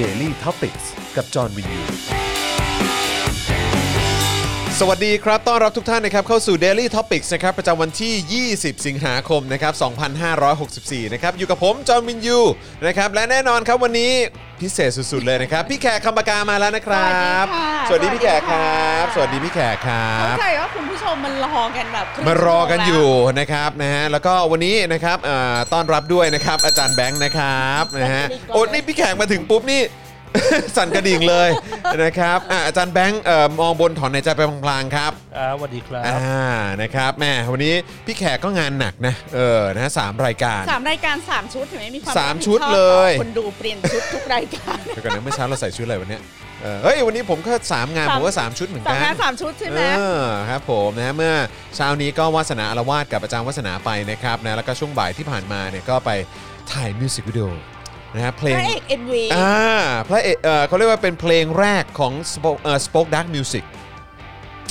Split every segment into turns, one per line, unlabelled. Daily t o p i c กกับจอห์นวินยู
สวัสดีครับ ต้อนรับทุกท่านนะครับเข้าสู่ Daily Topics นะครับประจำวันที่ 20 สิงหาคมนะครับ 2564 นะครับอยู่กับผม จอห์นวินยูนะครับและแน่นอนครับวันนี้พิเศษสุดๆเลยนะครับ พี่แขกคำปากามาแล้วนะครับ
สวัสดี
สวัสดี
ค่ะ
พี่แขกครับ สวัสดีพี่แขกครับ
เข้าใจว่าคุณผู้ชมมันรอกันแบบคง
มารอกันอยู่
ชั่วโมงแ
นะครับนะฮะแล้วก็วันนี้นะครับอ่าต้อนรับด้วยนะครับอาจารย์แบงค์นะครับนะฮะโอ้นี่พี่แขกมาถึงปุ๊บนี่ สั่นกระดิ่งเลยนะครับอ่ะอาจารย์แบงค์เอ่อมองบนถอนในใจไปพลางๆครับ
อ่าสวัสดีครับ
อ่านะครับแหม่วันนี้พี่แขกก็งานหนักนะเออนะฮะสามรายการ
ล้วสามรายการสามชุดถึงไม่มีความ
สาม
รับผิ
ชุด
อบ
เลย
ต่อคนดูเปลี่ยนชุดทุกรายการ
เดี๋ยวก่อนนะเมื่อเช้าเราใส่ชุดอะไรวันเนี้ยเออเฮ้ยวันนี้ผมก็สามงานผมก็สามชุดเหมือน
สาม
กั
งาน
น
สามชุดใช่ไหม
เออครับผมนะฮะเมื่อเช้านี้ก็วาสนาอารวาสกับอาจารย์วาสนาไปนะครับนะแล้วก็ช่วงบ่ายที่ผ่านมาเนี่ยก็ไปถ่ายมิวสิกวิดีโอนะฮะเพล
พ
ง
ระเอกเอ็นวี
อ่าพระเอกเออเขาเรียกว่าเป็นเพลงแรกของ Spoke- เอ่อ Spoke Dark Music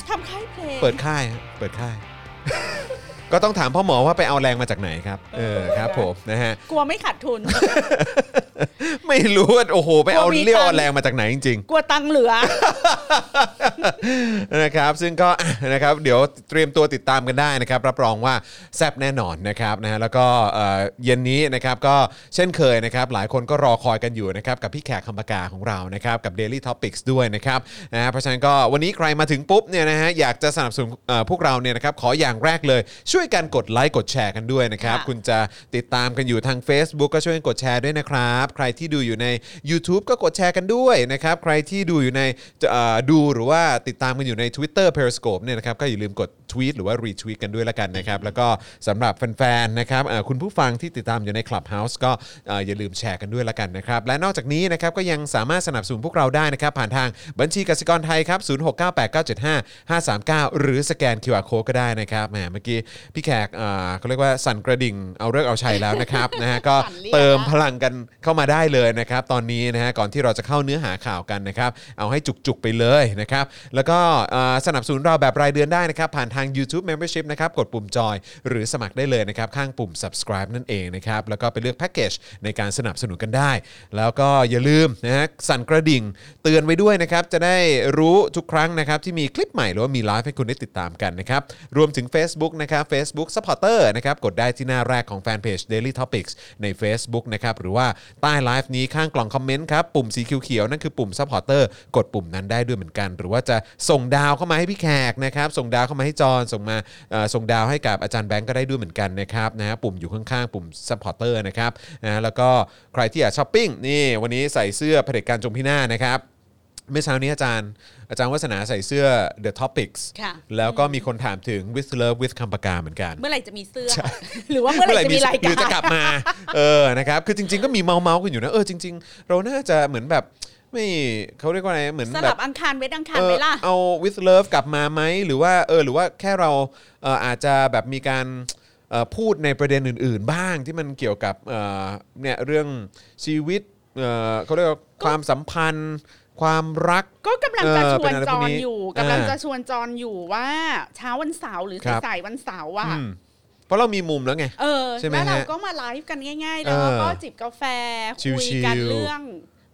ทำค่ายเพลง
เปิดค่ายฮะเปิดค่าย ก็ต้องถามพ่อหมอว่าไปเอาแรงมาจากไหนครับเออครับผมนะฮะ
กลัวไม่ขาดทุน
ไม่รู้ว่าโอ้โห ไปเอา
กลัวมี
เรี่ยว
ตังค์
เอาแรงมาจากไหนจริง
กลัวตัง ค์เหลือ
ๆ นะครับ ซึ่งก็ นะครับเดี๋ยวเตรียมตัวติดตามกันได้นะครับ รับรองว่าแซบแน่นอนนะครับนะฮะแล้วก็เอ่อเย็นนี้นะครับก็เช่นเคยนะครับ หลายคนก็รอคอยกันอยู่นะครับ กับพี่แขกคำปากาของเรานะครับ กับ Daily Topics ด้วยนะครับนะฮะเพราะฉะนั้นก็วันนี้ใครมาถึงปุ๊บเนี่ยนะฮะอยากจะสนับสนุนเอ่อพวกเราเนี่ยนะครับขออย่างแรกเลย ช่วยกันกดไลค์กดแชร์กันด้วยนะครับ
ค่ะ
คุณจะติดตามกันอยู่ทาง Facebook ก็ช่วยกันกดแชร์ด้วยนะครับ ใครที่ดูอยู่ใน YouTube ก็กดแชร์กันด้วยนะครับ ใครที่ดูอยู่ในเอ่อดูหรือว่าติดตามกันอยู่ใน Twitter Periscope เนี่ยนะครับ ก็อย่าลืมกดทวีตหรือว่ารีทวีตกันด้วยละกันนะครับ แล้วก็สำหรับแฟนๆนะครับเอ่อคุณผู้ฟังที่ติดตามอยู่ใน Clubhouse ก็เอ่ออย่าลืมแชร์กันด้วยละกันนะครับ และนอกจากนี้นะครับก็ยังสามารถสนับสนุนพวกเราได้นะครับ ผ่านทางบัญชีกสิกรไทยครับ0698975539 หรือสแกน QR Code ก็ได้นะครับแหมเมื่อกี้พี่แขกเอ่อเขาเรียกว่าสั่นกระดิ่งเอาเลิกเอาชัยแล้วนะครับ นะฮะก็
สั่นเรียก
เติมพลังกันเข้ามาได้เลยนะครับ ตอนนี้นะฮะก่อนที่เราจะเข้าเนื้อหาข่าวกันนะครับ เอาให้จุกๆไปเลยนะครับ แล้วก็เอ่อสนับสนุนเราแบบรายเดือนได้นะครับ ผ่านทาง YouTube Membership นะครับ กดปุ่มจอยหรือสมัครได้เลยนะครับ ข้างปุ่ม subscribe นั่นเองนะครับ แล้วก็ไปเลือกแพ็กเกจในการสนับสนุนกันได้ แล้วก็อย่าลืมนะฮะสั่นกระดิ่งเตือนไว้ด้วยนะครับ จะได้รู้ทุกครั้งนะครับที่มีคลิปใหม่หรือว่ามีไลฟ์ให้คุณได้ติดตามกันนะครับ รวมถึง Facebook นะครับ Facebook Supporter นะครับ กดได้ที่หน้าแรกของแฟนเพจ Daily Topics ใน Facebook นะครับ หรือว่าใต้ไลฟ์นี้ข้างกล่องคอมเมนต์ครับ ปุ่มสีเขียวๆนั่นคือปุ่ม Supporter กดปุ่มนั้นได้ด้วยเหมือนกัน หรือว่าจะส่งดาวเข้ามาให้พี่แขกนะครับ ส่งดาวเข้ามาให้จอนส่งมาเอ่อส่งดาวให้กับอาจารย์แบงก์ก็ได้ด้วยเหมือนกันนะครับนะฮะปุ่มอยู่ข้างๆ ปุ่ม Supporter นะครับนะแล้วก็ใครที่อยากช้อปปิ้งนี่วันนี้ใส่เสื้อเผด็จการจงพินาศนะครับเมื่อเช้านี้อาจารย์ อาจารย์วัฒนาใส่เสื้อ The Topics
ค่ะ
แล้วก็มีคนถามถึง with love with คำปากกาเหมือนกัน
เมื่อไหร่จะมีเสื้อ หรือว่าเมื่อไหร่จะมีราย
ห
กา
รือจะ
ร
กลับมา เออนะครับคือจริง ๆ ก็มีเมาเมาๆกันอยู่นะเออจริง ๆ เราน่าจะเหมือนแบบไม่เขาเรียกว่าอะไรเหมือน
ส
แบ
ลั
บบ
อังคารเว้นอังคาร
เอ
ไหม
อ
ล่ะ
เอา with love กลับมาไหมหรือว่าเออหรือว่าแค่เราเอออาจจะแบบมีการเอ่อพูดในประเด็นอื่น ๆ บ้างที่มันเกี่ยวกับเอ่อเนี่ยเรื่องชีวิตเอ่อเขาเรียกว่าความสัมพันธ์ ความรัก
ก็กำลังจะ
เออ
ช
เป็
วน น
อะไร
จ
พวก
ร
นี้
อยู่
อ่าก
ำลังจะชวนจรอยู่ว่าเช้าวันเสาร์หรือ
ครับ
สายๆวันเสาร์อ่ะ
อืมเพราะเรามีมุมแล้วไง
เออ
ใช่ไหม
แล้วเรา
ฮะ
ก็มาไลฟ์กันง่าย ๆ
เอ
แล้ว
อ
ก็จิบกาแฟ คุยกัน
ชิลๆ
เรื่อง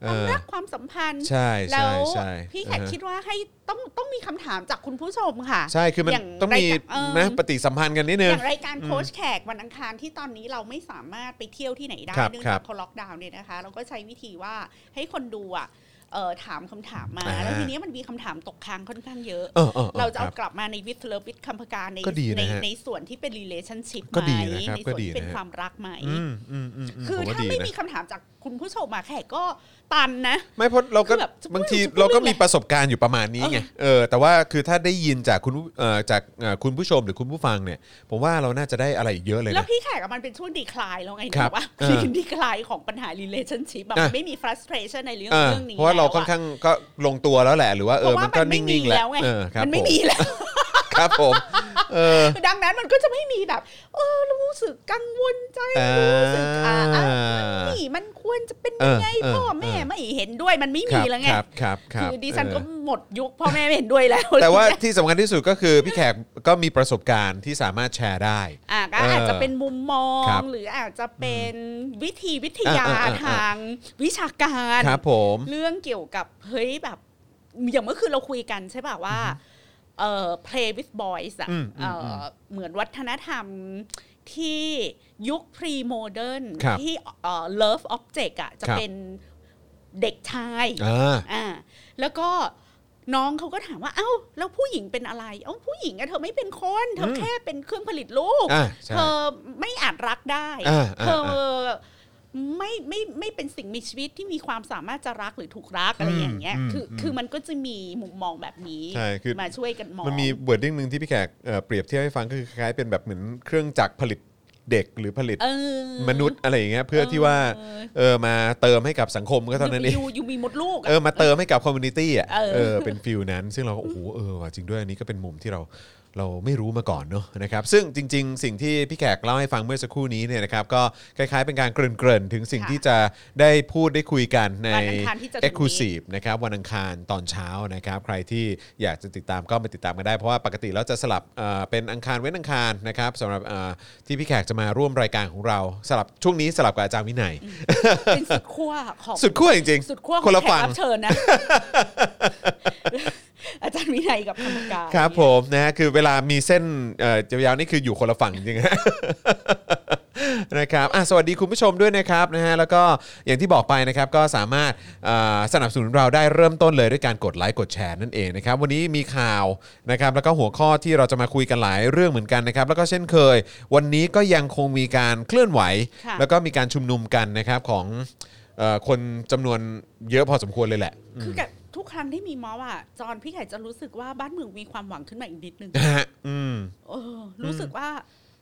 เอ
ความ
อ
รักความสัมพันธ์
ใช่
แล้
ใช่
ว
ใช่
พี่แข
อ่าก ฮะ
คิดว่าให้ต้องต้องมีคำถามจากคุณผู้ชมค่ะ
ใช่ คือมัน
อย่าง
ต้องมี
รายการเอิ่ม
นะปฏิสัมพันธ์กันนิดนึ
อง ย่างรายการโค้ชแขกวันอังคารที่ตอนนี้เราไม่สามารถไปเที่ยวที่ไหนได้
ครับ
เนื่อง
ครั
จา
บ
กเขาล็อกดาวน์เนี่ยนะคะ เราก็ใช้วิธีว่าให้คนดูอ่ะเอ่อถามคำถามมา
อ่า
แล้วทีนี้มันมีคำถามตกค้างค่อนข้างเยอะ
เออออออ
เราจะ
ค
เอา
บ
กลับมาในวิทย์เลวิทย์คำพการใน
ก็ดี
ใน
นะฮะ
ในส่วนที่เป็น relationship
ก็
ไหม
ดี
ใน
นะครับ
ส่
ก็
วน
ดี
ที่เป็น
นะฮะ
ความรักไหม
อืมอืมอืมม
คือ
ผว่
ถ้าไม่
ดีนะ
มีคำถามจากคุณผู้ชมมาแขกก็ตันนะ
ไม่เพราะเราก็
คือแบบจะพูด
บางที
จะพูด
เราก็
เรื่อง
มี
อะไร
ประสบการณ์อยู่ประมาณนี้ไงเออแต่ว่าคือถ้าได้ยินจากคุณผู้เอ่อจากเอ่อคุณผู้ชมหรือคุณผู้ฟังเนี่ย ผมว่าเราน่าจะได้อะไรอีกเยอะเลย
แล้ว
นะ
พี่แขกอะมันเป็นช่วงดีคลายแล้วไง
ครับ
ถูกว่า
เออ
ดีคลายของปัญหา relationship แบบ
อ่ะ
ไม่มี frustration ในเรื่อง
เออ
เรื่องนี้
เพราะว่าเรา
แล้ว
ค่อนข้างก็ลงตัวแล้วแหละ หรือว่าเอ
เพ
อ
ราะว่า
มันก็
มันไม่
นิ่ง
มี
ๆแหละ
แล้วไง
เออครับ
มันไม่
ผ
มีแล้ว
ครับผมเออ
ดังนั้นมันก็จะไม่มีแบบ เออรู้สึกกังวลใจรู้สึกอ่าอ่ะมันนี่มันควร ควรจะเป็นยังไง
เออเออ
พ่อแม่
เออ
ไม่เห็นด้วยมันไม่
ค
มี
รับ
แล้วไง
ครับครับรับ
อดิฉันก็
เออ
หมดยุคพ่อแม่ไม่เห็นด้วยแล้ว
แต่ว่า
อะไรเงี้ย
ที่สำคัญที่สุดก็คือพี่แขกก็มีประสบการณ์ที่สามารถแชร์ได้
อ่ะก็
เอออ
อาจจะเป็นมุมมอ
ครั
ง
บ
หรืออาจจะเป็นวิธีวิทยา
เออเออเออ
ทางวิชาการ
ครับผม
เรื่องเกี่ยวกับเฮ้ยแบบ อย่างเมื่อคืนเราคุยกันใช่ป่ะว่าเอ่อ play with boys อ่ะ
อืมอื
เอ่
มอืม
อเหมือนวัฒนธรรมที่ยุค pre modern
ครับ
ที่เอ่อ love object อ่ะจะ
ครับ
เป็นเด็กชาย
อ่า
อ่าแล้วก็น้องเขาก็ถามว่า เอ้า แล้วผู้หญิงเป็นอะไร เอ้าผู้หญิงอะเธอไม่เป็นคน เธออ
ม
แค่เป็นเครื่องผลิตลูก
อ่าใช่
เธอไม่อาจรักได้
อ่าอ่า
เธอไม่ไม่ไม่เป็นสิ่งมีชีวิตที่มีความสามารถจะรักหรือถูกรักอะไร
อืม
อย่างเงี้ย
อืม
คือ
อืม
คือมันก็จะมีมุมมองแบบนี้
ใช่คือ
มาช่วยกันมอง
มันมีเวิร์ดดิ้งหนึ่งที่พี่แขกเอ่อเปรียบเทียบให้ฟังก็คือคล้ายๆเป็นแบบเหมือนเครื่องจักรผลิตเด็กหรือผลิต
เออ
มนุษย์อะไรอย่างเงี้ยเพื่อที่ว่า
เออ
เออมาเติมให้กับสังคมก็เท่านั้นเอง
ยู่ยู่มีมดลูกะ
เออมาเติมให้กับคอมมูนิตี้อ่ะ
เออ
เออเป็นฟิลนั้น ซึ่งเราก็โอ้โหเออว่ะจริงด้วยอันนี้ก็เป็นมุมที่เราเราไม่รู้มาก่อนเนอะนะครับซึ่งจริง ๆ สิ่งที่พี่แขกเล่าให้ฟังเมื่อสักครู่นี้เนี่ยนะครับก็คล้ายๆเป็นการเกริ่นๆถึงสิ่งที่จะได้พูดได้คุยกันใน
วันอังคารที่จะถึงนี้
e x c l u s i v e นะครับวันอังคารตอนเช้านะครับใครที่อยากจะติดตามก็ไปติดตามกันได้เพราะว่าปกติแล้วจะสลับเอ่อเป็นอังคารเว้นอังคารนะครับสำหรับเอ่อที่พี่แขกจะมาร่วมรายการของเราสลับช่วงนี้สลับกับอาจารย์วินัย
เป็นสุดขั้วของ
สุดขั้วจริงๆ
สุดขั้วขอ
คนละ
แขก
ฝั่ง
รับเชิญ นะ อาจารย์วินัยกับธรรมการ
ครับผมนะฮะคือเวลามีเส้นเอ่อยาวๆนี่คืออยู่คนละฝั่งจริงๆ นะครับอ่ะสวัสดีคุณผู้ชมด้วยนะครับนะฮะแล้วก็อย่างที่บอกไปนะครับก็สามารถเอ่อสนับสนุนเราได้เริ่มต้นเลยด้วยการกดไลค์กดแชร์นั่นเองนะครับวันนี้มีข่าวนะครับแล้วก็หัวข้อที่เราจะมาคุยกันหลายเรื่องเหมือนกันนะครับแล้วก็เช่นเคย วันนี้ก็ยังคงมีการเคลื่อนไหว
ค่ะ
แล้วก็มีการชุมนุมกันนะครับของเอ่อคนจำนวนเยอะพอสมควรเลยแหละ
คือกับทุกครั้งที่มีมอสอ่ะจอห์นพี่ไข่จะรู้สึกว่าบ้านเมืองมีความหวังขึ้นมาอีกนิดนึง
นะฮะอืม
เออรู้สึกว่า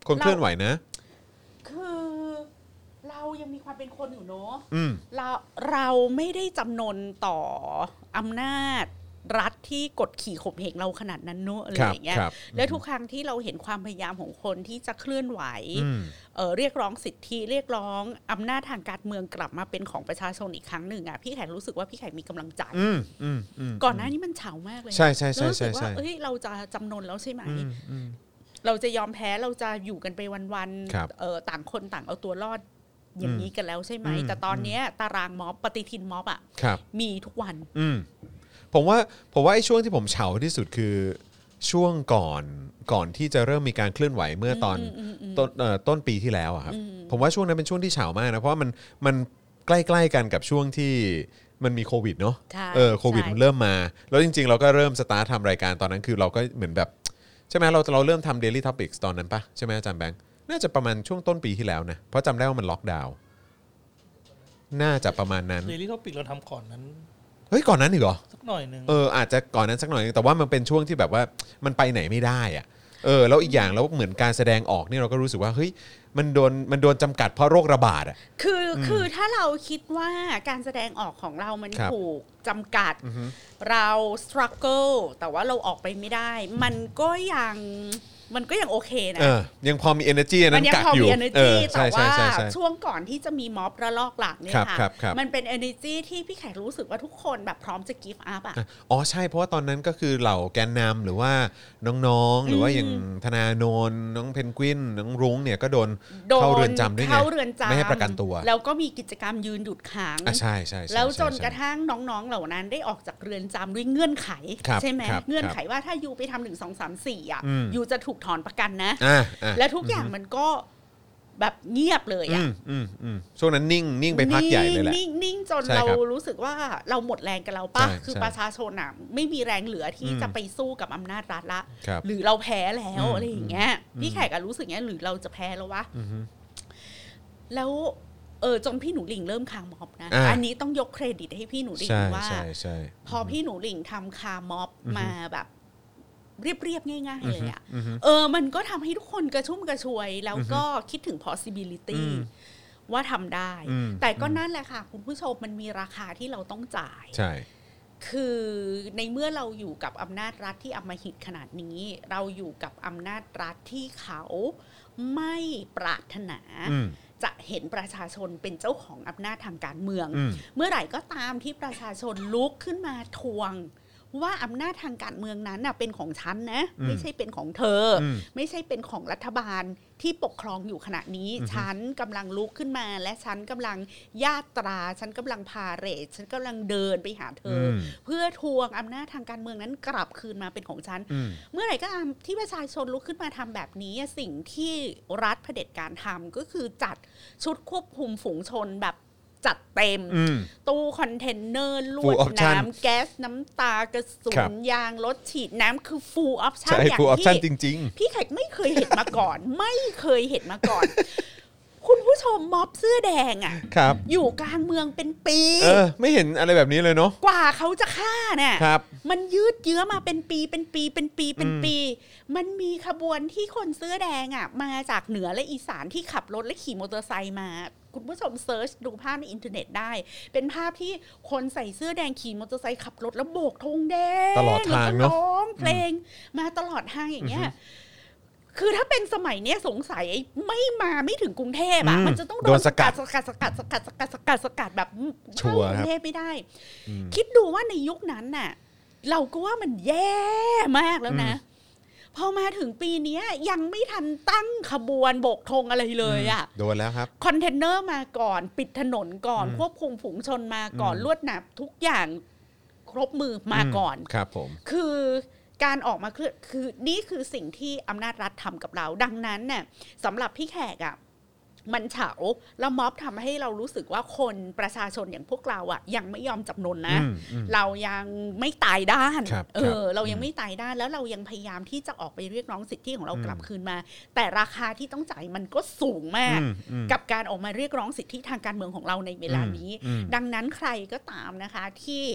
คนเคลื่อนไหวนะ
คือเรายังมีความเป็นคนอยู่เนอะ
อืม
เราเราไม่ได้จำนนต่ออำนาจรัฐที่กดขี่ข่มเหงเราขนาดนั้นเนอะอะไรอย่างเงี้ย
ครับ
แล้วทุกครั้งที่เราเห็นความพยายามของคนที่จะเคลื่อนไหว
อืม
เอ่อเรียกร้องสิทธิเรียกร้องอำนาจทางการเมืองกลับมาเป็นของประชาชนอีกครั้งหนึ่งอ่ะพี่แขกรู้สึกว่าพี่แขกมีกำลังใจ
อืมอืมอืม
ก่อนหน้านี้มันเฉามากเลยนะ
ใช่ใช่ใช่
รู้สึก
ใช่
ว่า
ใช่
เอ้ยเราจะจำนนแล้วใช่ไหม
อืมอืม
เราจะยอมแพ้เราจะอยู่กันไปวัน
ครับ
ๆเอ่อต่างคนต่างเอาตัวรอดอย่างนี้กันแล้วใช่ไหม
อืม
แต่ตอนเนี้ยตารางม็อบปฏิทินม็อบอะ
ครับ
มีทุกวัน
อืมผมว่าผมว่าไอ้ช่วงที่ผมเฉาที่สุดคือช่วงก่อนก่อนที่จะเริ่มมีการเคลื่อนไหวเมื่อตอนต้นเอ่อต้นปีที่แล้วอะครับผมว่าช่วงนั้นเป็นช่วงที่เฉามากนะเพราะว่ามันมันใกล้ๆกันกับช่วงที่มันมีโควิดเนาะ
ใช่
เออโควิด
ใช่
มันเริ่มมา แล้วจริง ๆ เราก็เริ่มสตาร์ททำรายการตอนนั้นคือเราก็เหมือนแบบใช่ไหมเราเราเริ่มทำ Daily Topics ตอนนั้นปะใช่ไหมอาจารย์แบงค์น่าจะประมาณช่วงต้นปีที่แล้วนะเพราะจำได้ว่ามันล็อกดาวน์น่าจะประมาณนั้น
เดลี่ท็อปิกเราทำก่อนนั้น
เฮ้ยก่อนนั้นอีกเหรอ
สักหน่อยหนึ่ง
เอออาจจะก่อนนั้นสักหน่อยนึงแต่ว่ามันเป็นช่วงที่แบบว่ามันไปไหนไม่ได้อะเออแล้วอีกอย่างแล้วเหมือนการแสดงออกเนี่ยเราก็รู้สึกว่าเฮ้ยมันโดนมันโดนจำกัดเพราะโรคระบาดอ่ะ
คืออคือถ้าเราคิดว่าการแสดงออกของเรามัน
ครับ
ถูกจำกัด เราสครั g เกิลแต่ว่าเราออกไปไม่ได้ มันก็ยังมันก็ยังโอเคนะ
เออยังพอมี energy อัน
มั
นั้น น
ยัง
กัก
พอ
อยู่
มี
เอ
energy
อ
แต่
ใช่ใช่
ว่า
ใช่ใช่
ช่วงก่อนที่จะมีม็อบระลอกหลักเนี่ย
ครับ
ค่ะ
ครับครับ
มันเป็น energy ที่พี่แขกรู้สึกว่าทุกคนแบบพร้อมจะ give up อ่ะ
อ๋อใช่เพราะว่าตอนนั้นก็คือเหล่าแกนนำหรือว่าน้องๆ หรือว่าอย่างธนาโนนน้องเพนกวินน้องรุ้งเนี่ยก็โดน
โดน
เข้าเรือนจำด้วยไง
เข้าเรือนจำ
ไม่ให้ประกันตัว
แล้วก็มีกิจกรรมยืนหยุดขัง
อ่ะใช่ใช่ใช่
แล้วจน
ใช่
กระทั่งน้องๆเหล่านั้นได้ออกจากเรือนจำด้วยเงื่อนไข
ครับ
ใช่ไหม
ครับ
เงื่อนไขว่าถ้ายูไปทำหนึ่งสองสามสี่อ่ะ
อืม
ยูจะถูกถอนประกันนะ
อ่ะอ่ะ
และทุกอย่างมันก็แบบเงียบเลย
อื
อ่ะ
มอืมอืมช่วงนั้นนิ่งนิ่งไปพักใหญ่เลยแหละ
นิ่งนิ่งจน
ใช่
เรา
ครับ
รู้สึกว่าเราหมดแรงกันแล้วป่ะ
ใช่
คือ
ใช่
ประชาชนอ่ะไม่มีแรงเหลือที่
อืม
จะไปสู้กับอำนาจรัฐละ
ครับ
หรือเราแพ้แล้ว
อืม
อะไรอย่างเงี้ยพี่แขกอะรู้สึกเงี้ยหรือเราจะแพ้แล้ววะแล้วเออจนพี่หนูหลิงเริ่มคางม็อบนะ
อ่า
อันนี้ต้องยกเครดิตให้พี่หนูหลิง
ใช่
ว่า
ใช่ใช่
พอพี่หนูหลิงทำคางม็อบมาแบบเรียบๆง่ายๆเลยอะ
อือฮึ
เออ มันก็ทำให้ทุกคนกระชุ่มกระชวย แล้วก็คิดถึง possibility
อืม
ว่าทำได้
อืม
แต่ก็นั่นแหละค่ะ คุณผู้ชมมันมีราคาที่เราต้องจ่าย
ใช่
คือในเมื่อเราอยู่กับอำนาจรัฐที่อำมหิตขนาดนี้ เราอยู่กับอำนาจรัฐที่เขาไม่ปรารถนา
อืม
จะเห็นประชาชนเป็นเจ้าของอำนาจทางการเมือง
อืม
เมื่อไหร่ก็ตามที่ประชาชนลุกขึ้นมาทวง ว่าอำนาจทางการเมืองนั้นน่ะเป็นของฉันนะ ไม่ใช่เป็นของเธออ
ม
ไม่ใช่เป็นของรัฐบาลที่ปกครองอยู่ขณะนี้ ฉันกำลังลุกขึ้นมา และฉันกำลังยาตรา ฉันกำลังพาเหรดฉันกำลังเดินไปหาเธออ
ม
เพื่อทวงอำนาจทางการเมืองนั้นกลับคืนมาเป็นของฉัน
อืม
เมื่อไหร่ก็ตามที่ประชาชนลุกขึ้นมาทำแบบนี้อะสิ่งที่รัฐเผด็จการทำก็คือจัดชุดควบคุมฝูงชนแบบจัดเต็ม
อืม
ตู้คอนเทนเนอร์ล
Full
วด
option
น้ำแก๊สน้ำตากระสุ
ครับ
นยางรถฉีดน้ำคือ full option
ใช่
อย่าง
กูออปชั่นจ
ที่
ริง
พี่ไข่ไม่เคยเห็นมาก่อน ไม่เคยเห็นมาก่อน คุณผู้ชมม็อบเสื้อแดงอ่ะ
ๆ ครับ
อยู่กลางเมืองเป็นปี
เออ ไม่เห็นอะไรแบบนี้เลยเนาะ
กว่าเขาจะฆ่าเนี่ย
ครับ
มันยืดเยื้อมาเป็นปีเป็นปีเป็นปีเป็นปี มันมีขบวนที่คนเสื้อแดงอ่ะ มาจากเหนือและอีสานที่ขับรถและขี่มอเตอร์ไซค์มา คุณผู้ชมเซิร์ชดูภาพในอินเทอร์เน็ตได้ เป็นภาพที่คนใส่เสื้อแดงขี่มอเตอร์ไซค์ขับรถแล้วโบกธงแดง
ตลอดทางเน
แล้
อะ
วก็ร้องเพลงมาตลอดทางอย่างเงี้ย คือถ้าเป็นสมัยเนี้ยสงสัยไอ้ไม่มาไม่ถึงกรุงเทพอ่ะ
อืม
มันจะต้อง
โดนสกัด
สกัดสกัดสกัดสกัดสกัดสกัดแบบ
ชั
เข้าว
ร์
กรุ
ครับ
งเทพไม่ได้ คิดดูว่าในยุคนั้นน่ะ เราก็ว่ามันแย่มากแล้วนะ พอมาถึงปีเนี้ยยังไม่ทันตั้งขบวนโบกธงอะไรเลยอ่ะ
โดนแล้วครับ
คอนเทนเนอร์มาก่อนปิดถนนก่อน
อืม
ควบคุมฝูงชนมาก่อน
อืม
ลวดหนับทุกอย่างครบมือมาก่อน
ครับผม
คือการออกมาเคลื่อนคือนี่คือสิ่งที่อำนาจรัฐทำกับเรา ดังนั้นเนี่ยสำหรับพี่แขกอะ่ะ มันเฉาแล้วม็อบทำให้เรารู้สึกว่าคนประชาชนอย่างพวกเราอะ่ะ ยังไม่ยอมจำนนนะ
อืมอืม
เรายังไม่ตายด้าน
ครับ
เอ
ครับ
อ เรายังไม่ตายด้านแล้วเรายังพยายามที่จะออกไปเรียกร้องสิทธิของเรากลับคืนมา แต่ราคาที่ต้องจ่ายมันก็สูงมาก
อืมอืม
กับการออกมาเรียกร้องสิทธิทางการเมืองของเราในเวลานี้
อืม
ดังนั้นใครก็ตามนะคะที่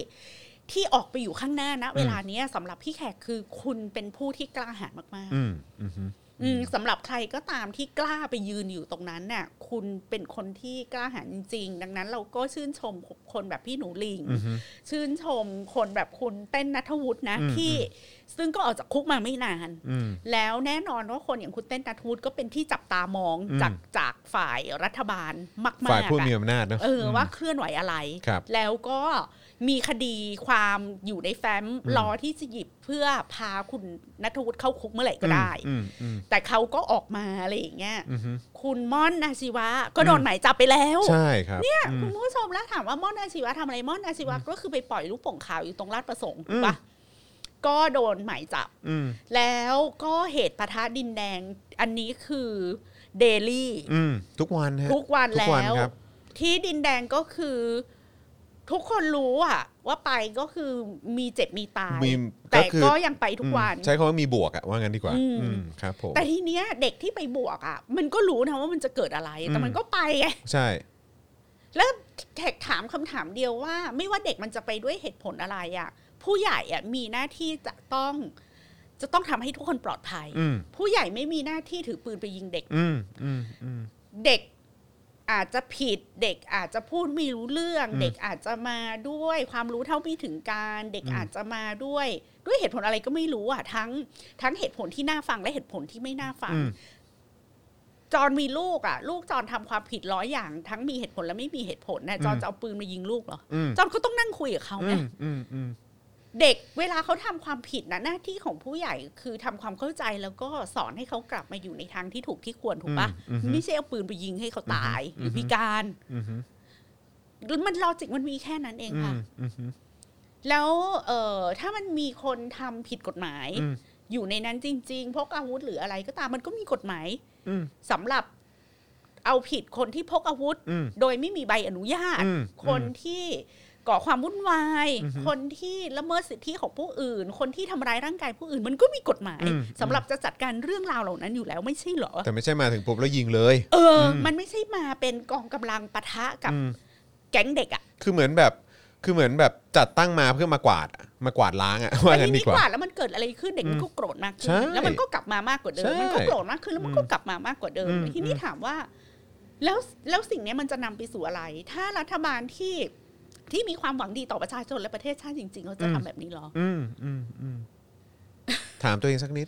ที่ออกไปอยู่ข้างหน้านะเวลาเนี้ยสำหรับพี่แขกคือคุณเป็นผู้ที่กล้าหาญมาก
อืมอืม
ๆอืมสำหรับใครก็ตามที่กล้าไปยืนอยู่ตรงนั้นน่ะคุณเป็นคนที่กล้าหาญจริง ๆ ดังนั้นเราก็ชื่นชมคนแบบพี่หนูลิง
อืม
ชื่นชมคนแบบคุณเต้นนัทวุฒินะ
อืม
ที่ซึ่งก็ออกจากคุกมาไม่นาน
อืม
แล้วแน่นอนว่าคนอย่างคุณเต้นนัทวุฒิก็เป็นที่จับตามอง
อืม
จากจากฝ่ายรัฐบาลมากๆ
ฝ่ายผู้
อะ
มีอำนาจเนอะ
เออว่าเคลื่อนไหวอะไร
ครับ
แล้วก็มีคดีความอยู่ในแฟ้มรอที่จะหยิบเพื่อพาคุณนัทวุฒิเข้าคุกเมื่อไหร่ก็ได้
อืมอืม
แต่เขาก็ออกมาอะไรอย่างเงี้ย
อืมอืม
คุณม่อนอาชีวะก็โดนหมายจับไปแล้ว
ใช่ครับ
เนี่ยคุณผู้ชมแล้วถามว่าม่อนอาชีวะทำอะไรม่อนอาชีวะก็คือไปปล่อยลูกโป่งขาวอยู่ตรงลาดประสงค์ถูกปะก็โดนหมายจับ
อืม
แล้วก็เหตุปะทะดินแดงอันนี้คือเดลี่
อืมทุกวันฮะ
ทุกวัน
ทุก
แล้
วัน
ว
ครับ
ที่ดินแดงก็คือ ทุกคนรู้อะว่าไปก็คือมีเจ็บมีตาย
มี
แต่
ก็คือ
ก็ยังไปทุกวัน
อืมใช้คำว่ามีบวกอะว่างั้นดีกว่า
อืม
อืมครับผม
แต่ทีเนี้ยเด็กที่ไปบวกอะมันก็รู้นะว่ามันจะเกิดอะไร แต่
อืม
มันก็ไปไง
ใช่
แล้วแขกถามคำถามเดียวว่า ไม่ว่าเด็กมันจะไปด้วยเหตุผลอะไรอะผู้ใหญ่อะมีหน้าที่จะต้อง จะต้องทำให้ทุกคนปลอดภัย
อืม
ผู้ใหญ่ไม่มีหน้าที่ถือปืนไปยิงเด็ก
อืมอืมอืม
เด็กอาจจะผิดเด็กอาจจะพูดไม่รู้เรื่อง
อืม
เด็กอาจจะมาด้วยความรู้เท่าไม่ถึงการ เด็ก
อืม
อาจจะมาด้วย ด้วยเหตุผลอะไรก็ไม่รู้อ่ะทั้งทั้งเหตุผลที่น่าฟังและเหตุผลที่ไม่น่าฟัง
อืม
จอนมีลูกอ่ะ ลูกจอนทำความผิดร้อยอย่าง ทั้งมีเหตุผลและไม่มีเหตุผลนะ
อืม
จอนจะเอาปืนมายิงลูกเหรอ
อืม
จอนก็ต้องนั่งคุยกับเขา
อื
ไง
มอืมอืม
เด็กเวลาเขาทำความผิดนะหน้าที่ของผู้ใหญ่คือทำความเข้าใจแล้วก็สอนให้เขากลับมาอยู่ในทางที่ถูกที่ควรถูกปะ
อืมอืม
ไม่ใช่เอาปืนไปยิงให้เขาตายหรืออ
ม
พิการ
อืมอืม
มันลอจิกมันมีแค่นั้นเอง
อื
ค่ะ
มอืมอืม
แล้วเอ่อถ้ามันมีคนทำผิดกฎหมาย
อืม
อยู่ในนั้นจริงๆพกอาวุธหรืออะไรก็ตามมันก็มีกฎหมาย
อืม
สำหรับเอาผิดคนที่พกอาวุธ
อืม
โดยไม่มีใบอนุญาต
อืม
คนที่ก่อความวุ่นวาย
อือฮึ
คนที่ละเมิดสิทธิของผู้อื่น คนที่ทำร้ายร่างกายผู้อื่น มันก็มีกฎหมาย
อืม
สำหรับจะจัดการเรื่องราวเหล่านั้นอยู่แล้วไม่ใช่เหรอ
แต่ไม่ใช่มาถึงปุ๊บแล้วยิงเลย
เอออ
ม
มันไม่ใช่มาเป็นกองกำลังปะทะกับ
อืม
แก๊งเด็กอะ
คือเหมือนแบบ คือเหมือนแบบจัดตั้งมาเพื่อมากวาดอะมากวาดล้างอะว่า
แต่
งั้
ที
นดี
นี้
ก
ก
ว่า
ว่าแล้วมันเกิดอะไรขึ้นเด็กมันก็โกรธมากขึ้
ใช่
นแล้วมันก็กลับมามากกว่าเดิม
ใช่
มันก็โกรธมากขึ้นแล้วมันก็กลับมามากกว่าเดิม
อืม
ทีนี้ถามว่า แล้วแล้วสิ่งเนี้ยมันจะนำไปสู่อะไร ถ้ารัฐบาลที่ที่มีความหวังดีต่อประชาชนและประเทศชาติจริงๆเขาจะทำแบบนี้เหรอ
อืมอืมอืมท ถามตัวเองสักนิด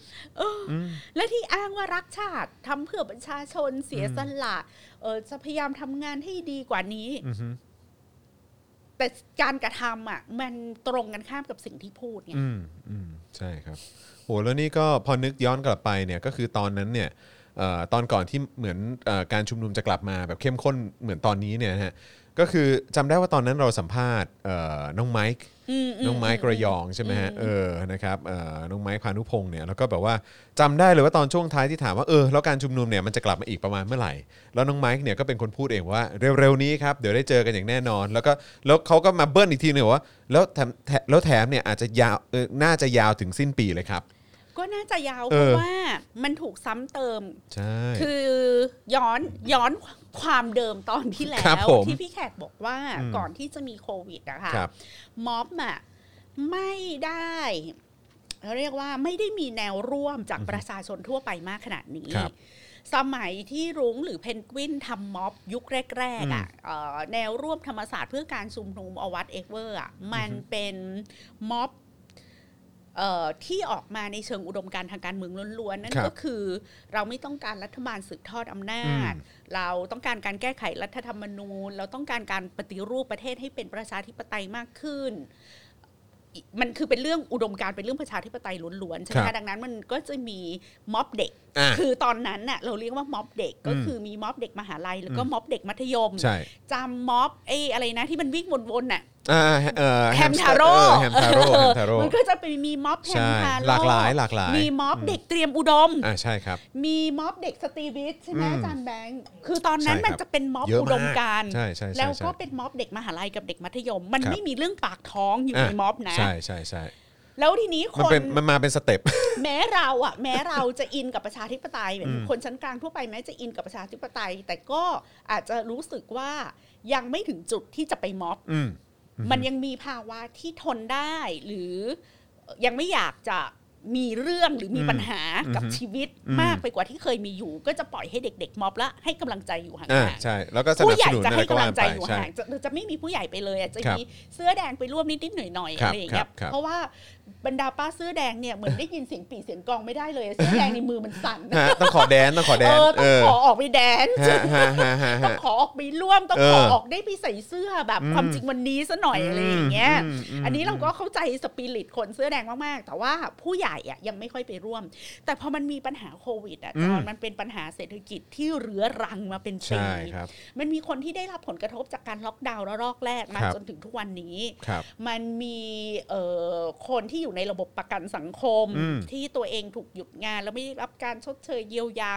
และที่อ้างว่ารักชาติทำเพื่อประชาชนเสียสละเออจะพยายามทำงานให้ดีกว่านี้
อือฮึ
แต่การกระทำอ่ะ มันตรงกันข้ามกับสิ่งที่พูดไง
อืมอืมใช่ครับโหแล้วนี่ก็พอนึกย้อนกลับไปเนี่ยก็คือตอนนั้นเนี่ยเอ่อตอนก่อนที่เหมือนเออการชุมนุมจะกลับมาแบบเข้มข้นเหมือนตอนนี้เนี่ยนะฮะก็คือจำได้ว่าตอนนั้นเราสัมภาษณ์เอ่อน้องไมค์
อืมอื
น้องไม้กระยองใช่ไหมฮะเออนะครับเอ่อน้องไม้พานุพงศ์เนี่ยแล้วก็แบบว่าจำได้เลยว่าตอนช่วงท้ายที่ถามว่าเออแล้วการชุมนุมเนี่ยมันจะกลับมาอีกประมาณเมื่อไหร่ แล้วน้องไม้เนี่ยก็เป็นคนพูดเองว่าเร็วๆนี้ครับเดี๋ยวได้เจอกันอย่างแน่นอน แล้วก็แล้วเขาก็มาเบิ้ลอีกทีหนึ่งว่าแล้วแถมแถแล้วแถมเนี่ยอาจจะยาวเออน่าจะยาวถึงสิ้นปีเลยครับ
ก็น่าจะยาว
เอ
เพ
อ
ราะว่ามันถูกซ้ำเติม
ใช่
คือย้อนย้อนความเดิมตอนที่แล้
ครับ
ว
ผม
ที่พี่แขกบอกว่า
อืม
ก่อนที่จะมีโควิดอะค่ะ
ครับ
ม็อบอะไม่ได้เราเรียกว่าไม่ได้มีแนวร่วมจากประชาชนทั่วไปมากขนาดนี้
ครับ
สมัยที่รุ้งหรือเพนกวินทำม็อบยุคแรกๆอ่ะเอ่อแนวร่วมธรรมศาสตร์เพื่อการชุมนุมอวัตเอเวอร์อ่ะมันเป็นม็อบเอ่อที่ออกมาในเชิงอุดมการณ์ทางการเมืองล้วนๆ นั่น
ครับ
ก็คือเราไม่ต้องการรัฐบาลสืบทอดอำนาจ
อืม
เราต้องการการแก้ไขรัฐธรรมนูญ เราต้องการการปฏิรูปประเทศให้เป็นประชาธิปไตยมากขึ้น มันคือเป็นเรื่องอุดมการณ์เป็นเรื่องประชาธิปไตยล้วนๆใช่ไหม
ครั
คะ
บ
ดังนั้นมันก็จะมีม็อบเด็ก
อ่ะ
คือตอนนั้นน่ะเราเรียกว่าม็อบเด็กก็
อืม
คือมีม็อบเด็กมหาลัย แล้วก็
อืม
ม็อบเด็กมัธยม
ใช่
จำม็อบไอ้อะไรนะที่มันวิ่งวนๆน่ะ
อ่าเอ่อ
แฮมทาโร่
เออแฮม ทาโร่แฮมทาโร่
มันก็จะไปมีม็อบแฮม
ใช่
ทาโร่
หลากหลายหลากหลาย
มีม็อบเด็กเตรียมอุดม
อ่าใช่ครับ
มีม็อบเด็กสตรีวิทย์ใช่ไหม
อืม
อาจารย์แบงค์คือตอนนั้น
ใช่
มั
ค
น
รับ
จะเป็นม็อบ
เยอะมาก
อุดมการณ์
ใช่ใช่ใช่
แล้ว
ใช่
ก็เป็นม็อบเด็กมหาลัยกับเด็กมัธยม มัน
ครับ
ไม่มีเรื่องปากท้องอยู่
อ่ะ
ในม็อบนะ
ใช่ใช่ใช่
แล้วทีนี้ค
มัน
น
เป็นมันมาเป็นสเต็ป
แม้เราอะ แม้เราจะอินกับประชาธิปไตยเหมือน
อืม
คนชั้นกลางทั่วไปแม้จะอินกับประชาธิปไตย แต่ก็อาจจะรู้สึกว่ายังไม่ถึงจุดที่จะไปม็อบ
อืม อืม
มันยังมีภาวะที่ทนได้ หรือยังไม่อยากจะมีเรื่องหรือมี
อืม
ปัญหากับ
อือฮึ
ชีวิต
อืม
มากไปกว่าที่เคยมีอยู่ ก็จะปล่อยให้เด็ก ๆ ม็อบละให้กำลังใจอยู่ห่า
อ่าง
ๆ
ใช่แล้วก็ส
ผู้
นับส
ใหญ่
นุน
จะ
อะไร
ให้
ก็
กำลั
ว่าง
ใจ
ไป
อยู่
ใช่
ห่างจะจะไม่มีผู้ใหญ่ไปเลยอ่ะจะ
ครับ
มีเสื้อแดงไปร่วมนิดนิดๆหน่อยหน่อยๆ
ครับ
อะไรอย่างเงี้ย
ครับครับ
เพราะว่าบรรดาป้าเสื้อแดงเนี่ยเหมือนได้ยินเสียงปีเสียงกองไม่ได้ เลยเสื้อแดงในมือมันสั่น
ฮะต้องขอแดนต้องขอแด
เอน อต้องขอออกไปแดนซ์
ฮะฮะฮะฮะ
ต้อ
ฮะ
งขอออกไปร่วมต้อง
เออ
ขอออกได้ไปใส่เสื้อแบบ
อืม
ความจริงวันนี้ซะหน่อยอะไรอย่างเงี้ย
มม
อันนี้เราก็เข้าใจสปิริตคนเสื้อแดงมากๆ แต่ว่าผู้ใหญ่อะยังไม่ค่อยไปร่วม แต่พอมันมีปัญหาโควิดอะจอนมันเป็นปัญหาเศรษฐกิจที่เรื้อรังมาเป็นปี
ใช่ครับ
มันมีคนที่ได้รับผลกระทบจากการล็อกดาวน์ระลอกแรกมา
ครับ
จนถึงทุกวันนี้
ครับ
มันมีเอ่อคนที่อยู่ในระบบประกันสังคม
อืม
ที่ตัวเองถูกหยุดงาน แล้วไม่ได้รับการชดเชยเยียวยา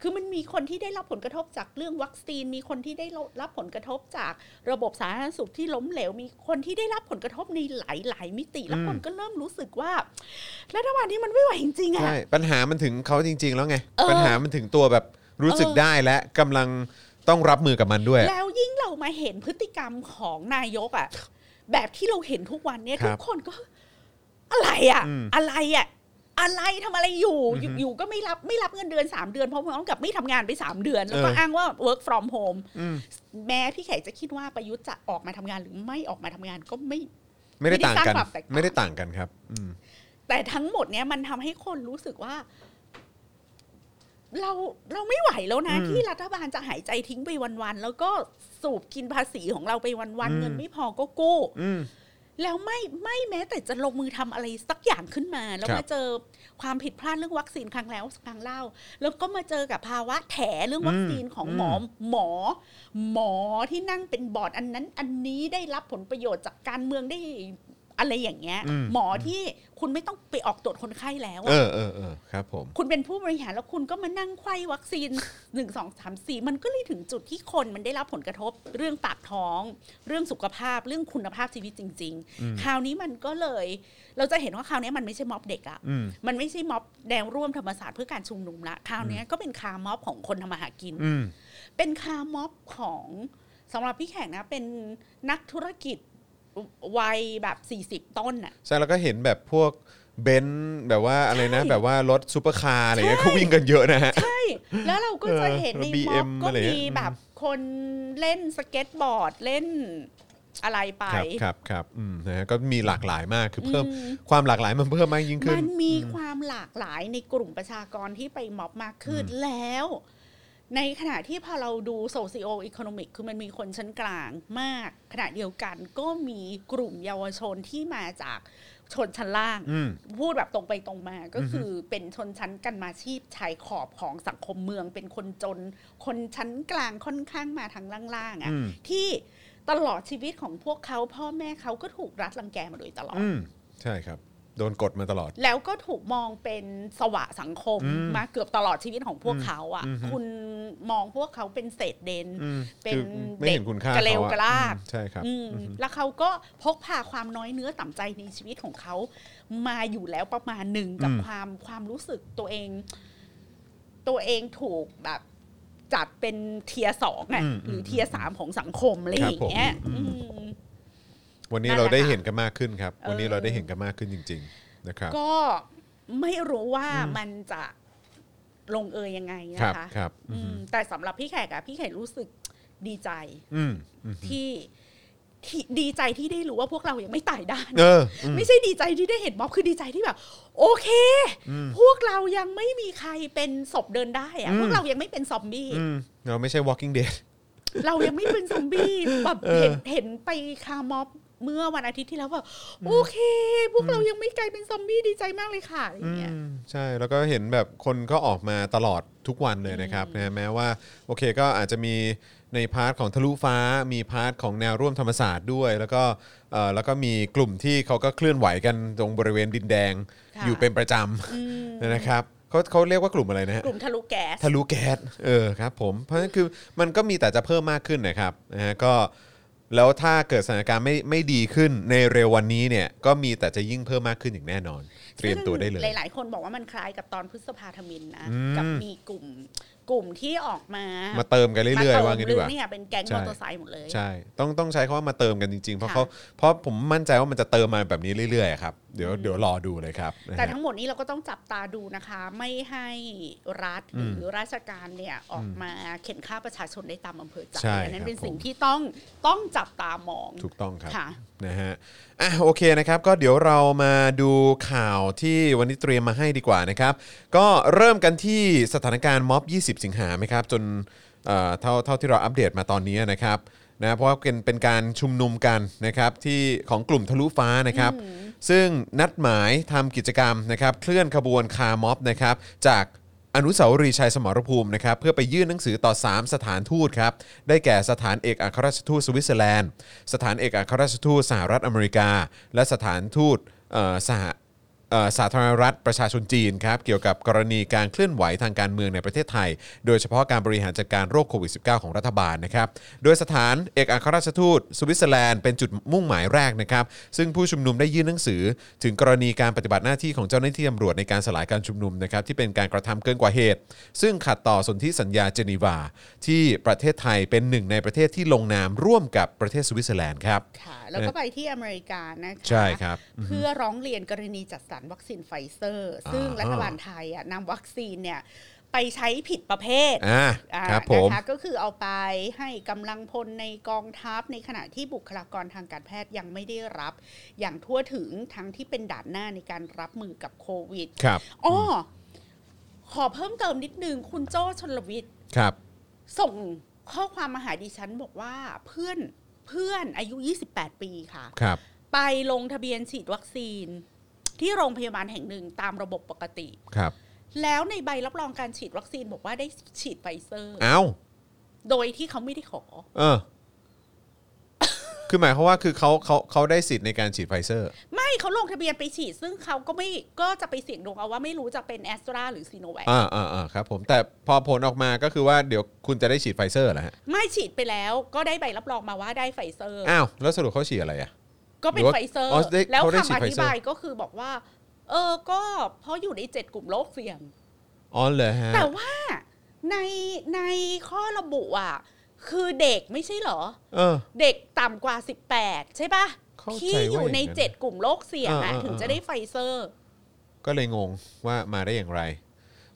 คือมันมีคนที่ได้รับผลกระทบจากเรื่องวัคซีน มีคนที่ได้รับผลกระทบจากระบบสาธารณสุขที่ล้มเหลว มีคนที่ได้รับผลกระทบในหลาย ๆ มิติ แล้ว
อืม
คนก็เริ่มรู้สึกว่ารัฐบาลนี้มันไม่ไหวจริงๆอะ
ใช่ปัญหามันถึงเขาจริง ๆ แล้วไง
เออ
ปัญหามันถึงตัวแบบรู้สึก
เออ
ได้และกำลังต้องรับมือกับมันด้วย
แล้วยิ่งเรามาเห็นพฤติกรรมของนายกอะ่ะ แบบที่เราเห็นทุกวันเนี่ย
ครั
ทุ
บ
กคนก็ อะไรอะ่ะ
อืม
อะไรอะ่ะ อะไรทำอะไรอยู่
อือฮึ
อยู่อยู่ก็ไม่รับไม่รับเงินเดือนสามเดือนเพราะพร้อมกับไม่ทำงานไปสามเดือน แล้วก็
เอออ้
อ้างว่า work from home
อืม
แม้พี่แขกจะคิดว่าประยุทธ์จะออกมาทำงานหรือไม่ออกมาทำงานก็ไม่
ไม่ได้
ไม่ได้
ต่างกัน
สร้างความแตกต่าง
ไม่ได้ต่างกันครับอืม
แต่ทั้งหมดเนี้ยมันทำให้คนรู้สึกว่า เราเราไม่ไหวแล้วนะ
อืม
ที่รัฐบาลจะหายใจทิ้งไปวันๆแล้วก็สูบกินภาษีของเราไปวัน
อืม
ๆเงินไม่พอก็กู้
อืม
แล้วไม่ไม่แม้แต่จะลงมือทำอะไรสักอย่างขึ้นมา แล้ว
ครับ
มาเจอความผิดพลาดเรื่องวัคซีนครั้งแล้วครั้งเล่า แล้วก็มาเจอกับภาวะแถเรื่องวัคซีนของ
อืม
หมอหมอ หมอที่นั่งเป็นบอร์ดอันนั้น อันนี้ได้รับผลประโยชน์จากการเมืองได้อะไรอย่างเงี้ย
อืม
หมอที่คุณไม่ต้องไปออกตรวจคนไข้แล้ว
เอ
อะ
อเออเออครับผม
คุณเป็นผู้บริหารแล้วคุณก็มานั่งไขว้วัคซีน หนึ่งสองสามสี่มันก็เลยถึงจุดที่คนมันได้รับผลกระทบ เรื่องปากท้อง เรื่องสุขภาพเรื่องคุณภาพชีวิตจริง ๆ
อืม
คราวนี้มันก็เลย เราจะเห็นว่าคราวนี้มันไม่ใช่ม็อบเด็กอะ
อืม
มันไม่ใช่ม็อบแนวร่วมธรรมศาสตร์เพื่อการชุมนุมละคราวนี้ก็เป็นคาร์ม็อบของคนทำมาหากิน
อืม
เป็นคาร์ม็อบของสำหรับพี่แขกนะ เป็นนักธุรกิจวัยแบบ 40 ต้นน่ะ
ใช่แล้วก็เห็นแบบพวกเบนซ์แบบว่าอะไรนะ
ใช่
แบบว่ารถซูเปอร์คาร์อะไรเงี้ยเขาวิ่งกันเยอะนะฮะ
ใช่ แล้วเราก็จะเห็นใน
เออ BM
ม็อบก็
อะไรอย่างเงี้
มี
ย
แบบคนเล่นสเก็ตบอร์ด เล่น อะไรไป
ครับครับครับอืมนะฮะก็มีหลากหลายมากคือเพิ่ม
อืม
ความหลากหลายมันเพิ่มมากยิ่งขึ้
มัน นมีความหลากหลายในกลุ่มประชากรที่ไปม็อบมากขึ้นแล้ว ในขณะที่พอเราดู socio economic คือมันมีคนชั้นกลางมาก ขณะเดียวกันก็มีกลุ่มเยาวชนที่มาจากชนชั้นล่าง
อืม
พูดแบบตรงไปตรงมาก็คือเป็นชนชั้นกันมาชีพชายขอบของสังคมเมือง เป็นคนจน คนชั้นกลางค่อนข้างมาทางล่างๆ
อื
อะ่ะ
ม
ที่ตลอดชีวิตของพวกเขาพ่อแม่เขาก็ถูกรัฐรังแกมาโดยตลอด
อืมใช่ครับ โดนกดมาตลอด
แล้วก็ถูกมองเป็นสวะสังคม
อืม
มาเกือบตลอดชีวิตของพวกเขาอะ่ะ
อืม
คุณมองพวกเขาเป็นเศษเดน
อืม
เป็น
คือไม่เห็นคุณค่า
เด็กกระเลว
ขอก
ระลาก
อืมใช่ครับ
อืมแล้วเขาก็พกพาความน้อยเนื้อต่ำใจในชีวิตของเขา มาอยู่แล้วประมาณหนึ่งกับ
อืม
ความความรู้สึกตัวเอง ตัวเองถูกแบบจัดเป็นเทียสองอ่ะหรือเทียสามของสังคมอะไรอย่างเงี้ยอืม
วันนี้
นั่นแห
เรา
ละ
ได้
ค่ะ
เห็นกันมากขึ้นครับ วันนี้
เออ
เราได้เห็นกันมากขึ้นจริง ๆ นะครับ
ก็ไม่รู้ว่ามันจะลงเอยยังไง
ค
นะ
รับ
คะ
ครับอื
อื
ม
มแต่สำหรับพี่แขกอะพี่แขกรู้สึกดีใจ
อืมอืม
ที่ที่ดีใจที่ได้รู้ว่าพวกเรายังไม่ตายด้าน
เอออืม
ไม่ใช่ดีใจที่ได้เห็นม็อบคือดีใจที่แบบ โอเค พวกเรายังไม่มีใครเป็นศพเดินได้อะ
อืม
พวกเรายังไม่เป็นซอมบี้
อืมเราไม่ใช่ walking dead
เรายังไม่เป็นซอมบี้แบบเห็นเห็นไปคาร์ม็อบเมื่อวันอาทิตย์ที่แล้วแบบโอเค พวกเรายังไม่กลายเป็นซอมบี้ดีใจมากเลยค่ะอะไรอย่างเงี้ย
อืมใช่แล้วก็เห็นแบบคนก็ออกมาตลอดทุกวันเลยนะครับนะฮะแม้ว่าโอเคก็อาจจะมีในพาร์ทของทะลุฟ้า มีพาร์ทของแนวร่วมธรรมศาสตร์ด้วย แล้วก็เอ่อแล้วก็มีกลุ่มที่เขาก็เคลื่อนไหวกันตรงบริเวณดินแดง
ค่ะ
อยู่เป็นประจ
อืม
ำนะครับเขาเขาเรียกว่ากลุ่มอะไรนะฮะ
กลุ่มทะลุแก๊ส
ทะลุแก๊สเออครับผม เพราะฉะนั้นคือมันก็มีแต่จะเพิ่มมากขึ้นนะครับนะฮะก็แล้วถ้าเกิดสถานการณ์ไม่ไม่ดีขึ้นในเร็ววันนี้เนี่ยก็มีแต่จะยิ่งเพิ่มมากขึ้นอย่างแน่นอน เตรียมตัวได้เลย
ซึ่งหลาย ๆ คนบอกว่ามันคล้ายกับตอนพฤษภาธมินนะ
อืม
กับมีกลุ่มกลุ่มที่ออกมา
มาเติมกันเรื่อย ๆ ว่างั้นดีก
ม
ว่า
เติมเนี่ยเป็นแก๊ง
ใช่
มอเตอร์ไซค์หมดเลย
ใช่ ต้องต้องใช้คำว่ามาเติมกันจริง ๆ เพราะ
ค่ะ
เขาเพราะผมมั่นใจว่ามันจะเติมมาแบบนี้เรื่อยๆครับเดี๋ยวเดี๋ยวรอดูเลยครับนะฮะ
แต่ทั้งหมดนี้เราก็ต้องจับตาดูนะคะ ไม่ให้รัฐหรืออราชการเนี่ยออกมาเข็นฆ่าประชาชนได้ตามอำเภอใจ
ใช่
อั
ครั
นั้น
บ
เป็นสิ่ง
ผม
ที่ต้องต้องจับตามอง
ถูกต้องครับ
ค่ะ
นะฮะอ่ะโอเคนะครับก็เดี๋ยวเรามาดูข่าวที่วันนี้เตรียมมาให้ดีกว่านะครับ ก็เริ่มกันที่สถานการณ์ม็อบ 20 สิงหาไหมครับ จนเอ่อเท่าเท่าที่เราอัปเดตมาตอนนี้นะครับนะเพราะว่าเป็นเป็นการชุมนุมกันนะครับที่ของกลุ่มทะลุฟ้านะครับ ซึ่งนัดหมายทำกิจกรรมนะครับ เคลื่อนขบวนคาร์ม็อบนะครับ จาก อนุสาวรีย์ชัยสมรภูมินะครับเพื่อไปยื่นหนังสือต่อ 3 สถานทูตครับได้แก่สถานเอกอัครราชทูตสวิตเซอร์แลนด์ สถานเอกอัครราชทูตสหรัฐอเมริกา และสถานทูตเอ่อสหเอ่อสาธารณรัฐประชาชนจีนครับเกี่ยวกับกรณีการเคลื่อนไหวทางการเมืองในประเทศไทย โดยเฉพาะการบริหารจัดการโรคโควิด -19 ของรัฐบาลนะครับโดยสถานเอกอัครราชทูตสวิตเซอร์แลนด์เป็นจุดมุ่งหมายแรกนะครับซึ่งผู้ชุมนุมได้ยื่นหนังสือ ถึงกรณีการปฏิบัติหน้าที่ของเจ้าหน้าที่ตำรวจในการสลายการชุมนุมนะครับที่เป็นการกระทำเกินกว่าเหตุ ซึ่งขัดต่อสนธิสัญญาเจนีวา ที่ประเทศไทยเป็นหนึ่งในประเทศที่ลงนามร่วมกับประเทศสวิตเซอร์แลนด์ครับ
ค่ะแล้วก็ไปที่อเมริกานะคะ
ใช่ครับ
เพื่อร้องเรียนกรณีจัดสรรวัคซีนไฟเซอร์ ซึ่ง
อ่า
รัฐบาลไทยอ่ะนำวัคซีนเนี่ยไปใช้ผิดประเภท
อ่า
อ่า
ครับผม
นะคะก็คือเอาไปให้กำลังพลในกองทัพในขณะที่บุคลากรทางการแพทย์ยังไม่ได้รับ อย่างทั่วถึงทั้งที่เป็นด่านหน้าในการรับมือกับโควิด
ครับ
อ้อขอเพิ่มเติมนิดนึง คุณโจ้ชนลวิทย์
ครับ
ส่งข้อความมาหาดิฉันบอกว่าเพื่อนเพื่อนอายุ 28 ปีค่ะ
ครับ
ไปลงทะเบียนฉีดวัคซีน ที่โรงพยาบาลแห่งหนึ่งตามระบบปกติ
ครับ
แล้วในใบรับรองการฉีดวัคซีนบอกว่าได้ฉีดไฟเซอร์
เอ้า
โดยที่เขาไม่ได้ขอ
เออ คือหมายความว่าคือเขาเขาเขาได้สิทธิ์ในการฉีดไฟเซอร์
ไม่เขาลงทะเบียนไปฉีด ซึ่งเขาก็ไม่ก็จะไปเสี่ยงดวงเอาว่าไม่รู้จะเป็นแอสตราหรือซีโนแวค
อ่าอ่าอ่าครับผมแต่พอผลออกมาก็คือว่าเดี๋ยวคุณจะได้ฉีดไฟเซอร์เหรอฮะ
ไม่ฉีดไปแล้วก็ได้ใบรับรองมาว่าได้ไฟเซอร์
อ้าวแล้วสรุปเขาฉีดอะไรอ่ะ
ก็เป็น
หรือว่า
ไฟเซอร์
อ๋อได้
แล้ว
เขาได้ฉีด
คำอ
ไฟเซอร์
ธิบายก็คือบอกว่า เออก็เพราะอยู่ในเจ็ดกลุ่มโรคเสี่ยง
อ๋อเหรอฮะ
แต่ว่าในในข้อระบุอ่ะ คือเด็กไม่ใช่เหรอ
เออ
เด็กต่ำกว่า 18 ใช่ปะ
เข้าใจ
ที่อยู่ใน
ว่าอย่างนั้น
เจ็ดกลุ่มโรคเสี่ยงอ่ะ
อ่าๆๆ
ถึงจะได้ไฟเซอร์
ก็เลยงงว่ามาได้อย่างไร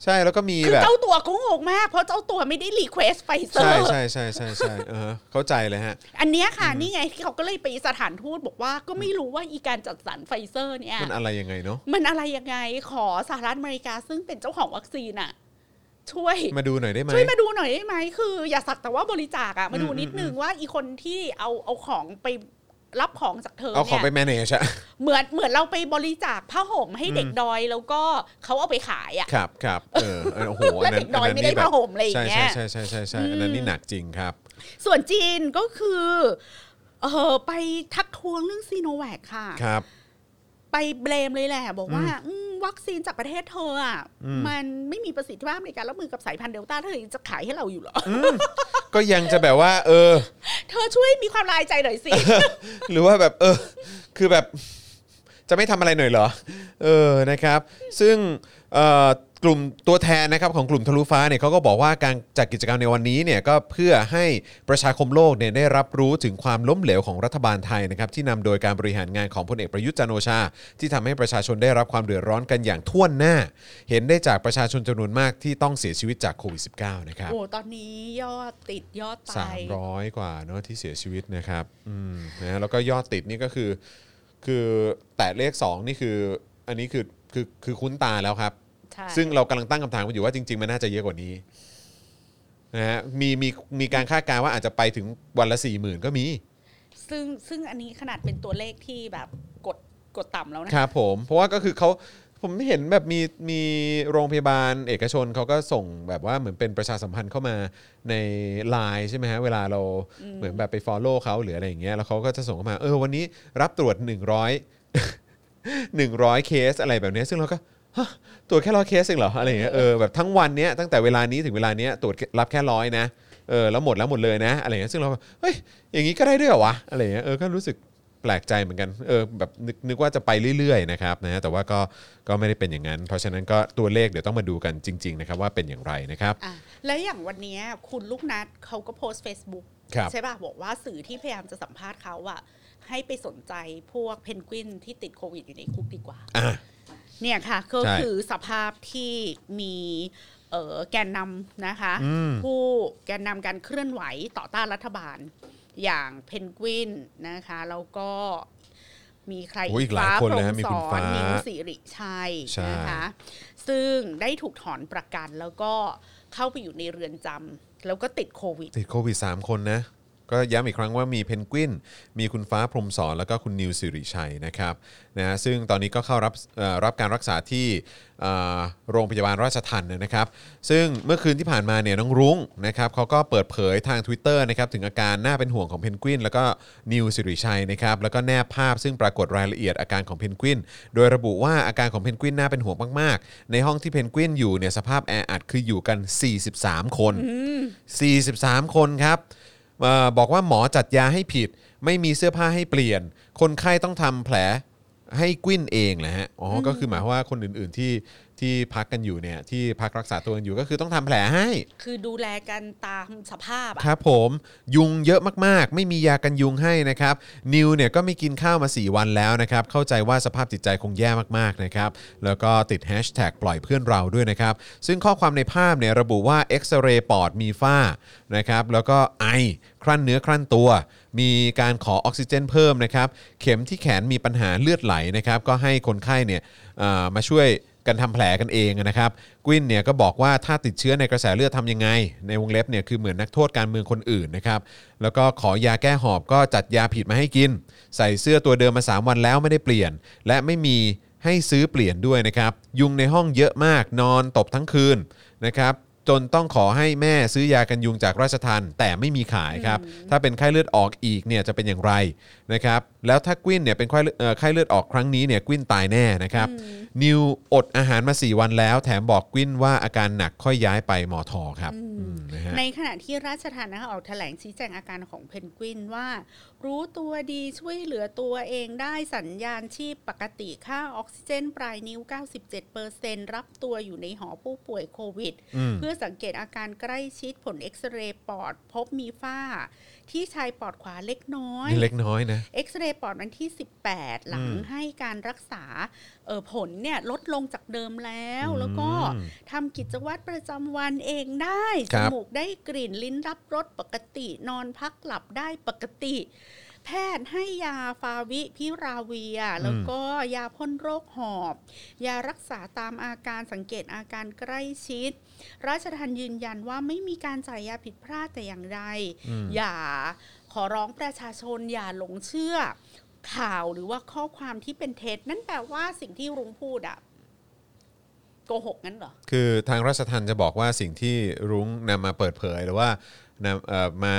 ใช่แล้วก็มี
คือ
แบบ
เจ้าตัวก็งงมาก เพราะเจ้าตัวไม่ได้รีเควสไฟเซอ
ใช่
ร์
ใช่ใช่ใช่ใช่เออเข้าใจเลยฮะ
อันเนี้ยค่ะ นี่ไงที่เขาก็เลยไปสถานทูตบอกว่าก็ไม่รู้ว่าอีการจัดสรรไฟเซอร์เนี่ย
มันอะไรยังไงเนาะ
มันอะไรยังไงขอสหรัฐอเมริกาซึ่งเป็นเจ้าของวัคซีนอะช่วย
มาดูหน่อยได้ไหม
ช่วยมาดูหน่อยได้ไหมคือ อย่าสักแต่ว่าบริจาคอะมาดู
อืม
นิดนึงว่าอีคนที่เอาเอาของไปรับของจากเธอ
เอาของไป
เนี่ย
manage อะ
เหมือนเหมือนเราไปบริจาคผ้าห่มให้เด็กดอยแล้วก็เขาเอาไปขายอะ
ครับครับเออเออโอ้โหอั
แล้
น
ว
นั้น
เด็กดอย
นนั้น
ไม่ได้
นี่แบบ
ผ้าห่มอะไรอย่า
ใช่
งเงี้
ใช่
ย
ใช่ใช่ใช่ใช่อันนั้นนี่หนักจริงครับ
ส่วนจีนก็คือเออไปทักท้วงเรื่องซีโนแวคค่ะ
ครับ
ไปเบลมเลยแหละ บอกว่าอืมวัคซีนจากประเทศเธออ่ะ
อืม
มันไม่มีประสิทธิภาพในการรับมือกับสายพันธุ์เดลต้าเธอยังจะขายให้เรา อยู่เหรอ
ก็ยังจะแบบว่า เออ
เธอช่วยมีความละอายใจหน่อย สิ
หรือว่าแบบเออ คือแบบจะไม่ทำอะไรหน่อยเหรอ เออนะครับ ซึ่งเอ่อกลุ่มตัวแทนนะครับของกลุ่มทะลุฟ้าเนี่ยเขาก็บอกว่าการจัดกิจกรรมในวันนี้เนี่ยก็เพื่อให้ประชาคมโลกเนี่ยได้รับรู้ถึงความล้มเหลวของรัฐบาลไทยนะครับที่นำโดยการบริหารงานของพลเอกประยุทธ์จันทร์โอชา ที่ทำให้ประชาชนได้รับความเดือดร้อนกันอย่างท่วนหน้า เห็นได้จากประชาชนจำนวนมากที่ต้องเสียชีวิตจากโควิด -19 นะครับ
โอ้ตอนนี้ยอดติดยอดตาย
300 กว่าเนอะที่เสียชีวิตนะครับอืมนะแล้วก็ยอดติดนี่ก็คือ คือแตะเลข 2 นี่คืออันนี้คือคือคือคุ้นตาแล้วครับ
ใช่
ซึ่งเรากำลังตั้งคำถามกันอยู่ว่าจริง ๆ มันน่าจะเยอะกว่านี้นะฮะมีมีมีการคาดการณ์ว่าอาจจะไปถึงวันละ 4 0,000 ก็มี
ซึ่งซึ่งอันนี้ขนาดเป็นตัวเลขที่แบบกดกดต่ำแล้วนะ
ครับผมเพราะว่าก็คือเขาผมเห็นแบบมีมีโรงพยาบาลเอกชนเขาก็ส่งแบบว่าเหมือนเป็นประชาสัมพันธ์เข้ามาใน l ล n e ใช่ไหมฮะเวลาเราเหมือนแบบไป Follow เขาหรืออะไรอย่างเงี้ยแล้วเขาก็จะส่งเข้ามา เออวันนี้รับตรวจ 100 100 เคสอะไรแบบเนี้ยซึ่งเราก็ฮะตรวจแค่ร้อยเคสเองเหรออะไรอย่างเงี้ยเออแบบทั้งวันเนี้ยตั้งแต่เวลานี้ถึงเวลาเนี้ยตรวจรับแค่ร้อยนะเออแล้วหมดแล้วหมดเลยนะอะไรอย่างเงี้ยซึ่งเราก็เฮ้ยอย่างงี้ก็ได้ด้วยเหรอวะอะไรอย่างเงี้ยเออก็รู้สึก แปลกใจเหมือนกัน เออแบบนึกนึกว่าจะไปเรื่อยๆนะครับนะฮะแต่ว่าก็ก็ไม่ได้เป็นอย่างนั้น เพราะฉะนั้นก็ตัวเลขเดี๋ยวต้องมาดูกันจริง ๆ นะครับ ว่าเป็นอย่างไรนะครับ
อ่ะแล้วอย่างวันเนี้ยคุณลูกนัดเขาก็โพสต์ Facebook
ครับ
ใช่ป่ะ บอกว่าสื่อที่พยายามจะสัมภาษณ์เขาอะให้ไปสนใจพวกเพนกวินที่ติดโควิดอยู่ในคุกดีกว่า
อ่ะ
เนี่ยค่ะก็
ใช่
คือสภาพที่มีเออแกนนำนะคะ
อืม
ผู้แกนนำการเคลื่อนไหวต่อต้านรัฐบาล อย่างเพนกวินนะคะ แล้วก็มีใคร
โอ้ยอีกหลายคนเลยฮะมีคุณฟ้า
พรหสอนนิ้งสิริชัย
ใช่
นะคะ ซึ่งได้ถูกถอนประกันแล้วก็เข้าไปอยู่ในเรือนจำแล้วก็ติดโควิด
ติดโควิด 3 คนนะ ก็ย้ำอีกครั้งว่ามีเพนกวิน มีคุณฟ้าพรหมสอนแล้วก็คุณนิวสิริชัยนะครับนะซึ่งตอนนี้ก็เข้ารับเอ่อรับการรักษาที่เอ่อโรงพยาบาลราชทันนะครับ ซึ่งเมื่อคืนที่ผ่านมาเนี่ยน้องรุ้งนะครับเขาก็เปิดเผยทาง Twitter นะครับถึงอาการน่าเป็นห่วงของเพนกวิน แล้วก็นิวสิริชัยนะครับแล้วก็แนบภาพซึ่งปรากฏรายละเอียดอาการของเพนกวิน โดยระบุว่าอาการของเพนกวินน่าเป็นห่วงมากๆ ในห้องที่เพนกวินอยู่เนี่ยสภาพแออัดคืออยู่กัน 43 คน 43 คนครับเออบอกว่าหมอจัดยาให้ผิด ไม่มีเสื้อผ้าให้เปลี่ยน คนไข้ต้องทำแผลให้กวิ้นเองแหละฮะอ๋ออก็คือหมายความว่าคนอื่นๆที่ที่พักกันอยู่เนี่ยที่พักรักษาตัวกันอยู่ก็คือต้องทำแผลให้
คือดูแลกันตามสภาพอะ
ครับผมยุงเยอะมากๆ ไม่มียากันยุงให้นะครับ นิวเนี่ยก็ไม่กินข้าวมา 4 วันแล้วนะครับ เข้าใจว่าสภาพจิตใจคงแย่มากๆนะครับ แล้วก็ติดแฮชแท็กปล่อยเพื่อนเราด้วยนะครับ ซึ่งข้อความในภาพเนี่ยระบุว่าเอ็กซเรย์ปอดมีฝ้านะครับ แล้วก็ไอ ครั่นเนื้อครั่นตัว มีการขอออกซิเจนเพิ่มนะครับ เข็มที่แขนมีปัญหาเลือดไหลนะครับ ก็ให้คนไข้เนี่ยเอ่อมาช่วย กันทำแผลกันเองนะครับกวินเนี่ยก็บอกว่าถ้าติดเชื้อในกระแสเลือดทำยังไง ในวงเล็บเนี่ยคือเหมือนนักโทษการเมืองคนอื่นนะครับแล้วก็ขอยาแก้หอบก็จัดยาผิดมาให้กิน ใส่เสื้อตัวเดิมมา 3 วันแล้วไม่ได้เปลี่ยน และไม่มีให้ซื้อเปลี่ยนด้วยนะครับยุงในห้องเยอะมากนอนตบทั้งคืนนะครับจนต้องขอให้แม่ซื้อยากันยุงจากราชทันแต่ไม่มีขายครับถ้าเป็นไข้เลือดออกอีกเนี่ยจะเป็นอย่างไรนะครับแล้วถ้ากวินเนี่ยเป็นไข้เลือดเอ่อไข้เลือดออกครั้งนี้เนี่ยกวินตายแน่นะครับ นิวอดอาหารมา 4 วันแล้ว แถมบอกกวิ้นว่าอาการหนักค่อยย้ายไปหมอทอครับอืมนะฮะ
ในขณะที่ราชทานนะคะออกแถลงชี้แจงอาการของเพนกวินว่า รู้ตัวดีช่วยเหลือตัวเองได้สัญญาณชีพปกติค่าออกซิเจนปลายนิ้ว 97%รับตัวอยู่ในหอผู้ป่วยโควิด
อืม
เพื่อ สังเกตอาการใกล้ชิดผลเอ็กซเรย์ปอด พบมีฝ้า ที่ชายปอดขวาเล็กน้อย
นี่เล็กน้อยนะ
เอ็กซเรย์ปอดวันที่ 18 หลัง
อืม
ให้การรักษาเออผลเนี่ยลดลงจากเดิมแล้ว
อืม
แล้วก็ทำกิจวัตรประจำวันเองได้
ค
จ
รับ
มูกได้กลิ่นลิ้นรับรสปกติ นอนพักหลับได้ปกติ แพทย์ให้ยาฟาวิพิราเวีย แล้วก็ยาพ่นโรคหอบ ยารักษาตามอาการสังเกตอาการใกล้ชิด ราชทันยืนยันว่าไม่มีการจ่ายยาผิดพลาดแต่อย่างใด
อืม
อย่าขอร้องประชาชนอย่าหลงเชื่อ ข่าวหรือว่าข้อความที่เป็นเท็จ นั่นแปลว่าสิ่งที่รุ้งพูดอะโกหกงั้นเหรอ
คือทางราชทันจะบอกว่าสิ่งที่รุ้งนำมาเปิดเผยหรือว่านำเอ่อมา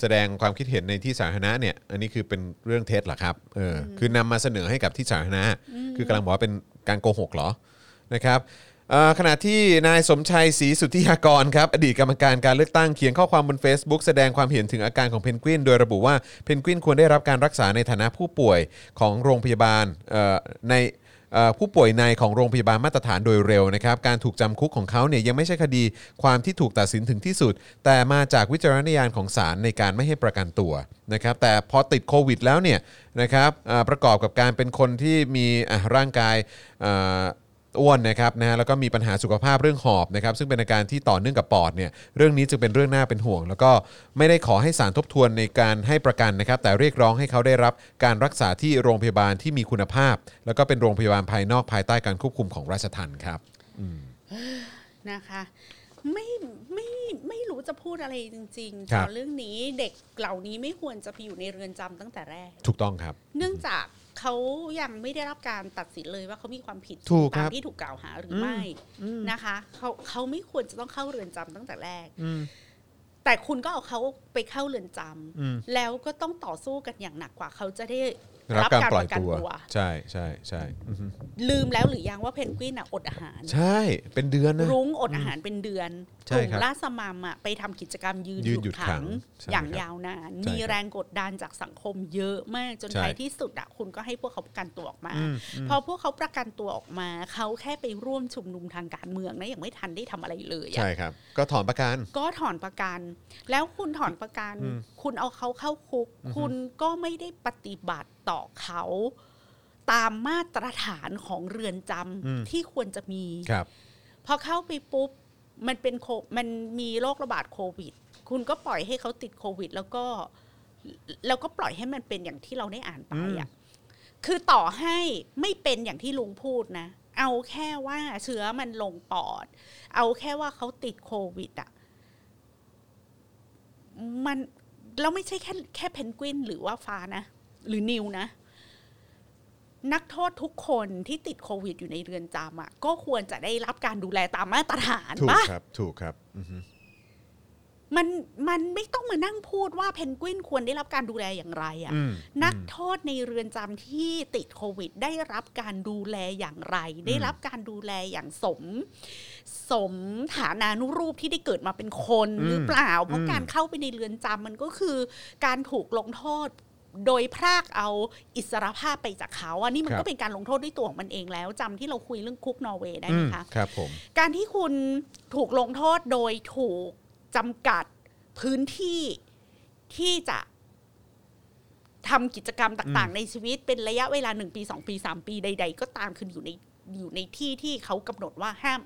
แสดงความคิดเห็นในที่สาธารณะเนี่ย อันนี้คือเป็นเรื่องเท็จเหรอครับเอออคือนำมาเสนอให้กับที่สาธารณะ คือกำลังบอกว่าเป็นการโกหกเหรอนะครับเอ่อขณะที่นายสมชัยศรีสุทธิยากรครับอดีตกรรมการการเลือกตั้งเขียนข้อความบน Facebook แสดงความเห็นถึงอาการของเพนกวิน โดยระบุว่าเพนกวินควรได้รับการรักษาในฐานะผู้ป่วยของโรงพยาบาลเอ่อใน เอ่อผู้ป่วยในของโรงพยาบาลมาตรฐานโดยเร็วนะครับ การถูกจำคุกของเขาเนี่ยยังไม่ใช่คดีความที่ถูกตัดสินถึงที่สุด แต่มาจากวิจารณญาณของศาลในการไม่ให้ประกันตัวนะครับ แต่พอติดโควิดแล้วเนี่ยนะครับเอ่อประกอบกับการเป็นคนที่มีอ่ะร่างกายเอ่อ อ้วนนะครับนะฮะแล้วก็มีปัญหาสุขภาพเรื่องหอบนะครับซึ่งเป็นอาการที่ต่อเนื่องกับปอดเนี่ยเรื่องนี้จึงเป็นเรื่องน่าเป็นห่วง แล้วก็ไม่ได้ขอให้สารทบทวนในการให้ประกันนะครับ แต่เรียกร้องให้เขาได้รับการรักษาที่โรงพยาบาลที่มีคุณภาพ แล้วก็เป็นโรงพยาบาลภายนอกภายใต้การควบคุมของราชทัณฑ์ครับ
นะคะ ไม่ไม่ไม่รู้จะพูดอะไรจริงๆ
ครั
ต่
บ
อเรื่องนี้เด็กเหล่านี้ไม่ควรจะไปอยู่ในเรือนจำตั้งแต่แรก
ถูกต้องครับ
เนื่องจากเขายังไม่ได้รับการตัดสินเลยว่าเขามีความผิด
ถูกครั
ตาม
บ
ที่ถูกกล่าวหาหรืออไม่นะคะเขาเขาไม่ควรจะต้องเข้าเรือนจำตั้งแต่แรก แต่คุณก็เอาเขาไปเข้าเรือนจำ
อืม
แล้วก็ต้องต่อสู้กันอย่างหนักกว่าเขาจะได้
รับการ
การ
ปล่
ป
อย
ระกัน
ตัว
ตัว
ใช่ใช่ใช่อือฮึ
ลืมแล้วหรือยังว่าเพนกวินอ่ะอดอาหาร
ใช่เป็นเดือนนะ
รุ้งอดอาหารเป็นเดือน
ใช่
กลุ่
ค
ม
รับ
ล่าสมัมอ่ะไปทำกิจกรรมยืน
ยืนห
ห
ยุ
ยุ
ด
ด
ขั
ขั
ง
ง
ใช่
อย่าง
ครับ
ยาวนาน
ใช่
มี
ครับ
แรงกดดันจากสังคมเยอะมากจน
ใช่
ท้ายที่สุดอ่ะคุณก็ให้พวกเขาประกันตัวออกมา พอพวกเขาประกันตัวออกมา เขาแค่ไปร่วมชุมนุมทางการเมืองนะยังไม่ทันได้ทำอะไรเลยอะ
ใช่ครับ ก็ถอนประกัน
ก็ถอนประกัน แล้วคุณถอนประกัน
อืม
คุณเอาเขาเข้าคุก
อือฮึ
คุณก็ไม่ได้ปฏิบัติต่อเขาตามมาตรฐานของเรือนจำที่ควรจะมี
ครับ
พอเข้าไปปุ๊บ มันเป็นโคมันมีโรคระบาดโควิด คุณก็ปล่อยให้เขาติดโควิด แล้วก็ แล้วก็ปล่อยให้มันเป็นอย่างที่เราได้อ่านไปอ่ะคือต่อให้ไม่เป็นอย่างที่ลุงพูดนะ เอาแค่ว่าเชื้อมันลงปอด เอาแค่ว่าเขาติดโควิด อ่ะ มันแล้วไม่ใช่แค่แค่เพนกวินหรือว่าฟ้านะ หรือนิวนะ นักโทษทุกคนที่ติดโควิดอยู่ในเรือนจำอ่ะก็ควรจะได้รับการดูแลตามมาตรฐาน
ถูก
ปะ
ครับถูกครับอือฮึ
มันมันไม่ต้องมานั่งพูดว่าเพนกวินควรได้รับการดูแลอย่างไรอ่ะ
อืม
นักโทษในเรือนจำที่ติดโควิด ได้รับการดูแลอย่างไร ได้รับการดูแลอย่างสม สมฐานานุรูปที่ได้เกิดมาเป็นคนหรือเปล่า เพราะการเข้าไปในเรือนจำมันก็คือการถูกลงโทษโดยพรากเอาอิสรภาพไปจากเขาอันนี้มันก็เป็นการลงโทษด้วยตัวของมันเองแล้วจำที่เราคุยเรื่องคุกนอร์เวย์ได้
อื
ไหม
ม
คะ
ครับผม
การที่คุณถูกลงโทษโดยถูกจำกัดพื้นที่ที่จะทำกิจกรรมต่างๆ ในชีวิตเป็นระยะเวลาหนึ่งปีสองปีสามปีใด ๆ ก็ตามคืออยู่ในอยู่ในที่ที่เขากำหนดว่าห้าม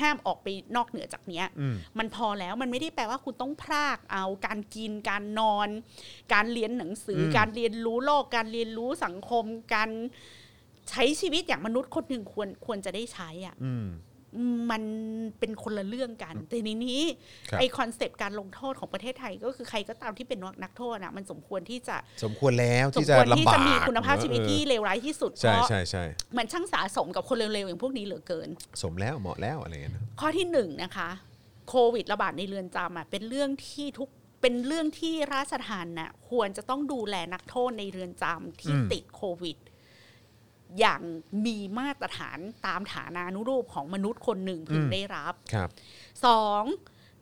ห้ามออกไปนอกเหนือจากเนี้ย
อืม
มันพอแล้วมันไม่ได้แปลว่าคุณต้องพรากเอาการกินการนอน การเรียนหนังสืออ
ม
การเรียนรู้โลก การเรียนรู้สังคม การใช้ชีวิตอย่างมนุษย์คนหนึ่งควรควรจะได้ใช้อ่ะ
อืม
มันเป็นคนละเรื่องกัน แต่ในนี้
ครับ
ไอคอนเซปต์การลงโทษของประเทศไทย ก็คือใครก็ตามที่เป็นนักโทษนะมันสมควรที่จะ
สมควรแล้ว
สม
ที่จะ
ควร
ลำ
ที่
บาก
จะมีคุณภาพชีวิตที่
เอ
เลวร้ายที่สุด
อ
เพ
ใช่
ราะ
ใช่ใช่
มันช่างสะสมกับคนเร็วๆอย่างพวกนี้เหลือเกิน
สมแล้วเหมาะแล้วอะไรอย่างเงี้ยนะ
ข้อที่หนึ่งนะคะโควิดระบาดในเรือนจำอะเป็นเรื่องที่ทุกเป็นเรื่องที่ราชทานน่ะควรจะต้องดูแลนักโทษในเรือนจำที่ติดโควิด อย่างมีมาตรฐานตามฐานานุรูปของมนุษย์คนหนึ่งพึงได้รับ
ครับ
สอง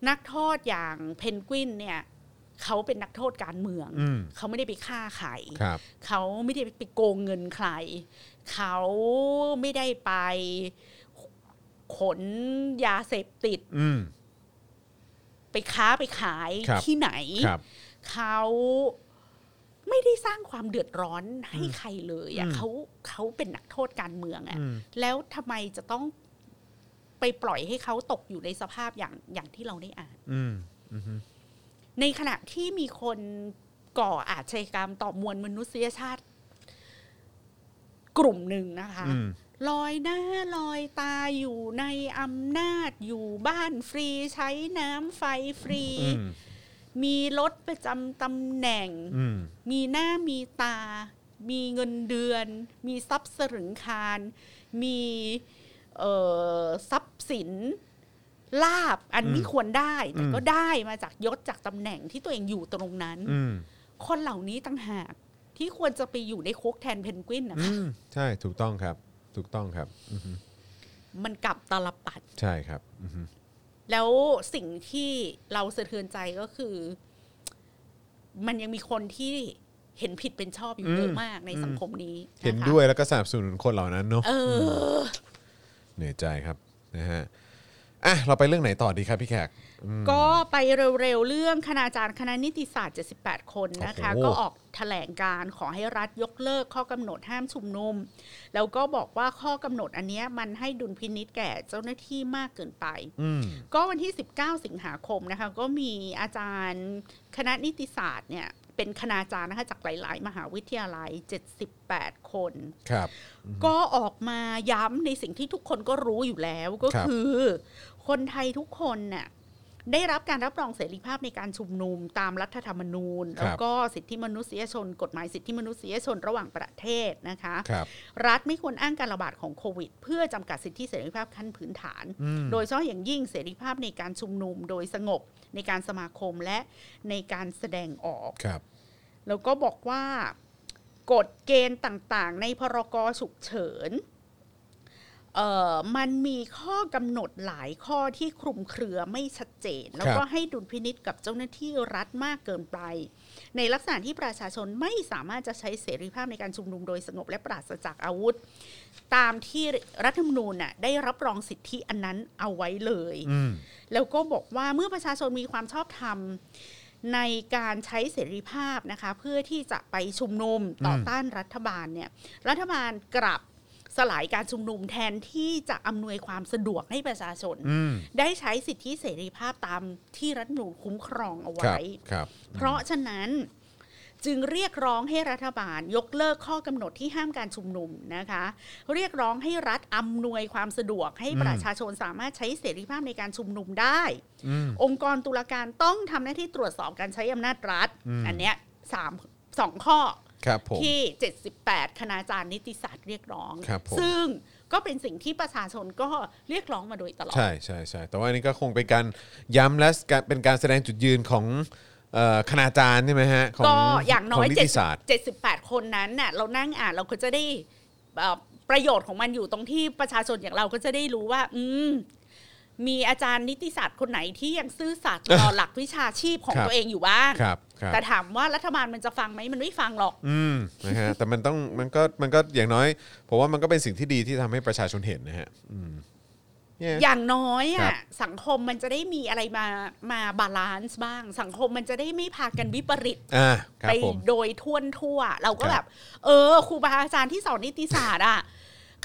นักโทษอย่างเพนกวินเนี่ยเขาเป็นนักโทษการเมือง
อืม
เขาไม่ได้ไปฆ่าใคร
ครับ
เขาไม่ได้ไปโกงเงินใคร เขาไม่ได้ไปขนยาเสพติด
อืม
ไปค้าไปขาย
ครับ
ที่ไหน
ครับ
เขาไม่ได้สร้างความเดือดร้อนให้ใครเลยอะ
อืม
เขาเขาเป็นนักโทษการเมืองอะ
อืม
แล้วทำไมจะต้องไปปล่อยให้เขาตกอยู่ในสภาพอย่างอย่างที่เราได้อ่าน
อืมอืมฮึ
ในขณะที่มีคนก่ออาชญากรรมต่อมวลมนุษยชาติ กลุ่มหนึ่งนะคะ
อืม
ลอยหน้าลอยตาอยู่ในอำนาจอยู่บ้านฟรีใช้น้ำไฟฟรี
อืม
มีรถประจำตำแหน่ง
อืม
มีหน้ามีตา มีเงินเดือน มีทรัพย์สรึงคาร มีเอ่อทรัพย์สิน ลาบอันที่ควรได้ แต่ก็ได้มาจากยศจากตำแหน่งที่ตัวเองอยู่ตรงนั้น
อืม
คนเหล่านี้ต่างหากที่ควรจะไปอยู่ในคุกแทนเพนกวินนะ
อื
คะ
มใช่ถูกต้องครับ ถูกต้องครับอืมฮึ
มันกลับตลปัด
ใช่ครับอืมฮึ
แล้วสิ่งที่เราสะเทือนใจก็คือ มันยังมีคนที่เห็นผิดเป็นชอบอยู่เยอะมากในสังคมนี้ะคะ
เห็นด้วยแล้วก็สนับสนุนคนเหล่านั้นเนอะ
เออ
เหนื่อยใจครับนะฮะอ่ะเราไปเรื่องไหนต่อดีครับพี่แขก
ก็ไปเร็วๆ เรื่องคณาจารย์คณะนิติศาสตร์ 78 คนนะคะ
โอ้โห
ก็ออกแถลงการขอให้รัฐยกเลิกข้อกำหนดห้ามชุมนุม แล้วก็บอกว่าข้อกำหนดอันเนี้ยมันให้ดุลพินิษแก่เจ้าหน้าที่มากเกินไป
อืม
ก็วันที่ 19 สิงหาคมนะคะ ก็มีอาจารย์คณะนิติศาสตร์เนี่ยเป็นคณาจารย์นะคะจากหลายๆ มหาวิทยาลัย 78 คน
ครับ
ก็ออกมาย้ำในสิ่งที่ทุกคนก็รู้อยู่แล้วก็
ครับ
คือ คนไทยทุกคนน่ะได้รับการรับรองเสรีภาพในการชุมนุมตามรัฐธรรมนูญ แล้วก็สิทธิมนุษยชน กฎหมายสิทธิมนุษยชนระหว่างประเทศนะคะ
ครับ
รัฐไม่ควรอ้างการระบาดของโควิด เพื่อจำกัดสิทธิเสรีภาพขั้นพื้นฐาน
อืม
โดยเฉพาะอย่างยิ่งเสรีภาพในการชุมนุมโดยสงบในการสมาคมและในการแสดงออก
ครับ
แล้วก็บอกว่ากฎเกณฑ์ต่างๆ ในพรกฉุกเฉินเอ่อมันมีข้อกำหนดหลายข้อที่คลุมเครือไม่ชัดเจน แล้วก็
ครับ
ให้ดุลพินิษกับเจ้าหน้าที่รัฐมากเกินไป ในลักษณะที่ประชาชนไม่สามารถจะใช้เสรีภาพในการชุมนุมโดยสงบและปราศจากอาวุธ ตามที่รัฐธรรมนูญน่ะได้รับรองสิทธิอันนั้นเอาไว้เลย
อืม
แล้วก็บอกว่าเมื่อประชาชนมีความชอบธรรมในการใช้เสรีภาพนะคะ เพื่อที่จะไปชุมนุมต่อ
อืม
ต้านรัฐบาลเนี่ย รัฐบาลกลับสลายการชุมนุมแทนที่จะอำนวยความสะดวกให้ประชาชน
อืม
ได้ใช้สิทธิเสรีภาพตามที่รัฐธรรมนูญคุ้มครองเอา
ครั
ไว้
บ ครับ
เพราะฉะนั้นจึงเรียกร้องให้รัฐบาลยกเลิกข้อกำหนดที่ห้ามการชุมนุมนะคะ เรียกร้องให้รัฐอำนวยความสะดวกให้ประชาชนสามารถใช้เสรีภาพในการชุมนุมได้
อืม
องค์กรตุลาการต้องทำหน้าที่ตรวจสอบการใช้อำนาจรัฐ
อืม
อันเนี้ยสามสองข้อ
ครับผม
ที่ 78 คณาจารย์นิติศาสตร์เรียกร้อง
ครับผม
ซึ่งก็เป็นสิ่งที่ประชาชนก็เรียกร้องมาโดยตลอด
ใช่ใช่ใช่แต่ว่าอันนี้ก็คงเป็นการย้ำและการเป็นการแสดงจุดยืนของเอ่อคณาจารย์ใช่ไหมฮะ ของ
ก็อย่างน้อย
ขนิ
เจ็ด
ติศาสตร์
เจ็ดสิบแปดคนนั้นน่ะเรานั่งอ่านเราก็จะได้เอ่อประโยชน์ของมันอยู่ตรงที่ประชาชนอย่างเราก็จะได้รู้ว่า อืมมีอาจารย์นิติศาสตร์คนไหนที่ยังซื่อสัตย์ต่อ หลักวิชาชีพของ
ครับ
ตัวเองอยู่บ้าง
ครับ ครับ
แต่ถามว่ารัฐบาลมันจะฟังไหมมันไม่ฟังหรอก
อืม นะฮะ แต่มันต้อง มันก็ มันก็อย่างน้อย ผมว่ามันก็เป็นสิ่งที่ดีที่ทำให้ประชาชนเห็นนะฮะ อืม Yeah
อย่างน้อย
ครั
อ่ะ
บ
สังคมมันจะได้มีอะไรมามาบาลานซ์บ้าง สังคมมันจะได้ไม่พากันวิปริต
อ่า ครั
ไป
บผม
โดยท่วนทั่ว เรา
ค
ก็
รับ
แบบ เออครูบาอาจารย์ที่สอนนิติศาสตร์อ่ะ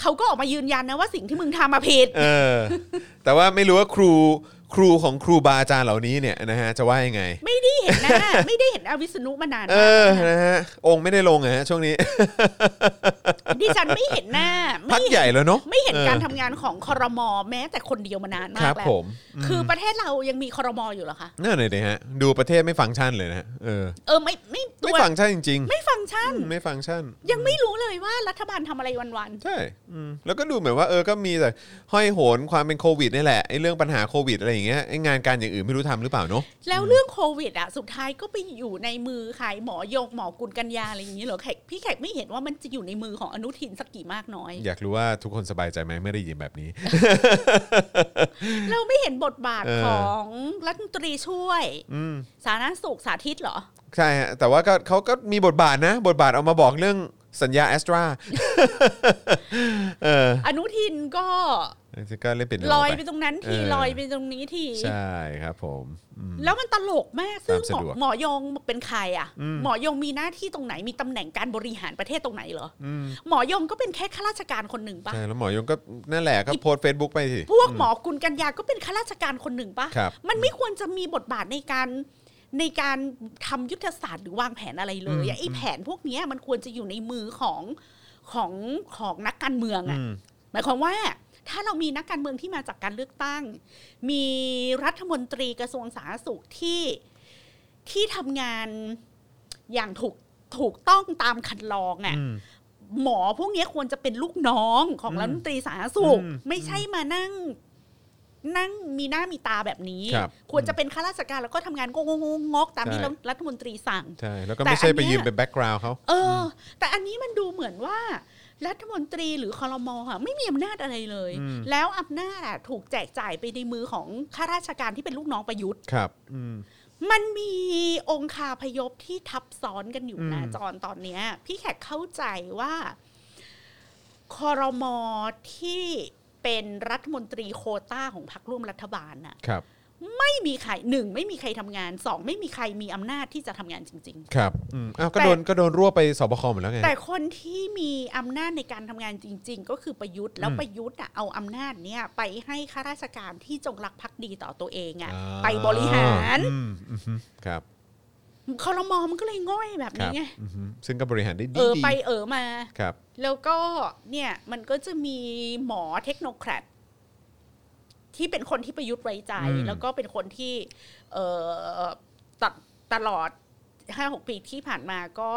เขาก็ออกมายืนยันนะว่าสิ่งที่มึงทำมาผิด
เออ แต่ว่าไม่รู้ว่าครู ครูของครูบาอาจารย์เหล่านี้เนี่ยนะฮะ จะว่ายังไง
ไม่ได้เห็นหน้า ไม่ได้เห็นอวิษณุมานาน
เอ
มา
อ
ก
นะฮะ องค์ไม่ได้ลงอะฮะช่วงนี้
ดิฉันไม่เห็นหน้า
พั
ไม่
กใหญ่แล้วเนาะ
ไม่เห็นการ
อง
ทำานของคอรมอแม้แต่คนเดียวมานาน
อ
มา
ครั
ก
บ
แล้
ผ
ว
ม
คือประเทศเรายังมีคอรมออยู่เหรอคะ
นั่นเลยนะฮะ ดูประเทศไม่ฟังก์ชันเลยนะฮะเออ
เออไม่ไม่ตั
ไม่
ว
ฟังก์ชันจริง
ไม่ฟังก์ชัน
ๆ ไม่ฟังก์ชัน
ยังไม่รู้เลยว่ารัฐบาลทำอะไรวัน
ใช่อืมแล้วก็ดูเหมือนว่าเออ ก็มีแต่ห้อยโหนความเป็นโควิดนี่แหละ ไอ้เรื่องปัญหาโควิดอะไรอย่างเงี้ย ไอ้งานการอย่างอื่นไม่รู้ทำหรือเปล่าเนาะ
ๆ แล้วเรื่องโควิดอ่ะสุดท้ายก็ไปอยู่ในมือใครหมอยงหมอกุลกัญญาอะไรอย่างนี้เหรอแขกพี่แขกไม่เห็นว่ามันจะอยู่ในมือของอนุทินสักกี่มากน้อย
อยากรู้ว่าทุกคนสบายใจไหมไม่ได้ยินแบบนี้
เราไม่เห็นบทบาท
เออ
ของรัฐมนตรีช่วย
อืม
สาธารณสุขสาธิตเหรอ
ใช่ฮะแต่ว่าก็เขาก็มีบทบาทนะ บทบาทเอามาบอกเรื่องสัญญาแอสตรา
อนุทินก็
ก็เล่นเปียโน
ลอยไป
ไป
ตรงนั้นที
เออ
ลอยไปตรงนี้ที
ใช่ครับผมอืม
แล้วมันตลกมากซึ่งหม
ตามสะ
อ
ดวก
หมอยงเป็นใครอ่ะ หมอยงมีหน้าที่ตรงไหนมีตำแหน่งการบริหารประเทศตรงไหนเหรออหมอยงก็เป็นแค่ข้าราชการคนหนึ่งปะ
ใช่แล้วหมอยงก็นั่นแหละก็โพสเฟซบุ๊กไปสิ
พวกหมอกุลกัญญาก็เป็นข้าราชการคนหนึ่งปะ
ครับ
มันไม่ควรจะมีบทบาทในการในการทำยุทธศาสตร์หรือวางแผนอะไรเลยอะไอ้แผนพวกเนี้ยมันควรจะอยู่ในมือของของของนักการเมือง
อื
อ่ะ
ม
หมายความว่าถ้าเรามีนักการเมืองที่มาจากการเลือกตั้ง มีรัฐมนตรีกระทรวงสาธารณสุขที่ที่ทำงานอย่างถูกถูกต้องตามคันลองอะ่ะ
อืม
หมอพวกเนี้ยควรจะเป็นลูกน้องของรัฐมนตรีสาธารณสุข
อืม
ไม่ใช่มานั่ง นั่งมีหน้ามีตาแบบนี้
ครับ
ควรจะเป็นข้าราชการแล้วก็ทำงานงงงงกๆตามที่
ใช่
รัฐมนตรีสั่ง
ใช่แล้วก็
แต่
ไม่ใช่
อัน
ไป
เนี้ย
ยืมเป็นแบ็กกราวด์เขา
เออ แต่อันนี้มันดูเหมือนว่า รัฐมนตรีหรือคอรมอค่ะไม่มีอำนาจอะไรเลย แล้วอำนาจอะถูกแจกจ่ายไปในมือของข้าราชการที่เป็นลูกน้องประยุทธ์
ครับอืม
มันมีองคาพยพที่ทับซ้อนกันอยู่
อืม
นะจอนตอนเนี้ย พี่แขกเข้าใจว่าคอรมอที่เป็นรัฐมนตรีโควต้าของพรรคร่วมรัฐบาลน่ะ
ครับ
ไม่มีใครหนึ่งไม่มีใครทำงานสองไม่มีใครมีอำนาจที่จะทำงานจริง ๆ
ครับอืมอ้าวก็โดนก็โดนรั่วบไปสบคหมดแล้วไง
แต่คนที่มีอำนาจในการทำงานจริง ๆ ก็คือประยุทธ์แล้ว
อืม
ประยุทธ์อะเอาอำนาจเนี้ยไปให้ข้าราชการที่จงรักภักดีต่อตัวเองอะ
อ่า
ไปบริหาร
อืมอือฮึครับ
คอรมอมันก็เลยง่อยแบบ
ครั
นี้
บ
ไง
อือฮึซึ่งก็บริหารได้ดี
เออ
ดี
ไปเออมา
ครับ
แล้วก็เนี่ยมันก็จะมีหมอเทคโนแครดที่เป็นคนที่ประยุทธ์ไว้ใจ
อืม
แล้วก็เป็นคนที่ เออตดตลอดห้าหกปีที่ผ่านมาก็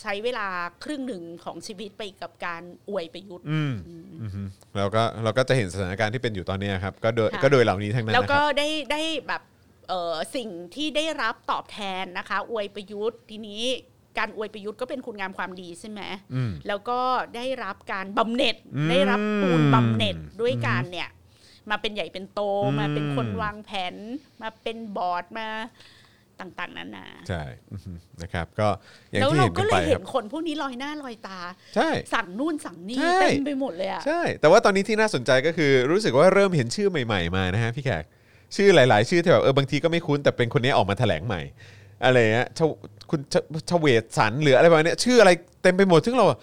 ใช้เวลาครึ่งหนึ่งของชีวิตไปกับการอวยประยุทธ์
อืมอือฮึเราก็เราก็จะเห็นสถานการณ์ที่เป็นอยู่ตอนเนี้ยครับก็โดย
ค่ะ
ก็โดยเหล่านี้ทั้งนั้น
แล้ว
นะค
ก็
รับ
ได้ได้แบบเอ่อสิ่งที่ได้รับตอบแทนนะคะ อวยประยุทธ์ทีนี้การอวยประยุทธ์ก็เป็นคุณงามความดีใช่ไหม
อืม
แล้วก็ได้รับการบำเหน็จ
อืม
ได้รับปูนบำเหน็จด้วยการเนี่ย มาเป็นใหญ่เป็นโต
อืม
มาเป็นคนวางแผน มาเป็นบอร์ดมาต่างๆนานา
ใช่อือฮึนะครับ ก็อย่าง
แล้ว
ที่
เรา
เห็น
ก็
กัน
เล
ไป
ย
ค
เห็
รับ
นคนพวกนี้ลอยหน้าลอยตา
ใช่
สั่งนู่นสั่งนี่
ใช่
เต็มไปหมดเลยอะ
ใช่ แต่ว่าตอนนี้ที่น่าสนใจก็คือรู้สึกว่าเริ่มเห็นชื่อใหม่ ๆ มานะฮะพี่แขก ชื่อหลาย ๆ ชื่อที่แบบเออบางทีก็ไม่คุ้นแต่เป็นคนนี้ออกมาแถลงใหม่ อะไรเงี้ยชวคุณชชเวศสันหรืออะไรประมาณเนี้ยชื่ออะไรเต็มไปหมดซึ่งเราแบบ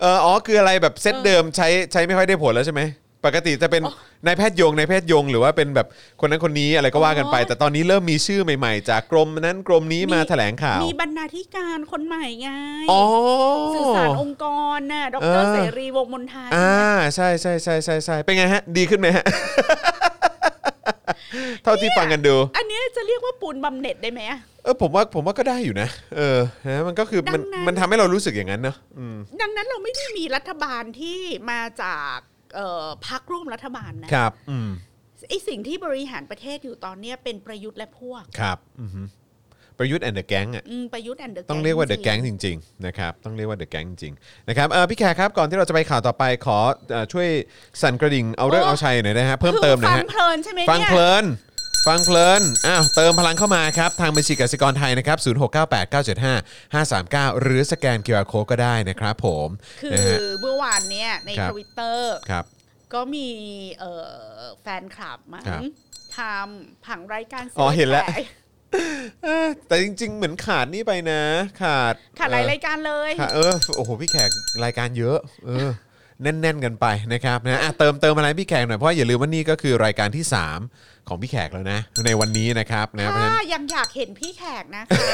เอออ๋อคืออะไรแบบเซตเดิมใช้ใช้ไม่ค่อยได้ผลแล้วใช่ไหมปกติจะเป็นนายแพทย์ยงนายแพทย์ยง หรือว่าเป็นแบบคนนั้นคนนี้อะไรก็ว่ากันไป แต่ตอนนี้เริ่มมีชื่อใหม่ ๆ จากกรมนั้นกรมนี้มาแถลงข่าว
มีบรรณาธิการคนใหม่ไง
อ๋อ
สื่อสารองค์กรน่ะด
เอ
ร
อ
เสรีวงศ์มนทา
อ่าใช่ใช่ใช่ใช่ใช่เป็นไงฮะ ดีขึ้นไหมฮะ เท่าที่ฟังกันดู
อันเนี้ยจะเรียกว่าปูนบำเหน็จได้ไหมอะ
เออผมว่าผมว่าก็ได้อยู่นะ เออนะมันก็คือมัน
ดังนั้น
มันทำให้เรารู้สึกอย่างนั้นเนอะอืม
ดังนั้นเราไม่ได้มีรัฐบาลที่มาจากเอ่อพรรคร่วมรัฐบาลนะครับ
อืม
ไอสิ่งที่บริหารประเทศอยู่ตอนเนี้ยเป็นประยุทธ์และพวก
ครับอือหือประยุทธ์แอนเดอะแก๊งอ่ะ
อืมประยุทธ์แอนเดอร์
ต้องเรียกว่าเดอะแก๊งจริงๆนะครับต้องเรียกว่าเดอะแก๊งจริงๆนะครับเออพี่แขกครับก่อนที่เราจะไปข่าวต่อไปขอเอ่อช่วยสั่นกระดิ่งเอาเรื่องเอาชัยหน่อยนะฮะเพิ่มเติมหน่อย
ฟั
ฮะ
งเพลินใช่ไหม
ฟัง
เนี่ย
เพลิน ฟังเพลิน อ้าว เติมพลังเข้ามาครับ ทางบัญชีกสิกรไทยนะครับ 0698975539 หรือสแกน QR Code ก็ได้นะครับผม
คื
นะ
อ
ฮะ
เมื่อวานเนี้ยใน
ครับ
ทวิตเตอร์
ครับ
ก็มีเอ่อแฟนคลับมั้ง
ครับ
ทำผังรายการ
อ๋อเห็นแล้ว
ขาย
เอ้อแต่จริง ๆ เหมือนขาดนี่ไปนะ ขาด
ขายหลาย
เอ่อ
รายการเลย
ค่ะเออโอ้โหพี่แขกรายการเยอะเออแน่น ๆ กันไปนะครับนะอ่ะเติมเติมอะไรให้พี่แขกหน่อยเพราะอย่าลืมว่านี่ก็คือรายการที่ 3 ของพี่แขกแล้วนะ ในวันนี้นะครับนะเพราะฉะนั้น
ถ้ายังอยากเห็นพี่แขกนะคะ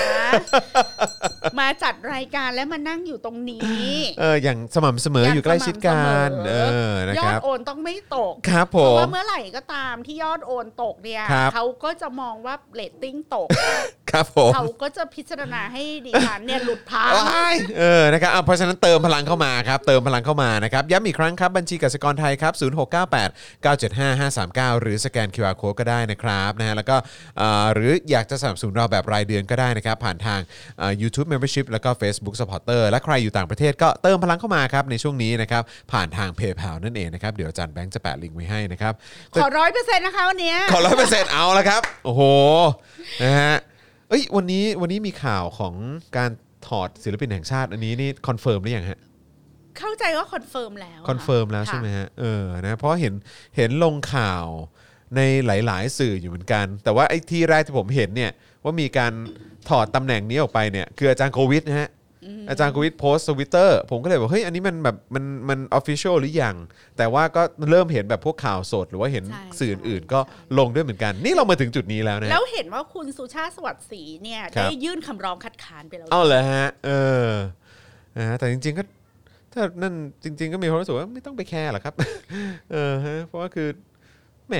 มาจัดรายการและมานั่งอยู่ตรงนี้
เอออย่างสม่ำเสมออยู่ใกล้ชิดกัน
อย่างส
เอ
ม่ำเสมอ
อนะ
ยอ
ค
ด
รับ
โอนต้องไม่ตก
ครับผ
เพราะ
ม
ว่าเมื่อไหร่ก็ตามที่ยอดโอนตกเนี่ย
ครับ
เขาก็จะมองว่าเรตติ้งตก
ครับผม
เขาก็จะพิจารณาให้ดิฉันเนี่ยหลุดพัง
ว้ายเออ นะครับอ่ะเพราะฉะนั้นเติมพลังเข้ามาครับ เติมพลังเข้ามานะครับ ย้ำอีกครั้งครับ บัญชีกสิกรไทยครับ 0698 975 539 หรือสแกน QR Code ก็ได้นะครับนะฮะ แล้วก็เอ่อหรืออยากจะสนับสนุนเราแบบรายเดือนก็ได้นะครับ ผ่านทางเอ่อ YouTube Membership แล้วก็ Facebook Supporter และใครอยู่ต่างประเทศก็เติมพลังเข้ามาครับ ในช่วงนี้นะครับ ผ่านทาง PayPal นั่นเองนะครับ เดี๋ยวอาจารย์แบงค์จะแปะลิงก์ไว้ให้นะครับ
ขอร้อยเปอร์เซ็นต์นะคะวันเนี้ย
ขอร้อยเปอร์เซ็นต์เอาละครับ โอ้โห นะฮะ เอ้ย วันนี้ วันนี้มีข่าวของการถอดศิลปินแห่งชาติ อันนี้นี่คอนเฟิร์มหรือยังฮะ
เข้าใจว่าคอนเฟิร์มแล้วะ
คอนเฟิร์มแล้วใช่ไหม
ค่ะ
ฮะเออนะเพราะเห็นเห็นลงข่าวในหลาย ๆ สื่ออยู่เหมือนกัน แต่ว่าไอ้ที่แรกที่ผมเห็นเนี่ยว่ามีการถอดตำแหน่งนี้ออกไปเนี่ยคืออาจารย์โควิดนะฮะอาจารย์โควิดโพสต์ทวิตเตอร์ผมก็เลยบอกเฮ้ยอันนี้มันแบบมันมันออฟฟิเชียลหรือยัง แต่ว่าก็เริ่มเห็นแบบพวกข่าวสด หรือว่าเห็นสื่ออื่นๆก็ลงด้วยเหมือนกัน นี่เรามาถึงจุดนี้แล้วนะ
แล้
ฮะ
วเห็นว่าคุณสุชาติสวัสดิ์ศรีเนี่ย
ครับ
ได้ยื่นคำร้องคัดค้านไปแล้ว
เอาเลยฮะเออนะฮะแต่จริง ๆ ก็ถ้านั่นจริง ๆ ก็มีความรู้สึกว่าไม่ต้องไปแคร์หรอกครับ เออฮะเพราะว่าคือแหม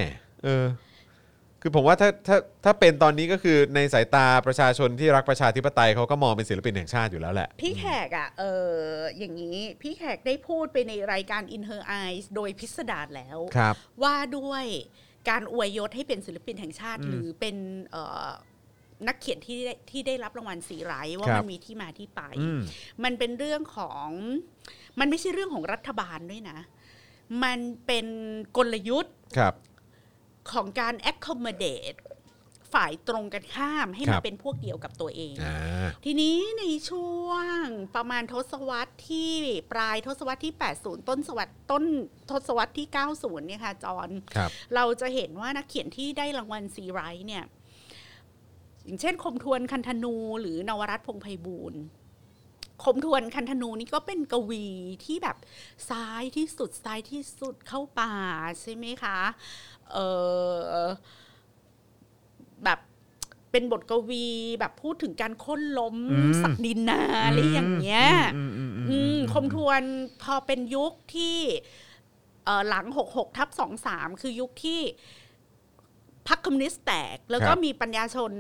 เออ คือผมว่าถ้าถ้าถ้าเป็นตอนนี้ก็คือในสายตาประชาชนที่รักประชาธิปไตยเขาก็มองเป็นศิลปินแห่งชาติอยู่แล้วแหละ
พี่แขกอ่ะเอออย่างนี้ พี่แขกได้พูดไปในรายการ In Her Eyes โดยพิสดารแล้ว
ครับ
ว่าด้วยการอวยยศให้เป็นศิลปินแห่งชาติ
อืม
หรือเป็นเอ่อนักเขียนที่ได้ที่ได้รับรางวัลสีไร้ว่า
ครับ
มันมีที่มาที่ไป
อืม
มันเป็นเรื่องของมันไม่ใช่เรื่องของรัฐบาลด้วยนะ มันเป็นกลยุทธ์
ครับ
ของการ accommodate ฝ่ายตรงกันข้ามให้
ค
มั
รั
น
บ
เป็นพวกเดียวกับตัวเอง
อ่า
ทีนี้ในช่วงประมาณทศวรรษที่ปลายทศวรรษที่ 80 ต้นศวรรษต้นทศวรรษที่ 90 เนี่ยค่ะจอห์น
ครับ
เราจะเห็นว่านักเขียนที่ได้รางวัลซีไรท์เนี่ย อย่างเช่น คมทวนคันธนู หรือนวรัตน์พงษ์ไพบูลย์คมทวนคันธนูนี่ก็เป็นกวีที่แบบซ้ายที่สุดซ้ายที่สุดเข้าป่าใช่ไหมคะเออแบบเป็นบทกวีแบบพูดถึงการโค้นล้ม
อืม
สักดินนาอะไรอย่างเงี้ย
อืมอืมอืม
อื
อื
ม
ม
คมทวนพอเป็นยุคที่เอ่อหลัง 66ทับ23 คือยุคที่พรรคคอมมิวนิสต์แตก แล้วก็
ครับ
มีปัญญาชน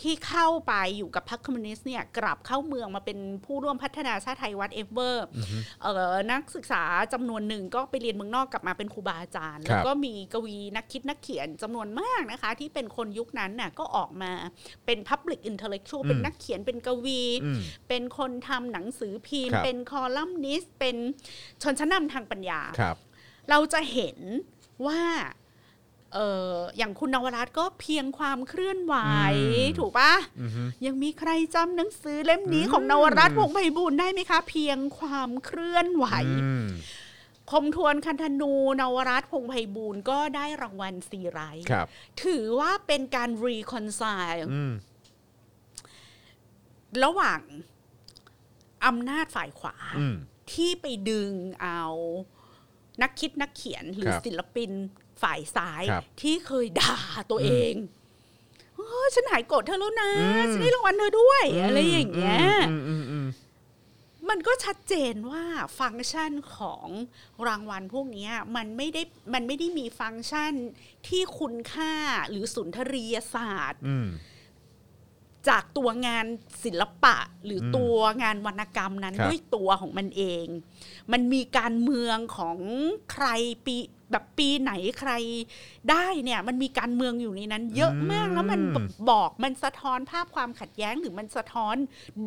ที่เข้าไปอยู่กับพรรคคอมมิวนิสต์เนี่ย กลับเข้าเมืองมาเป็นผู้ร่วมพัฒนาชาติไทยวัดเอเวอร์เอ่อนักศึกษาจำนวนหนึ่งก็ไปเรียนเมืองนอกกลับมาเป็นครูบาอาจารย์ แล้วก็มีกวีนักคิดนักเขียนจำนวนมากนะคะ ที่เป็นคนยุคนั้นน่ะก็ออกมาเป็น Public Intellectual เป็นนักเขียนเป็นกวี
อืม
เป็นคนทำหนังสือพิม
ค
พ์
รับ
เป็นคอลัมนิสต์เป็นชนชั้นนำทางปัญญา
ครับ
เราจะเห็นว่าเอออย่างคุณนวรัตน์ก็เพียงความเคลื่อนไหว
อืม
ถูกปะ
อืม
ยังมีใครจำหนังสือเล่มนี้
อืม
ของนวรัตน์วงศ์ไพบูลย์ได้ไหมคะ เพียงความเคลื่อนไหว
อืม
คมทวนคันธนู นวรัตน์พงษ์ไพบูลย์ก็ได้รางวัลสีไรท์
ครับ
ถือว่าเป็นการ reconcile
อืม
ระหว่างอำนาจฝ่ายขวา
อืม
ที่ไปดึงเอานักคิดนักเขียนหรือ
ครับ
ศิลปินฝ่ายซ้าย
ครับ
ที่เคยด่าตัวเองเออฉันหายโกรธเธอแล้วนะ
อืม
ฉันได้รางวัลเธอด้วย อะไรอย่างเงี้ย
อืมอืมอืม
มันก็ชัดเจนว่าฟังก์ชันของรางวัลพวกเนี้ยมันไม่ได้มันไม่ได้มีฟังก์ชันที่คุณค่าหรือสุนทรียศาสตร์
อืม
จากตัวงานศิลปะหรืออ
ม
ตัวงานวรรณกรรมนั้น
ครับ
ด้วยตัวของมันเอง มันมีการเมืองของใครปีแบบปีไหนใครได้เนี่ย มันมีการเมืองอยู่ในนั้น เยอะมากแล้วมันแบบบอกมันสะท้อนภาพความขัดแย้ง หรือมันสะท้อน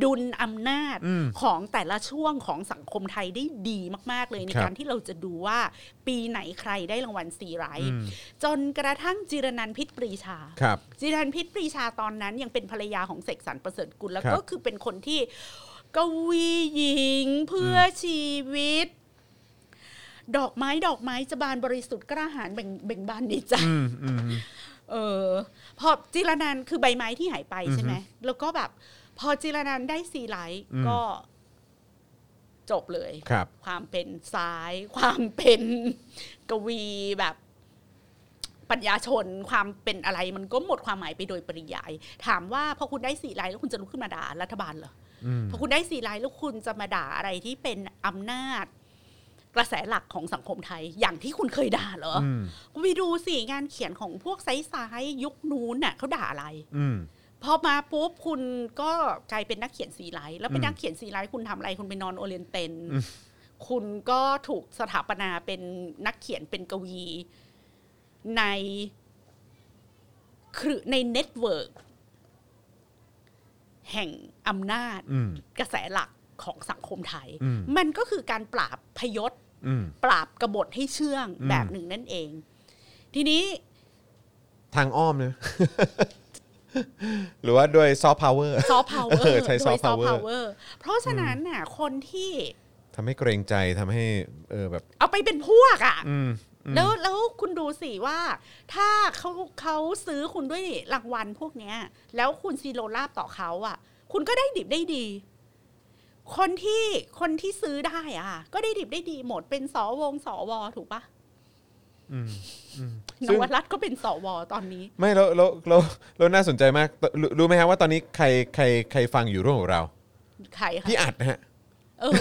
ดุลอำนาจ
อืม
ของแต่ละช่วงของสังคมไทยได้ดีมากๆเลยใน
ครับ
การที่เราจะดูว่า ปีไหนใครได้รางวัลสีไร
อืม
จนกระทั่งจิรนันท์พิษปรีชา
ครับ
จิรันพิษปรีชาตอนนั้นยังเป็นภรรยาของเสกสรรประเสริฐกุลแล้ว
ครับ
ก็คือเป็นคนที่กวีหญิงเพื่อชีวิต ดอกไม้ดอกไม้จะบานบริสุทธิ์กระหารเบ่งเบ่งบานในใจ
ืมอืม
เออพอจิรนันท์คือใบไม้ที่หายไปใช่ไหมแล้วก็แบบ พอจิรนันท์ได้สีไลท์
อืม
ก็จบเลย
ครับ
ความเป็นซ้าย ความเป็นกวีแบบปัญญาชน ความเป็นอะไรมันก็หมดความหมายไปโดยปริยาย ถามว่าพอคุณได้สีไลน์แล้วคุณจะลุกขึ้นมาด่ารัฐบาลเหรอ
อืม
พอคุณได้สีไลน์แล้วคุณจะมาด่าอะไรที่เป็นอำนาจ กระแสหลักของสังคมไทย อย่างที่คุณเคยด่าเหรอ
อืม
คุณไปดูสิงานเขียนของพวกไซส์ยุคนู้นน่ะเขาด่าอะไร
อืม
พอมาปุ๊บคุณก็กลายเป็นนักเขียนสีไลท์แล้วเป็
อื
น
ม
นักเขียนสีไลท์คุณทำอะไรคุณไปนอนโอเรียนเตน คุณก็ถูกสถาปนาเป็นนักเขียนเป็นกวีในคือในเน็ตเวิร์กแห่งอำนาจ
อืม
กระแสหลักของสังคมไทย
อืม
มันก็คือการปราบพยศ
อืม
ปราบกบฏให้เชื่อง
อืม
แบบหนึ่งนั่นเอง ทีนี้
ทางอ้อมเนอะ หรือว่าด้วยซอฟต์พาวเวอร์
ซอฟต์พาวเวอ
เออ
ร์
ใช้
โดย
soft
ซอฟต์
power
พาวเวอร์ เพราะฉะนั้นน่ะคนที่
ทำให้เกรงใจทำให้เออแบบ
เอาไปเป็นพวกอ่ะ
อืมอืม
แล้วแล้วคุณดูสิว่า ถ้าเขาเขาซื้อคุณด้วยรางวัลพวกเนี้ย แล้วคุณซีโรราบต่อเขาอ่ะ คุณก็ได้ดิบได้ดี คนที่คนที่ซื้อได้อ่ะ ก็ได้ดิบได้ดีหมดเป็นสวงสวถูกปะ
อืมอืม
น
ซึ่ง
วรัตน์ก็เป็นสวตอนนี้
ไม่แล้วแล้วแล้วแล้วน่าสนใจมากรู้รู้ไหมฮะว่าตอนนี้ใครใครใครฟังอยู่ร่วมกับเรา
ใครคะ
พี่อัดนะฮะ
เออ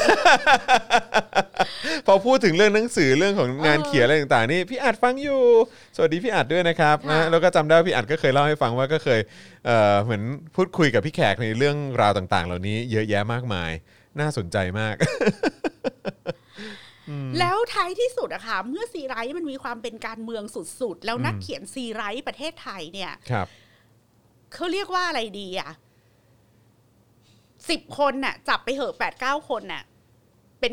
พอพูดถึงเรื่องหนังสือเรื่องของงาน
เออ
เขียนอะไรต่างๆนี่พี่อัดฟังอยู่ สวัสดีพี่อัดด้วยนะครับ
ค่ะ
นะแล้วก็จำได้ว่าพี่อัดก็เคยเล่าให้ฟังว่าก็เคยเอ่อเหมือนพูดคุยกับพี่แขกในเรื่องราวต่าง ๆ เหล่านี้เยอะแยะมากมาย น่าสนใจมาก
แล้วท้ายที่สุดอะค่ะ เมื่อซีไรต์มันมีความเป็นการเมืองสุดๆ แล้วนักเขียนซีไรต์ประเทศไทยเนี่ย
ครับ
เขาเรียกว่าอะไรดีอ่ะสิบคนน่ะ จับไปเหอะแปดเก้าคนน่ะ เป็น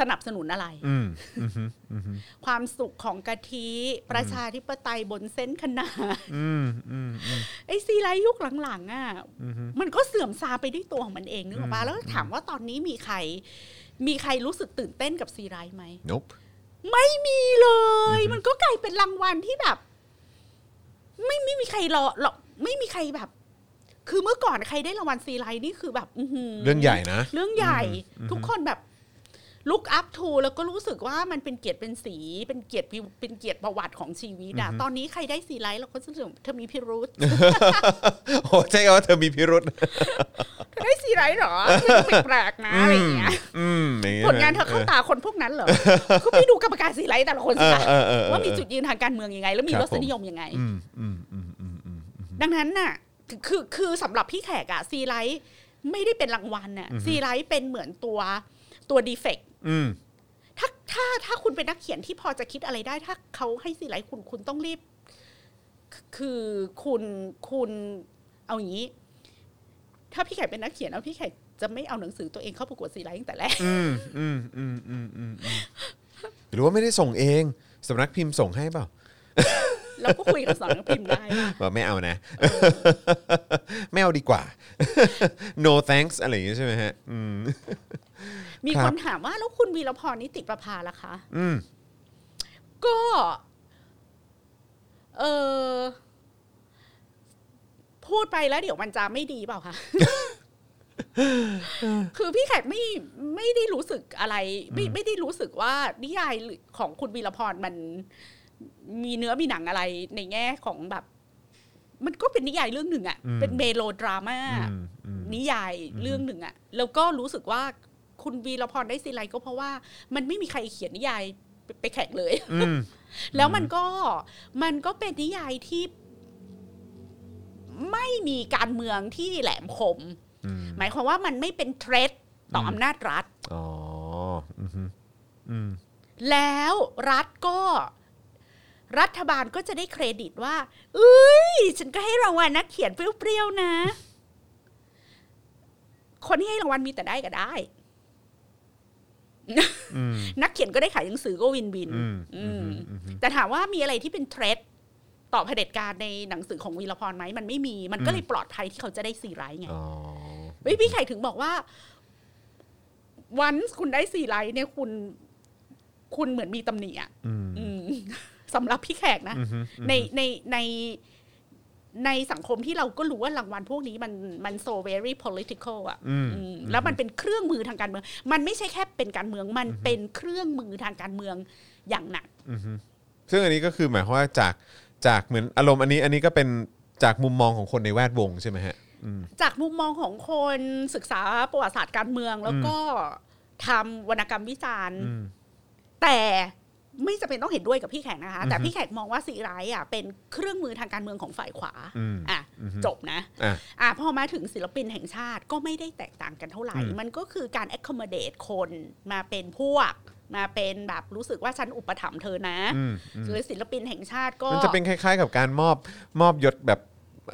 สนับสนุนอะไร
อืมอืมฮึอืมฮึ
ความสุขของกะทิ ประชาธิปไตยบนเส้นขนาน
อืมอืมอืม
ไอ้ซีไรต์ยุคหลังๆอ่ะ
อืมฮึ
มันก็เสื่อมซาไปด้วยตัวของมันเองนึกออกปะ
อืม
แล้วถามว่าตอนนี้มีใคร มีใครรู้สึกตื่นเต้นกับซีไรต์ไหม
นบ
ไม่มีเลย
อือฮึ
มันก็กลายเป็นรางวัลที่แบบ ไม่ไม่มีใครรอหรอกไม่มีใครแบบ คือเมื่อก่อนใครได้รางวัลซีไรนี่คือแบบอื้อหื
เรื่องใหญ่นะ
เรื่องใหญ่
อืม
ทุกคนแบบลุกอัพทูแล้วก็รู้สึกว่ามันเป็นเกียรติเป็นสี เป็นเกียรติวิวเป็นเกียรติประวัติของชีวิตอะตอนนี้ใครได้ซีไรเราก็จะรู้สึกเธอมีพิรุ ษ
โอ้ใช่ว่าเธอมีพิรุษ
เธอได้ซีไรเหรอเธอดูแปลกๆนะอะไรอย่างเงี้ย
อืมอย่ย
ผลงานเธอเข้าตาคนพวกนั้นเหรอก็ไปดูกรรมการซีไรแต่ละคน
เอ
สิ
อ
คะ
เออเออเออ
ว่ามีจุดยืนทางการเมืองยังไง แล้วมี
ครับ
ร
ผม
สนิยมยังไง
อืมอืมอืมอืมอืมอืม
ดังนั้นน่ะ คือคือคือสำหรับพี่แขกอะซีไลท์ไม่ได้เป็นรางวัลน่ะ
อือฮึ
ซีไลท์เป็นเหมือนตัวตัวดีเฟก
อืม
ถ้าถ้าถ้าคุณเป็นนักเขียนที่พอจะคิดอะไรได้ ถ้าเขาให้ซีไลท์คุณคุณต้องรีบ คือคือคุณคุณเอาอย่างนี้ ถ้าพี่แขกเป็นนักเขียนเอาพี่แขกจะไม่เอาหนังสือตัวเองเข้าประกวดซีไลท์ตั้งแต่แรก
อืมอืมอืมอืมอืมอืมหรือว่าไม่ได้ส่งเองสำนักพิมพ์ส่งให้เปล่า
เราก็คุยกับสำนักพิมพ์ได้ว่า
บอกไม่เอานะ ไม่เอาดีกว่า no thanks อะไรอย่างเงี้ยใช่ไหมฮะ อืม
มี
ครับ
คนถามว่าแล้วคุณวีรพรนิติประภาล่ะคะ
อืม
ก็ เออพูดไปแล้วเดี๋ยวมันจะไม่ดีเปล่า คะ คือพี่แขกไม่ไม่ได้รู้สึกอะไร ไม่ไม่ได้รู้สึกว่านิยายของคุณวีรพรมันมีเนื้อมีหนังอะไรในแง่ของแบบ มันก็เป็นนิยายเรื่องหนึ่งอะเป็นเมโลดราม่า
อืมอืม
นิยายเรื่องหนึ่งอะแล้วก็รู้สึกว่าคุณวีรพรได้ซีไรก็เพราะว่า มันไม่มีใครเขียนนิยายไปไปแข่งเลย
อืม
แล้วมันก็มันก็เป็นนิยายที่ ไม่มีการเมืองที่แหลมคม
อืม
หมายความว่ามันไม่เป็นเทรดต่ออ
ม
อำนาจรัฐ
อ๋ออืมฮึอืม
แล้วรัฐก็ รัฐบาลก็จะได้เครดิตว่าเอ้ย ฉันก็ให้รางวัลนักเขียนเปรี้ยวๆนะ คนที่ให้รางวัลมีแต่ได้ก็ได้
อืม
นักเขียนก็ได้ขายหนังสือก็วินวิน
อืม
อื
อืม
ม
อืมฮึ
แต่ถามว่ามีอะไรที่เป็นเทรดต่อเผด็จการในหนังสือของวีรพรไหมมันไม่มี มันก็
อืม
เลยปลอดภัยที่เขาจะได้ซีไรต์ไง
อ๋อ
เฮ้ยพี่ไข่ถึงบอกว่า วันคุณได้ซีไรต์เนี่ยคุณ คุณเหมือนมีตำหนิอ่ะ
อืม
อืมสำหรับพี่แขกนะ
อืมฮึ
ในในในในสังคมที่เราก็รู้ว่ารางวัลพวกนี้มันมัน so very political อ่ะ
อืม
อืมแล้วมันเป็นเครื่องมือทางการเมือง มันไม่ใช่แค่เป็นการเมือง มันเป็นเครื่องมือทางการเมืองอย่างหนัก
อือฮึซึ่งอันนี้ก็คือหมายความว่าจากจากเหมือนอารมณ์อันนี้อันนี้ก็เป็นจากมุมมองของคนในแวดวงใช่ไหมฮะ อืม
จากมุมมองของคนศึกษาประวัติศาสตร์การเมือง แล้วก็ทำวรรณกรรมวิจารณ์
อืม
แต่ไม่จำเป็นต้องเห็นด้วยกับพี่แขกนะคะ แต่
อือฮึ
พี่แขกมองว่าสีร้ายอ่ะเป็นเครื่องมือทางการเมืองของฝ่ายขวา
อืม
อ่ะ
อือฮึ
จบนะ
อ่ะ
อ่ะพอมาถึงศิลปินแห่งชาติก็ไม่ได้แตกต่างกันเท่าไหร่
อืม
มันก็คือการ accommodate คนมาเป็นพวก มาเป็นแบบรู้สึกว่าฉันอุปถัมภ์เธอนะ
อืมอืม
หรือศิลปินแห่งชาติก็
มันจะเป็นคล้าย ๆ กับการมอบมอบยศแบบ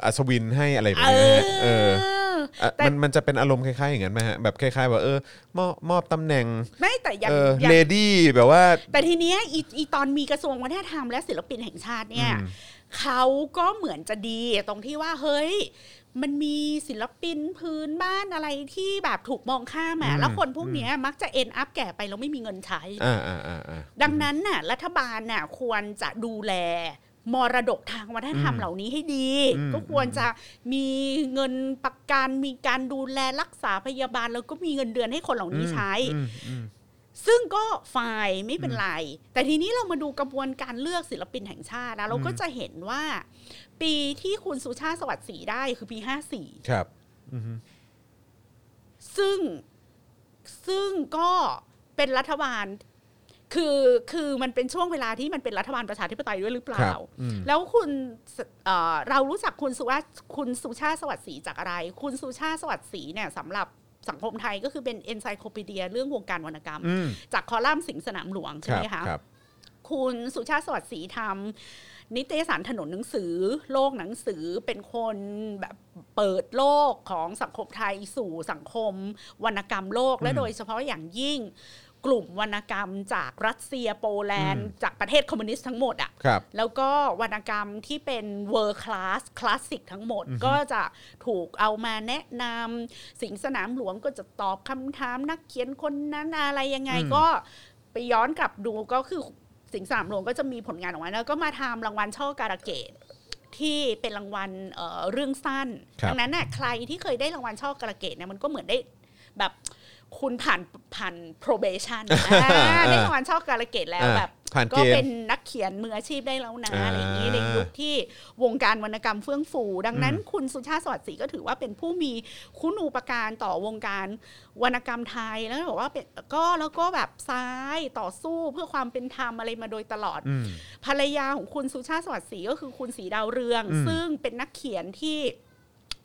อัศวินให้อะไรแบบ
เอ
นี้นะฮะเอ
อ
ออ่ะ
แต่
มันมันจะเป็นอารมณ์คล้าย ๆ อย่างนั้นไหมฮะแบบคล้าย ๆ ว่าเออมอบมอบตำแหน่ง
ไม่แต่ยัง
เออ
ยัง
เลดี้แบบว่า
แต่ทีเนี้ยอีอีตอนมีกระทรวงวัฒนธรรมและศิลปินแห่งชาติเนี่ย
อืม
เขาก็เหมือนจะดีตรงที่ว่าเฮ้ย มันมีศิลปินพื้นบ้านอะไรที่แบบถูกมองข้าม
อื
อ่ะ
ม
แล้วคนพวกเนี้ยมักจะเอ็นอัพแก่ไปแล้วไม่มีเงินใช้
อ่าอ่าอ่าอ่า
ดังนั้นน่ะรัฐบาลน่ะควรจะดูแล มรดกทางวัฒนธรรม
อืม
เหล่านี้ให้ดี
อืม
ก็ควรจะมีเงินประกันมีการดูแลรักษาพยาบาล แล้วก็มีเงินเดือนให้คนเหล่านี้ใช้
อืมอืม
ซึ่งก็ฝ่ายไม่เป็นไร แต่ทีนี้เรามาดูกระบวนการเลือกศิลปินแห่งชาตินะเราก็จะเห็นว่า ปีที่คุณสุชาติสวัสดิ์ศรีได้คือปี
ครับอือฮึ
54 ซึ่งซึ่งก็เป็นรัฐบาล คือคือมันเป็นช่วงเวลาที่มันเป็นรัฐบาลประชาธิปไตยด้วยหรือเป
ค
ล่า
รับอืม
แล้วคุณสเอ่อเรารู้จักคุณสุว่าคุณสุชาติสวัสดิ์ศรีจากอะไร คุณสุชาติสวัสดิ์ศรีเนี่ยสำหรับสังคมไทยก็คือเป็นเอนไซโคปีเดียเรื่องวงการวรรณกรรม
อืม
จากคอลัมน์สิงห์สนามหลวงใช่ไหมคะ
ครับ
คุณสุชาติสวัสดิ์ศรีทำนิตยสารถนนหนังสือ โลกหนังสือเป็นคนแบบเปิดโลกของสังคมไทยสู่สังคม วรรณกรรมโลก และ
อืม
โดยเฉพาะอย่างยิ่งกลุ่มวรรณกรรมจากรัสเซียโปแลนด์
อืม
จากประเทศคอมมิวนิสต์ทั้งหมดอะ
ครับ
แล้วก็วรรณกรรมที่เป็นเวอร์คลาสคลาสสิกทั้งหมดก็จะถูกเอามาแนะนำสิงห์สนามหลวงก็จะตอบคำถามนักเขียนคนนั้นอะไรยังไง
อืม
ก็ไปย้อนกลับดูก็คือสิงห์สนามหลวงก็จะมีผลงานออกมาแล้วก็มาทำรางวัลช่อการะเกดที่เป็นรางวัลเอ่อเรื่องสั้น
ครับ
ดันั้นน่ะใครที่เคยได้รางวัลช่อการะเกดเนี่ยมันก็เหมือนได้แบบคุณผ่านผ่าน probation อ่าได้รางวัลช่อการะเกดแล้ว
อ่า
แบบ
ผ่านเก
ก็
ณฑ์
เป็นนักเขียนมืออาชีพได้แล้วนะ
อ่า
อะไรอย่างนี้ในยุคที่วงการวรรณกรรมเฟื่องฟู ดังนั้น คุณสุชาติสวัสดิ์ศรีก็ถือว่าเป็นผู้มีคุณูปการต่อวงการวรรณกรรมไทยแล้วก็บอกว่าเป็นก็แล้วก็แบบซ้ายต่อสู้เพื่อความเป็นธรรมอะไรมาโดยตลอด
อืม
ภรรยาของคุณสุชาติสวัสดิ์ศรีก็คือคุณสีดาวเรือง
อืม
ซึ่งเป็นนักเขียนที่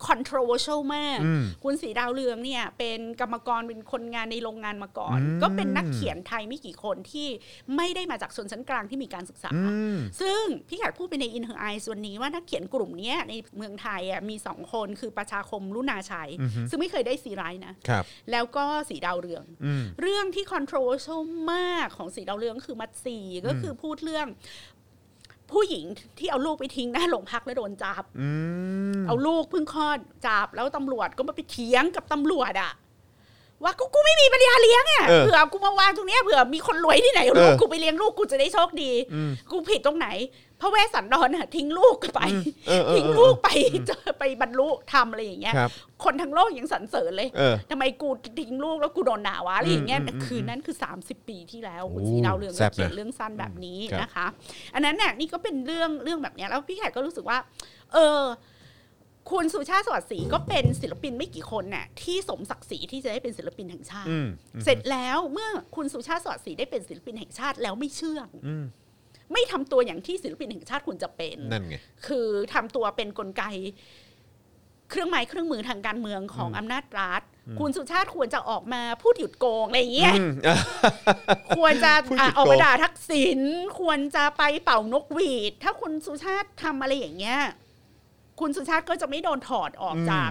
controversial มาก
อืม
คุณสีดาวเรืองเนี่ยเป็นกรรมกรเป็นคนงานในโรงงานมาก่อน
อืม
ก็เป็นนักเขียนไทยไม่กี่คนที่ไม่ได้มาจากชนชั้นกลางที่มีการศึกษา
อืม
ซึ่งพี่แขกพูดไปในอินเ r อร์ไอส่วนนี้ว่านักเขียนกลุ่มเนี้ยในเมืองไทยอ่ะมีสองคนคือประชาคมลุนาชัย
อือฮึ
ซึ่งไม่เคยได้ซีไรต์นะ
ครับ
แล้วก็สีดาวเรือง
อืม
เรื่องที่ controversial มากของสีดาวเรืองคือมัดสีก็คือพูดเรื่อง ผู้หญิงที่เอาลูกไปทิ้งหน้าโรงพักแล้วโดนจับ
อืม
เอาลูกเพิ่งคลอดจับแล้วตำรวจก็มาไปเถียงกับตำรวจอะว่ากูกูไม่มีปัญญาเลี้ยงอะ
เออ
เผื่อกูมาวางตรงเนี้ยเผื่อมีคนรวยที่ไหนเอาลูก
เออ
กูไปเลี้ยงลูกกูจะได้โชคดี
อืม
กูผิดตรงไหนพระเวสสันดรน่ะทิ้งลูกไป
อืมเออเออเออ
ทิ้งลูกไปเจอไปบรรลุธรรมอะไรอย่างเงี้ย
ครับ
คนทั้งโลกยังสรรเสริญเลย
เออ
ทำไมกูทิ้งลูกแล้วกูโดนหนาวะอะไรอย่างเงี้ย
อืมอืมอืม
คืนนั้นคือ 30 ปีที่แล้ว
โอ้
คุณสีดาวเรือง
แซ่บนะ
เขียนเรื่องสั้นแบบนี้
ครับ
นะคะ อันนั้นน่ะนี่ก็เป็นเรื่องเรื่องแบบเนี้ยแล้วพี่แขกก็รู้สึกว่า เออ คุณสุชาติสวัสดิ์ศรีก็เป็นศิลปินไม่กี่คนน่ะที่สมศักดิ์ศรีที่จะได้เป็นศิลปินแห่งชาติ
อืม
เสร็จแล้วเมื่อคุณสุชาติสวัสดิ์ศรีได้เป็นศิลปินแห่งชาติแล้วไม่เชื่อง
อืม
ไม่ทำตัวอย่างที่ศิลปินแห่งชาติควรจะเป็น
นั่นไง
คือทำตัวเป็นกลไก เครื่องไม้เครื่องมือทางการเมืองของอำนาจรัฐ คุณสุชาติควรจะออกมาพูดหยุดโกงอะไรอย่างเงี้ย
อืมอ่ะ
ควรจะ
พูดหยุ
อ่ะ
ดโกง
ออกมาด่าทักษิณควรจะไปเป่านกหวีด ถ้าคุณสุชาติทำอะไรอย่างเงี้ย คุณสุชาติก็จะไม่โดนถอดออกจาก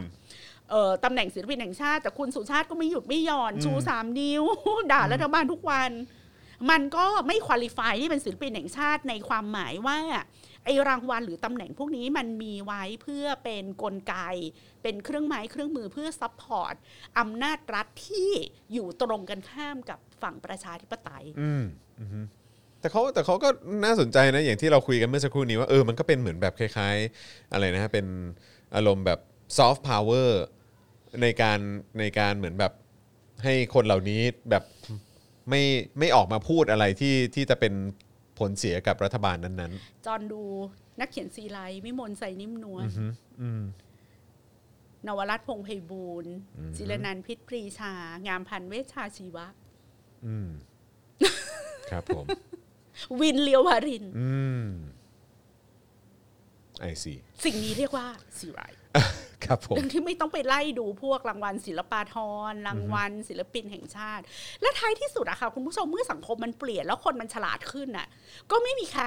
เอ่อตำแหน่งศิลปินแห่งชาติแต่คุณสุชาติก็ไม่หยุดไม่หย่อน
อืม
ชูสามนิ้ว ด่ารัฐบาลทุกวัน มันก็ไม่คุริฟายที่เป็นศิลปินแห่งชาติในความหมายว่า ไอรางวัลหรือตำแหน่งพวกนี้มันมีไว้เพื่อเป็นนกลไก เป็นเครื่องไม้เครื่องมือเพื่อซัพพอร์ตอำนาจรัฐที่อยู่ตรงกันข้ามกับฝั่งประชาธิปไตย
อืมอืมแต่เขาแต่เขาก็น่าสนใจนะอย่างที่เราคุยกันเมื่อสักครู่นี้ว่าเออมันก็เป็นเหมือนแบบคล้ายๆ อะไรนะฮะเป็นอารมณ์แบบซอฟต์พาวเวอร์ในการในการเหมือนแบบให้คนเหล่านี้แบบไม่ไม่ออกมาพูดอะไรที่ที่จะเป็นผลเสียกับรัฐบาลนั้น
จอนดูนักเขียนซีไรวิมลใส่นิ่มนว
ๆ
ล
อือฮึอืม
นวรัตน์พงษ์ไพบูลย์จิรนันท์พิษปรีชา งามพันธุ์เวชชาชีวะ
อืม ครับผม
วินเลียววาริน
อืมไอซี
สิ่งนี้เรียกว่าซีไรต์
ครับผม
ดังที่ไม่ต้องไปไล่ดูพวกรางวัลศิลปาธรรางวัลศิลปินแห่งชาติ และท้ายที่สุดอะค่ะ คุณผู้ชมเมื่อสังคมมันเปลี่ยนแล้วคนมันฉลาดขึ้นน่ะ ก็ไม่มีใคร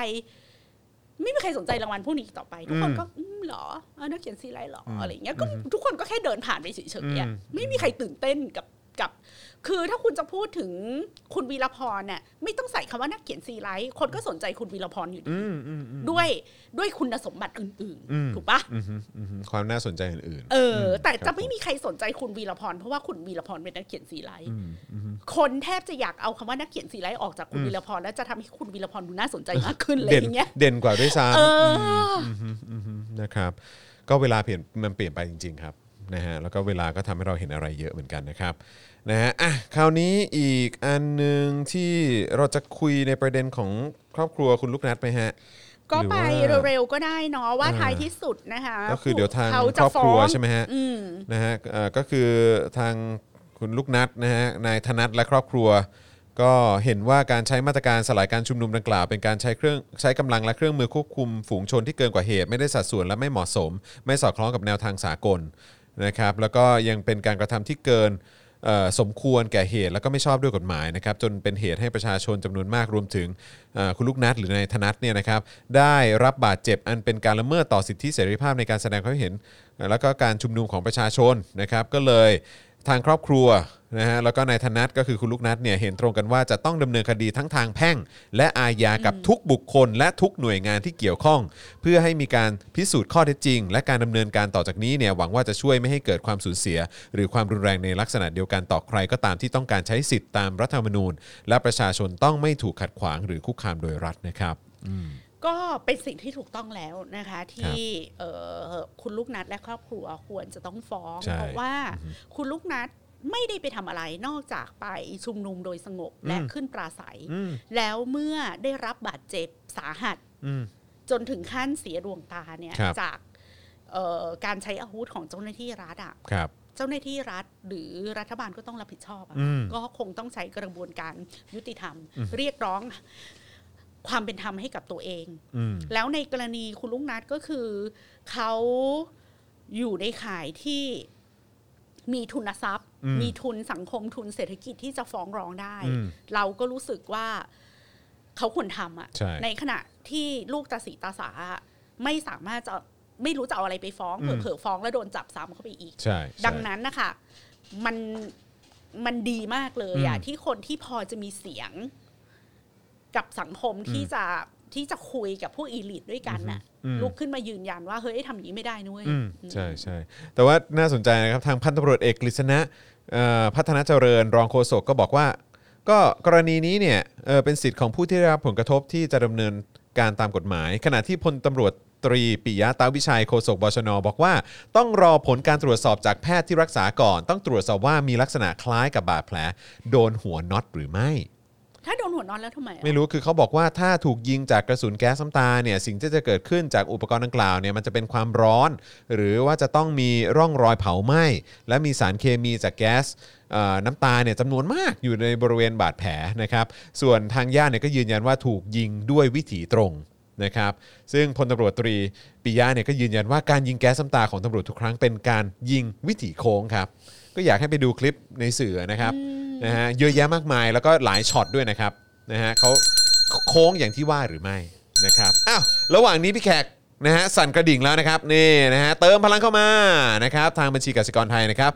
ไม่มีใครสนใจรางวัลพวกนี้อีกต่อไป ทุกคนก็อืมเหรอเออนักเขียนซีไรต์เหรออะไรอย่างเงี้ยก็ทุกคนก็แค่เดินผ่านไปเฉยๆอะ
อืม
ไม่มีใครตื่นเต้นกับ กับ คือถ้าคุณจะพูดถึงคุณวีรพรเนี่ยไม่ต้องใส่คำว่านักเขียนซีไรต์คนก็สนใจคุณวีรพรอยู่ดี
อืมอืมอืม
ด้วยด้วยคุณสมบัติอื่น
อืม
ๆ ถูกปะ
อืมฮึอืมฮึความน่าสนใจอื่น
เออ แต่
ครับ
จะไม่มีใครสนใจคุณวีรพรเพราะว่าคุณวีรพรเป็นนักเขียนซีไรต์
ๆอืมอืมฮึ
คนแทบจะอยากเอาคำว่านักเขียนซีไรต์ออกจากคุณวีรพรแล้วจะทำให้คุณวีรพรดูน่าสนใจมากขึ้นอะไรอ
เด่น
ย่างเงี้ย
เด่นกว่าด้วยซ้ำ
เอออ
มฮึอืมฮึนะครับ ก็เวลาเปลี่ยนมันเปลี่ยนไปจริง ๆ ครับนะฮะแล้วก็เวลาก็ทำให้เราเห็นอะไรเยอะเหมือนกันนะครับนะฮะอ่ะคราวนี้อีกอันหนึ่งที่เราจะคุยในประเด็นของครอบครัวคุณลูกนัดไหมฮะ
ก็
หรือ
ไป
ว่า
เร็วๆก็ได้เนาะว่า
อ่า
ท้ายที่สุดนะคะ
ก็คือเดี๋ยวทาง
เขา
ค
จะ
รอบครัว
ฟ้ง
ใช่ไหมฮะ
อืม
นะฮะเอ่อก็คือทางคุณลูกนัดนะฮะนายธนัทและครอบครัว ก็เห็นว่าการใช้มาตรการสลายการชุมนุมดังกล่าว เป็นการใช้เครื่องใช้กำลังและเครื่องมือควบคุมฝูงชนที่เกินกว่าเหตุ ไม่ได้สัดส่วนและไม่เหมาะสม ไม่สอดคล้องกับแนวทางสากลนะครับแล้วก็ยังเป็นการกระทำที่เกินเอ่อสมควรแก่เหตุ และก็ไม่ชอบด้วยกฎหมายนะครับจนเป็นเหตุให้ประชาชนจำนวนมากรวมถึงเอ่อคุณลูกนัดหรือนายธนัทเนี่ยนะครับได้รับบาดเจ็บอันเป็นการละเมิดต่อสิทธิเสรีภาพในการแสดงความเห็น แล้วก็การชุมนุมของประชาชนนะครับก็เลยทางครอบครัวนะฮะแล้วก็นายธนัทก็คือคุณลูกนัทเนี่ยเห็นตรงกันว่าจะต้องดำเนินคดีทั้งทางแพ่ง และอาญากับทุกบุคคล และทุกหน่วยงานที่เกี่ยวข้อง เพื่อให้มีการพิสูจน์ข้อเท็จจริง และการดำเนินการต่อจากนี้เนี่ยหวังว่าจะช่วยไม่ให้เกิดความสูญเสีย หรือความรุนแรงในลักษณะเดียวกันต่อใครก็ตามที่ต้องการใช้สิทธิ์ตามรัฐธรรมนูญ และประชาชนต้องไม่ถูกขัดขวางหรือคุกคามโดยรัฐนะครับ
ก็เป็นสิ่งที่ถูกต้องแล้วนะคะที่เอ่อคุณลูกนัดและครอบครัวควรจะต้องฟ้อง
ใช่
เพราะว่าคุณลูกนัดไม่ได้ไปทำอะไรนอกจากไปชุมนุมโดยสงบและ
อืม
ขึ้นปราศัย
อืม
แล้วเมื่อได้รับบาดเจ็บสาหัส
อืม
จนถึงขั้นเสียดวงตาเนี่ย
ครับ
จากเอ่อการใช้อาวุธของเจ้าหน้าที่รัฐอะ
ครับ
เจ้าหน้าที่รัฐหรือรัฐบาลก็ต้องรับผิดชอบอะ
อืม
ก็คงต้องใช้กระบวนการยุติธรรม เรียกร้องความเป็นธรรมให้กับตัวเอง
อืม
แล้วในกรณีคุณลุงนัดก็คือเขาอยู่ในข่ายที่มีทุนทรัพย์ มีทุนสังคมทุนเศรษฐกิจที่จะฟ้องร้องได้
อืม
เราก็รู้สึกว่าเขาควรทำอะ
ใช่
ในขณะที่ลูกตาสีตาสาอะไม่สามารถจะไม่รู้จะเอาอะไรไปฟ้อง
อืม
เผลอๆฟ้องแล้วโดนจับซ้ำเข้าไปอีก
ใช่ใช่
ดังนั้นนะคะมันมันดีมากเลยอะ
อืม
ที่คนที่พอจะมีเสียงกับสังคมที่จะที่จะคุยกับพวกอีลิทด้วยกันน่ะ
อืม
ลุกขึ้นมายืนยันว่าเฮ้ยทำอย่างนี้ไม่ได้นุ้ย
อืม
อืม
ใช่ใช่แต่ว่าน่าสนใจนะครับ ทางพันตำรวจเอกกฤษณะเอ่อพัฒนาเจริญ รองโฆษกก็บอกว่า ก็กรณีนี้เนี่ยเอ่อเป็นสิทธิ์ของผู้ที่ได้รับผลกระทบที่จะดำเนินการตามกฎหมาย ขณะที่พลตำรวจตรีปิยะตาวิชัยโฆษกบชน บอกว่า ต้องรอผลการตรวจสอบจากแพทย์ที่รักษาก่อน ต้องตรวจสอบว่ามีลักษณะคล้ายกับบาดแผล โดนหัวน็อตหรือไม่
ถ้าโดนหัวนอนแล้วทำไมอะ
ไม่รู้คือเขาบอกว่าถ้าถูกยิงจากกระสุนแก๊สน้ำตาเนี่ยสิ่งที่จะเกิดขึ้นจากอุปกรณ์ดังกล่าวเนี่ยมันจะเป็นความร้อน หรือว่าจะต้องมีร่องรอยเผาไหม้และมีสารเคมีจากแก๊สเอ่อน้ำตาเนี่ยจำนวนมากอยู่ในบริเวณบาดแผลนะครับ ส่วนทางญาติเนี่ยก็ยืนยันว่าถูกยิงด้วยวิถีตรงนะครับ ซึ่งพลตำรวจตรีปิยะเนี่ยก็ยืนยันว่าการยิงแก๊สน้ำตาของตำรวจทุกครั้งเป็นการยิงวิถีโค้งครับ ก็อยากให้ไปดูคลิปในสื่อนะครับนะฮะเยอะแยะมากมายแล้วก็หลายช็อตด้วยนะครับนะฮะเขาโค้งอย่างที่ว่าหรือไม่นะครับอ้าวระหว่างนี้พี่แขกนะฮะสั่นกระดิ่งแล้วนะครับนี่นะฮะเติมพลังเข้ามานะครับทางบัญชีกสิกรไทยนะครับ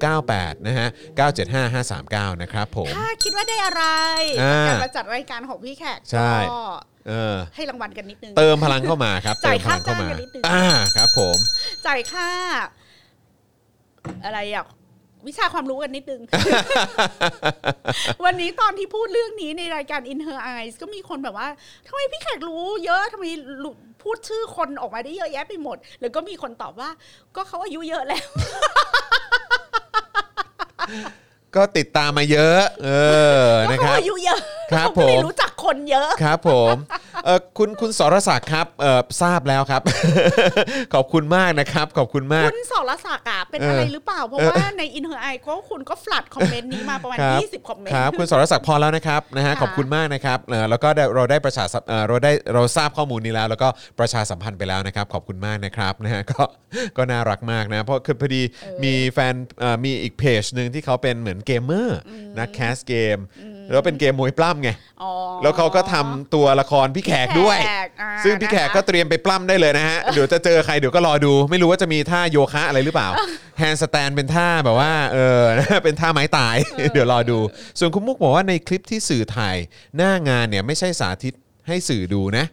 0698นะฮะ975539 นะครับผม
ถ้าคิดว่าได้อะไร
อ่า
การมาจัดรายการของพี่แขก
ใช่
ก็
เออ
ให้รางวัลกันนิดนึง
เติมพลังเข้ามาครับ เติ
จ่าย
มพลังเข้ามา
ค่าจ้างกันนิดนึง
อ่าครับผม
จ่ายค่า อะไรอ่ะ วิชาความรู้กันนิดนึง วันนี้ตอนที่พูดเรื่องนี้ในรายการ In Her Eyes ก็มีคนแบบว่าทำไมพี่แขกรู้เยอะทำไมรู้พูดชื่อคนออกมาได้เยอะแยะไปหมด แล้วก็มีคนตอบว่า ก็เขาอายุเยอะแล้ว
ก็ติดตามมาเยอะ เออ
ก็
นะค
เขา
รับ
อายุเยอะ
ครับ
เขาก็เลย
ผม
รู้จักคนเยอะ
ครับผมเอ่อคุณคุณสรศักดิ์ครับเอ่อทราบแล้วครับ ขอบคุณมากนะครับ ขอบคุณมาก
คุณสรศักดิ์อ่ะเป็นอะไรหรือเปล่า เพราะว่าใน In Her Eyes ก็คุณก็ฟลัดคอมเมนต์นี้มาประมาณ
ครับ
20 คอมเมน
ค
ต์
รับ คุณสรศักดิ์พอแล้วนะครับนะฮะ
ค่ะ
ขอบคุณมากนะครับเอ่อแล้วก็ได้เราได้ประชาสัมเอ่อเราได้เราทราบข้อมูลนี้แล้ว แล้วก็ประชาสัมพันธ์ไปแล้วนะครับ ขอบคุณมากนะครับนะฮ ะก็ก็น่ารักมากนะเพราะคือพอดีมีแฟนเอ่อมีอีกเพจหนึ่งที่เขาเป็นเหมือนเกมเมอร์นักแคสเกม แล้วเป็นเกมมวยปล้ำไง
อ๋อ
แล้วเขาก็ทำตัวละครพี่แขกด้วย
แขกอ่า
ซึ่งพี่แขก
นะคะ
ก็เตรียมไปปล้ำได้เลยนะฮะ เดี๋ยวจะเจอใครเดี๋ยวก็รอดู ไม่รู้ว่าจะมีท่าโยคะอะไรหรือเปล่า แฮนด์สแตนเป็นท่าแบบว่า เออ เป็นท่าไม้ตาย เดี๋ยวรอดู ส่วนคุณมุกบอกว่าในคลิปที่สื่อถ่ายหน้างานเนี่ยไม่ใช่สาธิตให้สื่อดูนะ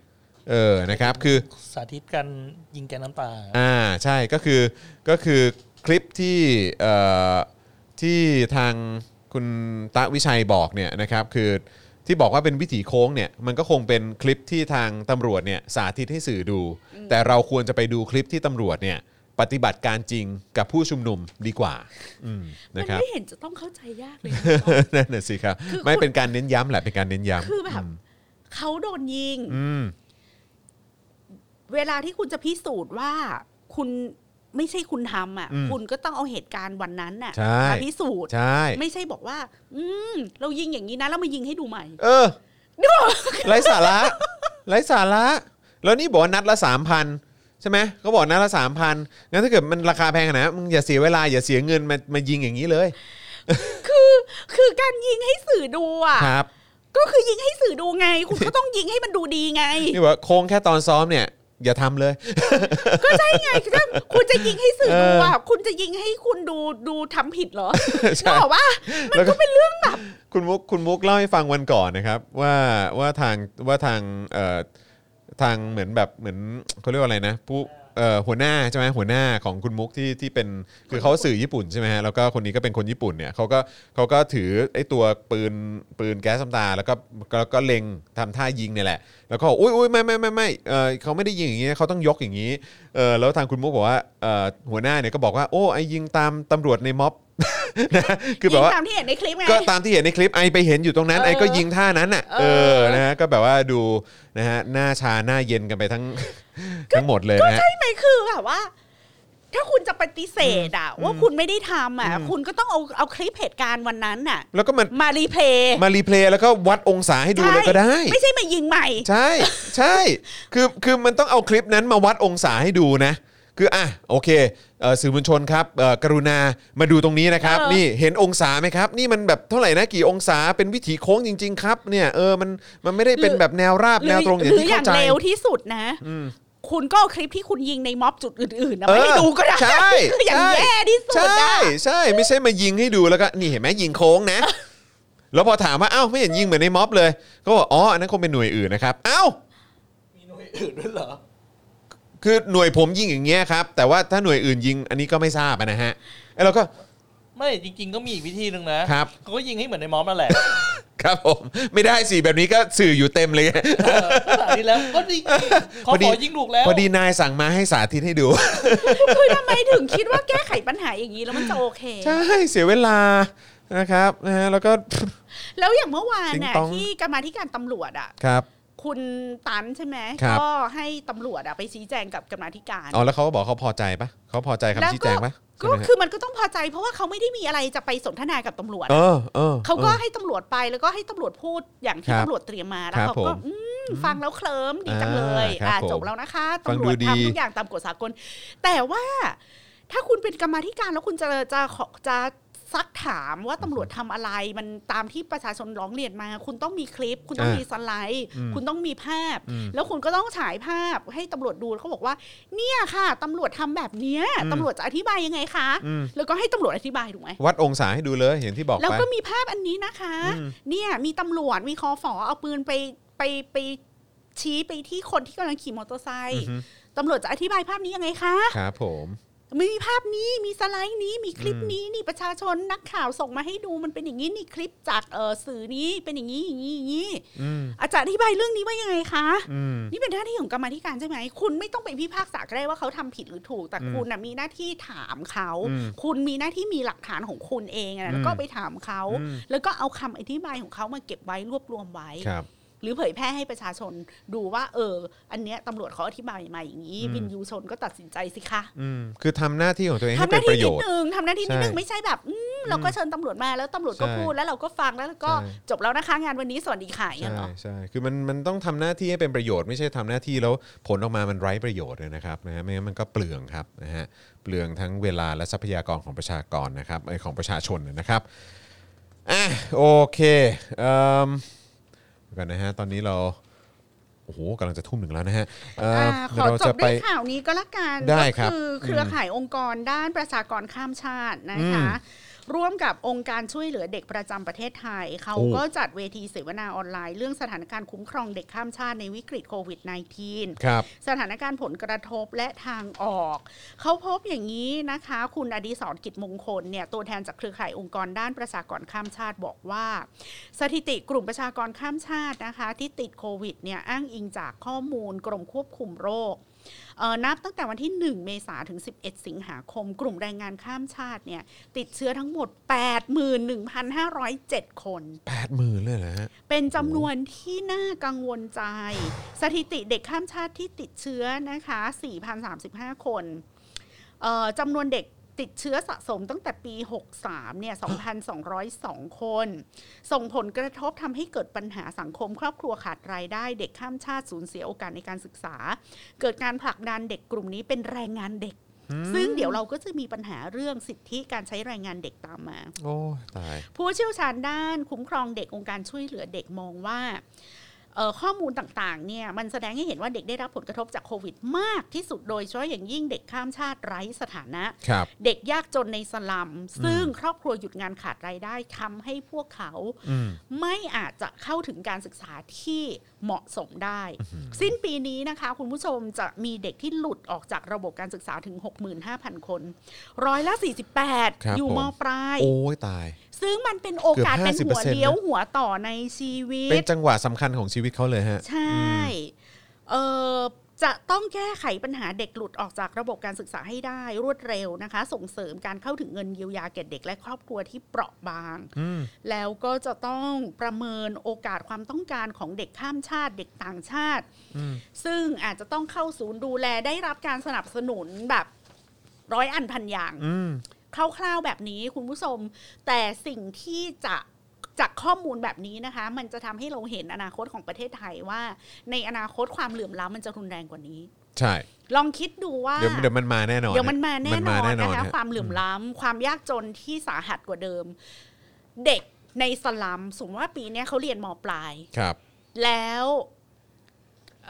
เออ นะครับ คือ
สาธิตการยิงแกสน้ำตา
อ่าใช่ก็คือก็คือคลิปที่เอ่อที่ทางคุณตะวิชัยบอกเนี่ยนะครับคือที่บอกว่าเป็นวิถีโค้งเนี่ยมันก็คงเป็นคลิปที่ทางตำรวจเนี่ยสาธิตให้สื่อดู แต่เราควรจะไปดูคลิปที่ตำรวจเนี่ยปฏิบัติการจริงกับผู้ชุมนุมดีกว่าอืม
มั
นะ
น
ครับ
ไม่เห็นจะต้องเข้าใจยากเลยนะ
นั่นน่ะสิครับ
คือ
ไม่
คุณ
เป็นการเน้นย้ำแหละเป็นการเน้นย้ำ
คือแบบเขาโดนยิง
อืม
เวลาที่คุณจะพิสูจน์ว่าคุณไม่ใช่คุณทำอ่ะ คุณก็ต้องเอาเหตุการณ์วันนั้นน่ะ
ใช่
มาพิสูจน์
ใช่
ไม่ใช่บอกว่า อืมเรายิงอย่างนี้นะแล้วมายิงให้ดูใหม่
เออ ไร้สาระไร้สาระแล้วนี่บอกว่านัดละสามพันใช่ไหมเขาบอกนัดละสามพันงั้นถ้าเกิดมันราคาแพงขนาดนั้นมึงอย่าเสียเวลาอย่าเสียเงินมามายิงอย่างนี้เลย
คือคือการยิงให้สื่อดูอ่ะ
ครับ
ก็คือยิงให้สื่อดูไง คุณก็ต้องยิงให้มันดูดีไง
นี่บอกว่าโค้งแค่ตอนซ้อมเนี่ย อย่าทำเลย
ก็ใช่ไงคือถ้าคุณจะยิงให้สื่อดูอ่ะคุณจะยิงให้คุณดูดูทำผิดเหรอ
ใช่
นึกออกว่า
แล้วก็เป็นเรื่องแบบคุณมุกคุณมุกเล่าให้ฟังวันก่อนนะครับ ว่าว่าทางว่าทางเอ่อทางเหมือนแบบเหมือนเขาเรียกว่าอะไรนะผู้เอ่อหัวหน้าใช่ไหมหัวหน้าของคุณมุกที่ที่เป็นคือเขาสื่อญี่ปุ่นใช่ไหมฮะแล้วก็คนนี้ก็เป็นคนญี่ปุ่นเนี่ยเขาก็เขาก็ถือไอ้ตัวปืนปืนแก๊สซ้ำตา แล้วก็ก็ก็เล็งทำท่ายิงเนี่ยแหละ แล้วก็บอกอุ้ยอุ้ยไม่ไม่ไม่ไม่เออเขาไม่ได้ยิงอย่างงี้เขาต้องยกอย่างงี้เออแล้วทางคุณมุกบอกว่าเออหัวหน้าเนี่ยก็บอกว่าโอ้ไอ้ยิงตามตำรวจในม็อบ นะคือแบบว่า
ยิงตามที่เห็นในคลิปไง
ก็ตามที่เห็นในคลิปไอไปเห็นอยู่ตรงนั้น
เออ
ไอก็ยิงท่านั้นน่ะเอ
เออ
อนะฮะก็แบบว่าดูนะฮะหน้าชาหน้าเย็นกันไป ทั้ง ทั้งหมดเลยนะฮะ
ใช่ไหมคือแบบว่า ถ้าคุณจะปฏิเสธอ่ะ ว่าคุณไม่ได้ทำอ่ะ
อืม
คุณก็ต้องเอาเอาคลิปเหตุการณ์วันนั้นน่ะ
แล้วก็มัน
มารีเพลย์
มารีเพลย์แล้วก็วัดองศาให้ดูเลยก็ได้
ไม่ใช่มายิงใหม่
ใช่ใช่ คือคือมันต้องเอาคลิปนั้นมาวัดองศาให้ดูนะ คืออ่ะโอเคเอ่อสื่อมวลชนครับเอ่อกรุณามาดูตรงนี้นะครับ
เออ
นี่เห็นองศาไหมครับ นี่มันแบบเท่าไหร่นะกี่องศาเป็นวิถีโค้งจริง ๆ ครับ เนี่ยเออมันมันไม่ได้เป็นแบบแนวราบ
หรื
แนวตรงอย่าง
หรือ
ที่
อ
เข้า
ย่าง
ใจ
เร็วที่สุดนะ คุณก็เอาคลิปที่คุณยิงในม็อบจุดอื่นๆนะไม่ให้ดูก็ได้
เออใช่
คืออย่างแย่ที่สุด
ใช่ใช่
อะ
ใช่ไม่ใช่มายิงให้ดูแล้วก็นี่เห็นไหมยิงโค้งนะ แล้วพอถามว่าอ้าวไม่เห็นยิงเหมือนในม็อบเลยก็บอกอ๋ออันนั้นคงเป็นหน่วยอื่นนะครับอ้าว
มีหน่วยอื่นด้วยเหรอ
คือหน่วยผมยิงอย่างเงี้ยครับ แต่ว่าถ้าหน่วยอื่นยิงอันนี้ก็ไม่ทราบอะนะฮะไอ้เราก็
ไม่จริง ๆ ก็มีอีกวิธีหนึ่งนะครับ เขาก็ยิงให้เหมือนในมอม นั่นแหละ
ครับผมไม่ได้สิแบบนี้ก็สื่ออยู่เต็มเลย
เออสาธิตแล้วก็ดีเขาขอยิงถูกแล้ว
พอดีนายสั่งมาให้สาธิตให้ดู
คือทำไมถึงคิดว่าแก้ไขปัญหาอย่างนี้แล้วมันจะโอเค
ใช่เสียเวลานะครับนะฮะแล้วก็
แล้วอย่างเมื่อวานน่ะ
ติ๊งต๊อง
ที่กรรมาธิการตำรวจอ่ะ
ครับ
คุณตันใช่ไหม
ครับ
ก็ให้ตำรวจอะไปชี้แจงกับกรรมาธิการ
อ๋อแล้วเขาก็บอกเขาพอใจปะเขาพอใจคำชี้แจงปะใช่
ก็
ไหมฮะ
คือมันก็ต้องพอใจ เพราะว่าเขาไม่ได้มีอะไรจะไปสนทนากับตำรวจ
เออเออ
เขาก็ให้ตำรวจไปแล้วก็ให้ตำรวจพูดอย่างที่
ครับ
ตำรวจเตรียมมาแล้ว
ครับ
เขา
ผ
ก็
ม
อืมฟังแล้วเคลิ้มดีจังเลย
อ่าครับผ
อ่า
ม
จบแล้วนะคะ
ฟัง
ตำร
ดู
วจ
ดี
ทำทุกอย่างตามกฎสากล แต่ว่าถ้าคุณเป็นกรรมาธิการแล้วคุณจะจะขอจะซักถามว่าตำรวจทำอะไร มันตามที่ประชาชนร้องเรียนมา คุณต้องมีคลิป คุณต้องมีสไลด์ คุณต้องมีภาพ แล้วคุณก็ต้องฉายภาพให้ตำรวจดูเขาบอกว่า เนี่ยค่ะตำรวจทำแบบเนี้ยตำรวจจะอธิบายยังไงคะ
อืม
แล้วก็ให้ตำรวจอธิบายถูกไหม
วัดองศาให้ดูเลยอย่างที่บอก
แล้ว
ไป
ก็มีภาพอันนี้นะคะ เนี่ยมีตำรวจมีคอฝอเอาปืนไปไปไปชี้ไปที่คนที่กำลังขี่มอเตอร์ไซค์
อือฮึ
ตำรวจจะอธิบายภาพนี้ยังไงคะ
ครับผม
มีภาพนี้มีสไลด์นี้มีคลิปนี้นี่ประชาชนนักข่าวส่งมาให้ดูมันเป็นอย่างนี้นี่คลิปจากเออสื่อนี้เป็นอย่างนี้อย่างนี้อย่างนี้
อืม
อาจารย์อธิบายเรื่องนี้ว่ายังไงคะ
อืม
นี่เป็นหน้าที่ของกรรมาธิการใช่ไหม คุณไม่ต้องไปพิพากษาก็ได้ว่าเขาทำผิดหรือถูก แต่
อืม
คุณนะมีหน้าที่ถามเขา
อืม
คุณมีหน้าที่มีหลักฐานของคุณเองอะนะแล้วก็
อืม
ไปถามเขา
อืม
แล้วก็เอาคำอธิบายของเขามาเก็บไว้รวบรวมไว้
ครับ
หรือเผยแพร่ให้ประชาชนดูว่า เออ อันเนี้ยตำรวจเขาอธิบายมาอย่างนี้
อืม
วินยูชนก็ตัดสินใจสิคะ
อืมคือทำหน้าที่ของตัวเองให้
ทำห
เป็
น้าน
ป
ที่
ระโย
นิ
ช
ด
น์
นึงทำหน้าที่นิดนึง
ใช่
ไม่ใช่แบบอืมเราก็เชิญตำรวจมาแล้วตำรวจก็
ใช่
พูดแล้วเราก็ฟังแล้วก็
ใช่
จบแล้วนะคะงานวันนี้สวัสดีค่ะอย่างเงี้ย
ใช่
เหรอ
ใช่คือมันมันต้องทำหน้าที่ให้เป็นประโยชน์ไม่ใช่ทำหน้าที่แล้วผลออกมามันไร้ประโยชน์เลยนะครับนะฮะไม่งั้นมันก็เปลืองครับนะฮะเปลืองทั้งเวลาและทรัพยากรของประชากรนะครับเอ้ยของประชาชนนะครับ อ่ะโอเคเอิ่มเดี๋ยวก่อนนะฮะตอนนี้เราโอ้โหกำลังจะทุ่มหนึ่งแล้วนะฮะเอิ่ม
อ่าข
เดี๋ยว
อ
เรา
จ
จะ
บ
ไป
ด้วยข่าวนี้ก็แล้วกัน
ได้
ก็
ครับ
คือเครือข่ายองค์กรด้านประชากรข้ามชาตินะคะ ร่วมกับองค์การช่วยเหลือเด็กประจำประเทศไทย เขา
โอ้
ก็จัดเวทีเสวนาออนไลน์ เรื่องสถานการณ์คุ้มครองเด็กข้ามชาติในวิกฤตโควิด -19
ครับ
สถานการณ์ผลกระทบและทางออก เขาพบอย่างนี้นะคะ คุณอดีศรกิจมงคลเนี่ยตัวแทนจากเครือข่ายองค์กรด้านประชากรข้ามชาติบอกว่า สถิติกลุ่มประชากรข้ามชาตินะคะ ที่ติดโควิดเนี่ยอ้างอิงจากข้อมูลกรมควบคุมโรคเอ่อนับตั้งแต่วันที่ 1 เมษาถึง 11 สิงหาคม กลุ่มแรงงานข้ามชาติเนี่ยติดเชื้อทั้งหมด 81,507 คน
แปดหมื่นเลยเหรอฮะ
เป็นจำนวนที่น่ากังวลใจ สถิติเด็กข้ามชาติที่ติดเชื้อนะคะ 4,035 คนเอ่อจำนวนเด็กติดเชื้อสะสมตั้งแต่ปี 63 เนี่ย 2,202 คน ส่งผลกระทบทำให้เกิดปัญหาสังคม ครอบครัวขาดรายได้ เด็กข้ามชาติสูญเสียโอกาสในการศึกษา เกิดการผลักดันเด็กกลุ่มนี้เป็นแรงงานเด็ก ซึ่งเดี๋ยวเราก็จะมีปัญหาเรื่องสิทธิการใช้แรงงานเด็กตามมา
โอ้ยตาย
ผู้เชี่ยวชาญด้านคุ้มครองเด็กองค์การช่วยเหลือเด็กมองว่าเอ่อข้อมูลต่างๆเนี่ยมันแสดงให้เห็นว่าเด็กได้รับผลกระทบจากโควิดมากที่สุดโดยเฉพาะอย่างยิ่งเด็กข้ามชาติไร้สถานะ
ครับ
เด็กยากจนในสลัม ซึ่งครอบครัวหยุดงานขาดรายได้ทำให้พวกเขา
อืม
ไม่อาจจะเข้าถึงการศึกษาที่เหมาะสมได้ สิ้นปีนี้นะคะ คุณผู้ชมจะมีเด็กที่หลุดออกจากระบบการศึกษาถึง 65,000 คนร้อยละ
ครับ
48 อยู่
ผม
มปลาย
โอ้ยตาย
ซึ่งมันเป็นโอกาส
เกือบ
เป็นหัว
50%
เลี้ยว
นะ
หัวต่อในชีวิ
เป็น
ต
จังหวะสำคัญของชีวิตเขาเลยฮะ
ใช่ เออจะต้องแก้ไขปัญหาเด็กหลุดออกจากระบบการศึกษาให้ได้รวดเร็วนะคะ ส่งเสริมการเข้าถึงเงินเยียวยาแก่เด็กและครอบครัวที่เปราะบาง
อืม
แล้วก็จะต้องประเมินโอกาสความต้องการของเด็กข้ามชาติเด็กต่างชาติ
อืม
ซึ่งอาจจะต้องเข้าศูนย์ดูแลได้รับการสนับสนุนแบบร้อยอันพันอย่าง
อืม
คร่าวๆแบบนี้คุณผู้ชม แต่สิ่งที่จะจากข้อมูลแบบนี้นะคะ มันจะทำให้เราเห็นอนาคตของประเทศไทยว่า ในอนาคตความเหลื่อมล้ำมันจะรุนแรงกว่านี้
ใช่
ลองคิดดูว่า
เดี๋ยวเดี๋ยวมันมาแน่นอน
เดี๋ยวมันมาแน่นอน
มั
นะคะ
ฮ
ความเหลื่อมล้ำความยากจนที่สาหัสกว่าเดิม เด็กในสลัมสมมติว่าปีเนี้ยเขาเรียนมปลาย
ครับ
แล้ว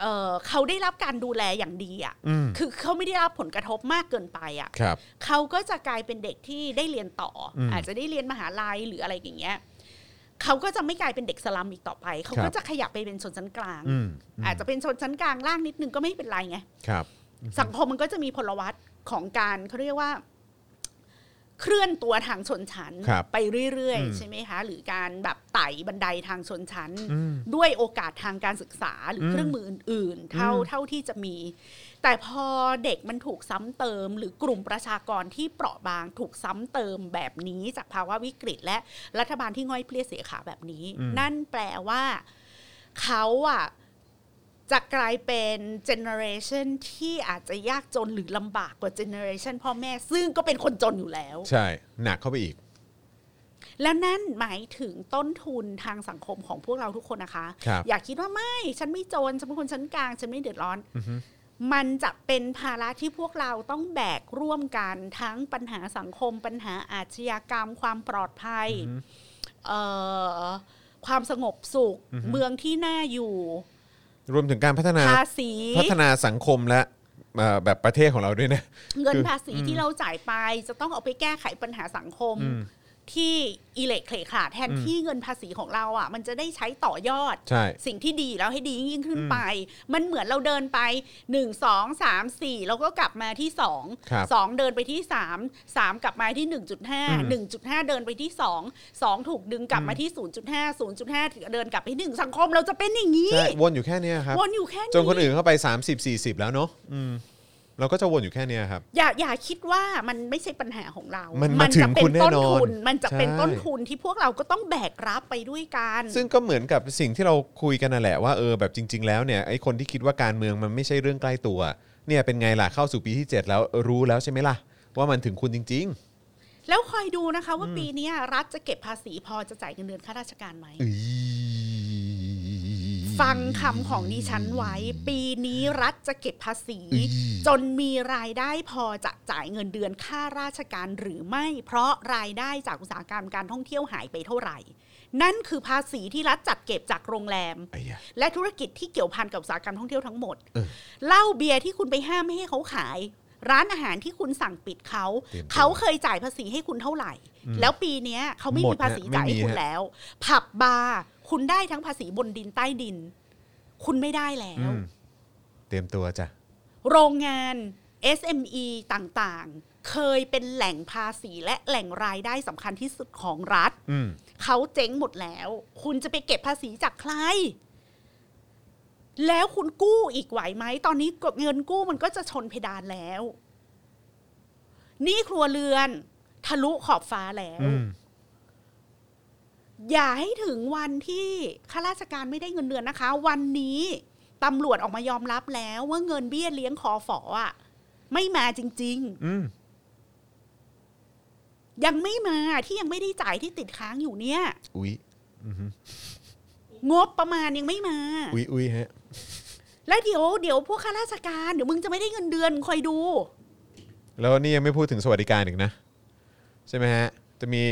เอ่อเขาได้รับการดูแลอย่างดีอะ่ะ
อืม
คือเขาไม่ได้รับผลกระทบมากเกินไปอ่ะ
ครับ
เขาก็จะกลายเป็นเด็กที่ได้เรียนต่ออ
ม
อาจจะได้เรียนมหาลัยหรืออะไรอย่างเงี้ยเขาก็จะไม่กลายเป็นเด็กสลัมอีกต่อไป เขา
ครั
ก็
บ
จะขยับไปเป็นชนชั้นกลาง
อืมม
อาจจะเป็นชนชั้นกลางล่างนิดนึงก็ไม่เป็นไรไง
ครับ
สังคมมันก็จะมีพลวัตของการเขาเรียกว่า เคลื่อนตัวทางชนชั้น
ครับ
ไปเรื่อย
อืม
ๆ ใช่ไหมคะ หรือการแบบไต่บันไดทางชนชั้น
อืม
ด้วยโอกาสทางการศึกษาหรืออ
ม
เครื่องมืออื่นๆ เท่าเท่าที่จะมี แต่พอเด็กมันถูกซ้ำเติม หรือกลุ่มประชากรที่เปราะบางถูกซ้ำเติมแบบนี้จากภาวะวิกฤต และรัฐบาลที่ง่อยเปลี้ยเสียขาแบบนี้
อืม
นั่นแปลว่าเขาอะ จะกลายเป็นเจเนอเรชันที่อาจจะยากจนหรือลำบากกว่าเจเนอเรชันพ่อแม่ซึ่งก็เป็นคนจนอยู่แล้ว
ใช่ หนักเข้าไปอีก
และนั่นหมายถึงต้นทุนทางสังคมของพวกเราทุกคนนะคะ
ครับ
อย่าคิดว่าไม่ ฉันไม่จน ฉันเป็นคนชั้นกลาง ฉันไม่เดือดร้อน
อือฮึ
มันจะเป็นภาระที่พวกเราต้องแบกร่วมกันทั้งปัญหาสังคม ปัญหาอาชญากรรม ความปลอดภัยเอ่อความสงบสุข
อือฮึ
เมืองที่น่าอยู่
รวมถึงการพัฒนา
ภาษี
พัฒนาสังคมและเอ่อแบบประเทศของเราด้วยนะ
เงิน
คือ
ภาษีที่เราจ่ายไปจะต้องเอาไปแก้ไขปัญหาสังคม
อืม
ที่อิเล็กเคลขาดแทน
อืม
ที่เงินภาษีของเราอ่ะ มันจะได้ใช้ต่อยอด
ใช่
สิ่งที่ดีแล้วให้ดียิ่งขึ้น
อืม
ไป มันเหมือนเราเดินไปหนึ่งสองสามสี่แล้วก็กลับมาที่สอง
ครับ
สองเดินไปที่สามสามกลับมาที่หนึ่งจุดห้า
อืม
หนึ่งจุดห้าเดินไปที่สองสองถูกดึงกลับมาที่ศูนย์จุดห้าศูนย์จุดห้าเดินกลับไปที่หนึ่งสังคมเราจะเป็นอย่างนี้
ใช่วนอยู่แค่เนี้ยครับ
วนอยู่แค่นี้
จนคนอื่นเข้าไป 30 40 แล้วเนาะอืมเราก็จะวนอยู่แค่เนี้ยครับ
อย่าอย่าคิดว่ามันไม่ใช่ปัญหาของเรา
มั
มัน
มาถึง
จะเป็
คุณแน่
ต้น
นอน
ทุน มันจะเป็น
ใช่
ต้นทุนที่พวกเราก็ต้องแบกรับไปด้วยกัน
ซึ่งก็เหมือนกับสิ่งที่เราคุยกันน่ะแหละว่าเออแบบจริง ๆ แล้วเนี่ยไอ้คนที่คิดว่าการเมืองมันไม่ใช่เรื่องใกล้ตัวเนี่ยเป็นไงล่ะเข้าสู่ปีที่ 7 แล้วรู้แล้วใช่ไหมล่ะ ว่ามันถึงคุณจริง
แล้วคอยดูนะคะว่าปีเนี้ยรัฐจะเก็บภาษีพอจะจ่ายเงินเดือนข้าราชการไหม
ๆ อื
ฟังคำของดิฉันไว้ ปีนี้รัฐจะเก็บภาษี จนมีรายได้พอจะจ่ายเงินเดือนค่าราชการหรือไม่ เพราะรายได้จากอุตสาหกรรมการท่องเที่ยวหายไปเท่าไหร่ นั่นคือภาษีที่รัฐจัดเก็บจากโรงแรม
ไอ้ยะ
และธุรกิจที่เกี่ยวพันกับอุตสาหกรรมท่องเที่ยวทั้งหมด
เออ
เหล้าเบียร์ที่คุณไปห้ามไม่ให้เขาขาย ร้านอาหารที่คุณสั่งปิดเขา
เตรียมตัว
เขาเคยจ่ายภาษีให้คุณเท่าไหร่ แล้วปีเนี้ยเขาไม่
หมด
มีภาษี
ฮะไม่
จ่ายให้
มี
คุณ
ฮะ
แล้ว ผับบาร์คุณได้ทั้งภาษีบนดินใต้ดิน คุณไม่ได้แล้
อื
ว
มเตรียมตัวจ้ะ
โรงงาน SME ต่างๆ เคยเป็นแหล่งภาษีและแหล่งรายได้สำคัญที่สุดของรัฐ
อืม
เขาเจ๊งหมดแล้ว คุณจะไปเก็บภาษีจากใคร แล้วคุณกู้อีกไหวไหม ตอนนี้เงินกู้มันก็จะชนเพดานแล้ว นี่ครัวเรือน ทะลุขอบฟ้าแล้ว
อืม
อย่าให้ถึงวันที่ข้าราชการไม่ได้เงินเดือนนะคะ วันนี้ตำรวจออกมายอมรับแล้วว่าเงินเบี้ยเลี้ยงคอฝออะไม่มาจริง
อืม
ๆ ยังไม่มาที่ยังไม่ได้จ่ายที่ติดค้างอยู่เนี่ย
อุ๊ย
งบประมาณยังไม่มา
อุ๊ยอุ๊ยฮะ
แล้วเดี๋ยวเดี๋ยวพวกข้าราชการเดี๋ยวมึงจะไม่ได้เงินเดือนมึงคอยดู
แล้วนี่ยังไม่พูดถึงสวัสดิการอีกนะ ใช่ไหมฮะ จะมี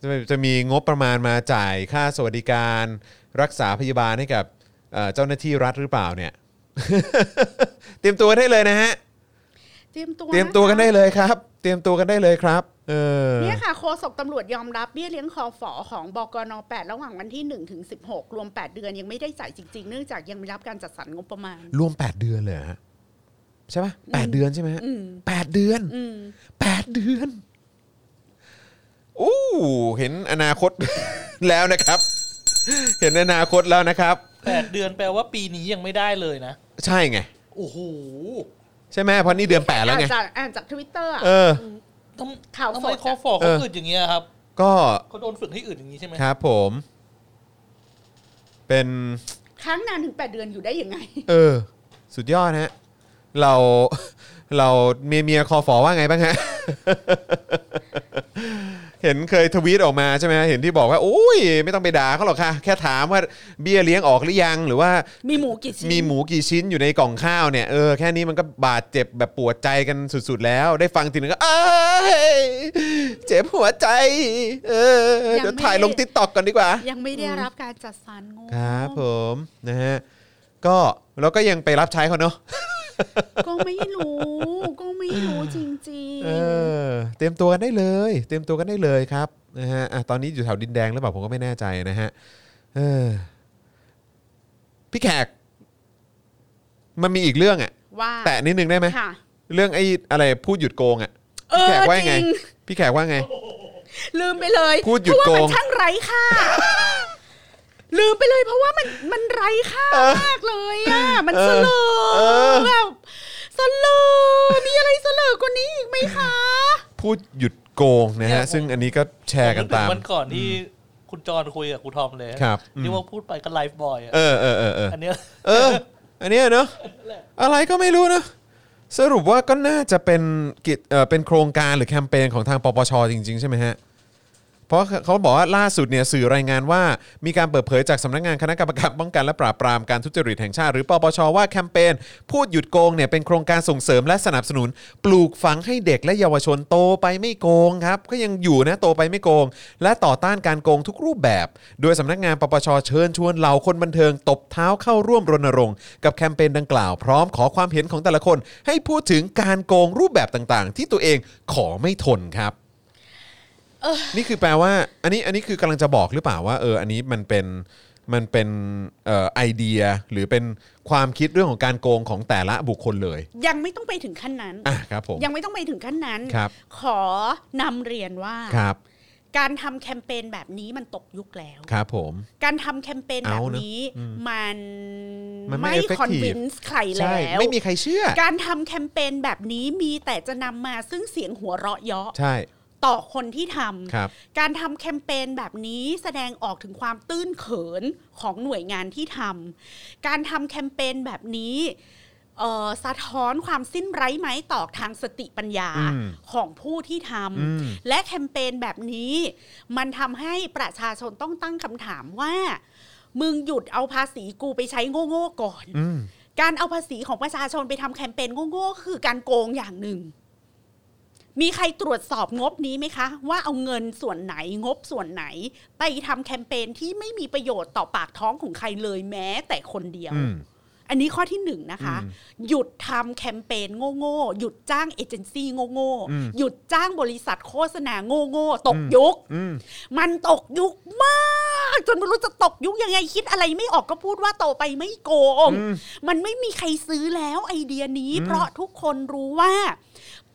จะมีจะมีงบประมาณมาจ่ายค่าสวัสดิการรักษาพยาบาลให้กับเอ่อเจ้าหน้าที่รัฐหรือเปล่าเนี่ย เตรียมตัวได้เลยนะฮะ
เตรียมตัว
เตรียมตัวกันได้
ะค
เลยครับ เตรียมตัวกันได้เลยครับ เออ
ะเนี่ยค่ะโฆษกตำรวจยอมรับเบี้ยเลี้ยงคอฝอของบกน8ระหว่างวันที่1ถึง16 รวม 8 เดือนยังไม่ได้จ่ายจริง ๆ เนื่องจากยังไม่รับการจัดสรรงบประมาณ
รวม 8 เดือนเลยเหรอฮะ ใช่ปะแปดเดือนใช่ไหมฮะ
อืม
แปดเดือน
อืม
แปดเดือนโอ้เห็นอนาคต แล้วนะครับ เห็นอนาคตแล้วนะครับ
แปดเดือนแปลว่าปีนี้ยังไม่ได้เลยนะ
ใช่ไง
โอ้โห
ใช่ไหมเพราะนี่เดือนแปดแล้วไง
อ่านจากอ่านจากทวิตเตอร์
เออ
ทำ
ข่าวส
ทำไม
ด
คอ
อะ
ฟอ
เอ
เขา
อ
อึดอย่างเงี้ยครับ
ก็
เขาโดนฝึกให้อึดอย่างนี้ใช่ไหม
ครับผม เป็น
ค้างนานถึง 8 เดือนอยู่ได้ยังไง
เออ สุดยอดฮะ เรา เราเมียเมียคอฝอว่าไงบ้างฮะ เห็นเคยทวีตออกมาใช่ไหมเห็นที่บอกว่า อุ้ย ไม่ต้องไปด่าเขาหรอกค่ะ แค่ถามว่าเบี้ยเลี้ยงออกหรือยัง หรือว่า
มีหมูกี่ชิ้น
มีหมูกี่ชิ้นอยู่ในกล่องข้าวเนี่ยเออแค่นี้มันก็บาดเจ็บแบบปวดใจกันสุด ๆ แล้ว ได้ฟังทีนึงก็เอ้ยเจ็บหัวใจ เออเดี๋ยวถ่ายลงติ๊กต็อกก่อนดีกว่า
ยังไม่ได้รับการจัดสรรงบ
ครับผมนะฮะก็แล้วก็ยังไปรับใช้เขาเนาะ
ก็ไม่รู้ ก็ไม่รู้จริง
เออเตรียมตัวกันได้เลย เตรียมตัวกันได้เลยครับนะฮะอ่ะตอนนี้อยู่แถวดินแดงหรือเปล่าผมก็ไม่แน่ใจนะฮะเออพี่แขก มันมีอีกเรื่องอะ
ๆ ว่า
แตะนิดนึงได้ไหม
ค่ะ
เรื่องไอ้อะไรพูดหยุดโกงอ่ะ
เอ
พี่
อ
แขกว่าไง
จริง
พี่แขกว่าไง
ลืมไปเลย
พูดหยุด
เพราะว่า
โก
มั
ง
นช่างไร้ค่า ลืมไปเลยเพราะว่ามันมันไร้ค่ามากเลยอ่ะ มัน
เออ
สลอ
เออ
แบบสลอมีอะไรสลอกว่านี้อีกไหมคะ
พูดหยุดโกงนะฮะ ซึ่งอันนี้ก็แชร์กันตาม
ผนึถึงวันก่อนที่คุณจรคุยกับครูทอมเลย
ครับอืม
ที่ว่าพูดไปก็ไลฟ์บอยอะ
เออเออเออเออ
อันเนี้ย
เออ อันเนี้ยเนอะอะไรก็ไม่รู้เนอะสรุปว่าก็น่าจะเป็นกิจเอ่อเป็นโครงการหรือแคมเปญของทางปปชจริง ๆ ใช่ไหมฮะ เพราะเขาบอกว่าล่าสุดเนี่ยสื่อรายงานว่ามีการเปิดเผยจากสำนักงานคณะกรรมการป้องกันและปราบปรามการทุจริตแห่งชาติ หรือปปชว่าแคมเปญพูดหยุดโกงเนี่ยเป็นโครงการส่งเสริมและสนับสนุน ปลูกฝังให้เด็กและเยาวชนโตไปไม่โกงครับก็ยังอยู่นะโตไปไม่โกง และต่อต้านการโกงทุกรูปแบบ โดยสำนักงานปปชเชิญชวนเหล่าคนบันเทิงตบเท้าเข้าร่วมรณรงค์กับแคมเปญดังกล่าวพร้อมขอความเห็นของแต่ละคน ให้พูดถึงการโกงรูปแบบต่างๆ ที่ตัวเองขอไม่ทนครับ นี่คือแปลว่า อันนี้อันนี้คือกำลังจะบอกหรือเปล่าว่าเอออันนี้มันเป็นมันเป็นเอ่อไอเดียหรือเป็นความคิดเรื่องของการโกงของแต่ละบุคคลเลย
ยังไม่ต้องไปถึงขั้นนั้น
อ่ะครับผม
ยังไม่ต้องไปถึงขั้นนั้น
ครับ
ขอนำเรียนว่า
ครับ
การทำแคมเปญแบบนี้มันตกยุคแล้ว
ครับผม
การทำแคมเปญแบ
เอา
บ
เนอะ
นี้
อืม
มัน
มันไม่ effective
คอนวินส์ใคร
ใช่
แล้ว
ไม่มีใครเชื่อ
การทำแคมเปญแบบนี้มีแต่จะนำมาซึ่งเสียงหัวเราะเยาะ
ใช่
ต่อคนที่ท
ครับ
ำการทำแคมเปญแบบนี้แสดงออกถึงความตื้นเขินของหน่วยงานที่ทำการทำแคมเปญแบบนี้เอ่อสะท้อนความสิ้นไร้ไม้ตอกทางสติปัญญา
อืม
ของผู้ที่ทำ
อืม
และแคมเปญแบบนี้ มันทำให้ประชาชนต้องตั้งคำถามว่า มึงหยุดเอาภาษีกูไปใช้โง่ๆก่อน
อืม
การเอาภาษีของประชาชนไปทำแคมเปญโง่ๆคือการโกงอย่างหนึ่ง มีใครตรวจสอบงบนี้ไหมคะ ว่าเอาเงินส่วนไหนงบส่วนไหน ไปทำแคมเปญที่ไม่มีประโยชน์ต่อปากท้องของใครเลยแม้แต่คนเดียว
อืม
อันนี้ข้อที่หนึ่งนะคะ
อืม
หยุดทำแคมเปญโง่ๆหยุดจ้างเอเจนซี่โง่
อืม
ๆหยุดจ้างบริษัทโฆษณาโง่ๆตกยุค
อืม
มันตกยุคมากจนไม่รู้จะตกยุคยังไงคิดอะไรไม่ออกก็พูดว่าต่อไปไม่โกง
อืม
มันไม่มีใครซื้อแล้วไอเดียนี้
อืม
เพราะทุกคนรู้ว่า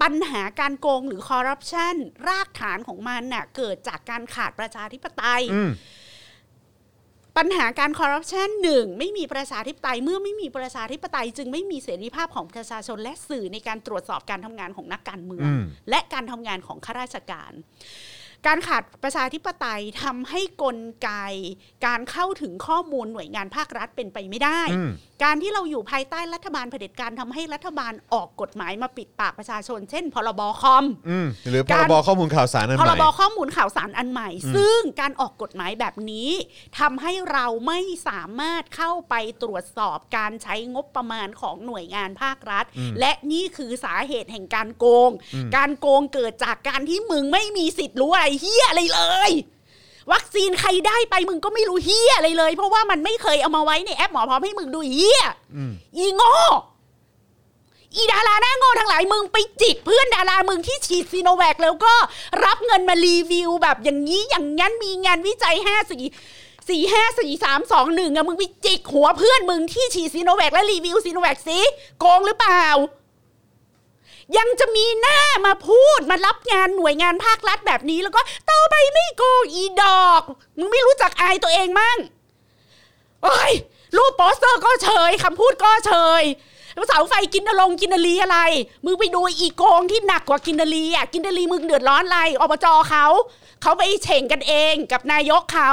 ปัญหาการโกงหรือคอร์รัปชันรากฐานของมันน่ะเกิดจากการขาดประชาธิปไตย
อืม
ปัญหาการคอร์รัปชันหนึ่งไม่มีประชาธิปไตยเมื่อไม่มีประชาธิปไตย จึงไม่มีเสรีภาพของประชาชนและสื่อในการตรวจสอบการทำงานของนักการเมือง
อืม
และการทำงานของข้าราชการ การขาดประชาธิปไตยทำให้กลไก การเข้าถึงข้อมูลหน่วยงานภาครัฐเป็นไปไม่ได้
อืม
การที่เราอยู่ภายใต้รัฐบาลเผด็จการทำให้รัฐบาลออกกฎหมายมาปิดปากประชาชน เช่น พรบคอม
อืม หรือพ
การ ร
บข้อมูลข่าวสารนั่น
พ
ให
ร
ม่
บข้อมูลข่าวสารอันใหม่
อืม
ซึ่งการออกกฎหมายแบบนี้ทำให้เราไม่สามารถเข้าไปตรวจสอบการใช้งบประมาณของหน่วยงานภาครัฐ และนี่คือสาเหตุแห่งการโกง การโกงเกิดจากการที่มึงไม่มีสิทธิ์รู้อะไรเฮียอะไรเลย วัคซีนใครได้ไปมึงก็ไม่รู้เฮียอะไรเลย เพราะว่ามันไม่เคยเอามาไว้ในแอปหมอพร้อมให้มึงดูเฮีย
อืม
อีโง่อีดาราหน้าโง่ทั้งหลายมึงไปจิกเพื่อนดารามึงที่ฉีดซีโนแวคแล้วก็รับเงินมารีวิวแบบอย่างนี้อย่างงั้นมีงานวิจัยห้าสี่สี่ห้าสี่สามสองหนึ่งอะมึงไปจิกหัวเพื่อนมึงที่ฉีดซีโนแวคและรีวิวซีโนแวคสิโกงหรือเปล่า ยังจะมีหน้ามาพูดมารับงานหน่วยงานภาครัฐแบบนี้แล้วก็ต่อไปไม่โกงอีดอก มึงไม่รู้จักอายตัวเองมั่ง โอ้ยรูปโปสเตอร์ก็เฉยคำพูดก็เฉยแล้วเสาไฟกินนรงกินนรีอะไร มึงไปดูอีโกงที่หนักกว่ากินนรีอ่ะกินนรีมึงเดือดร้อนอะไรอบจเขา เขาไปเฉ่งกันเองกับนายกเขา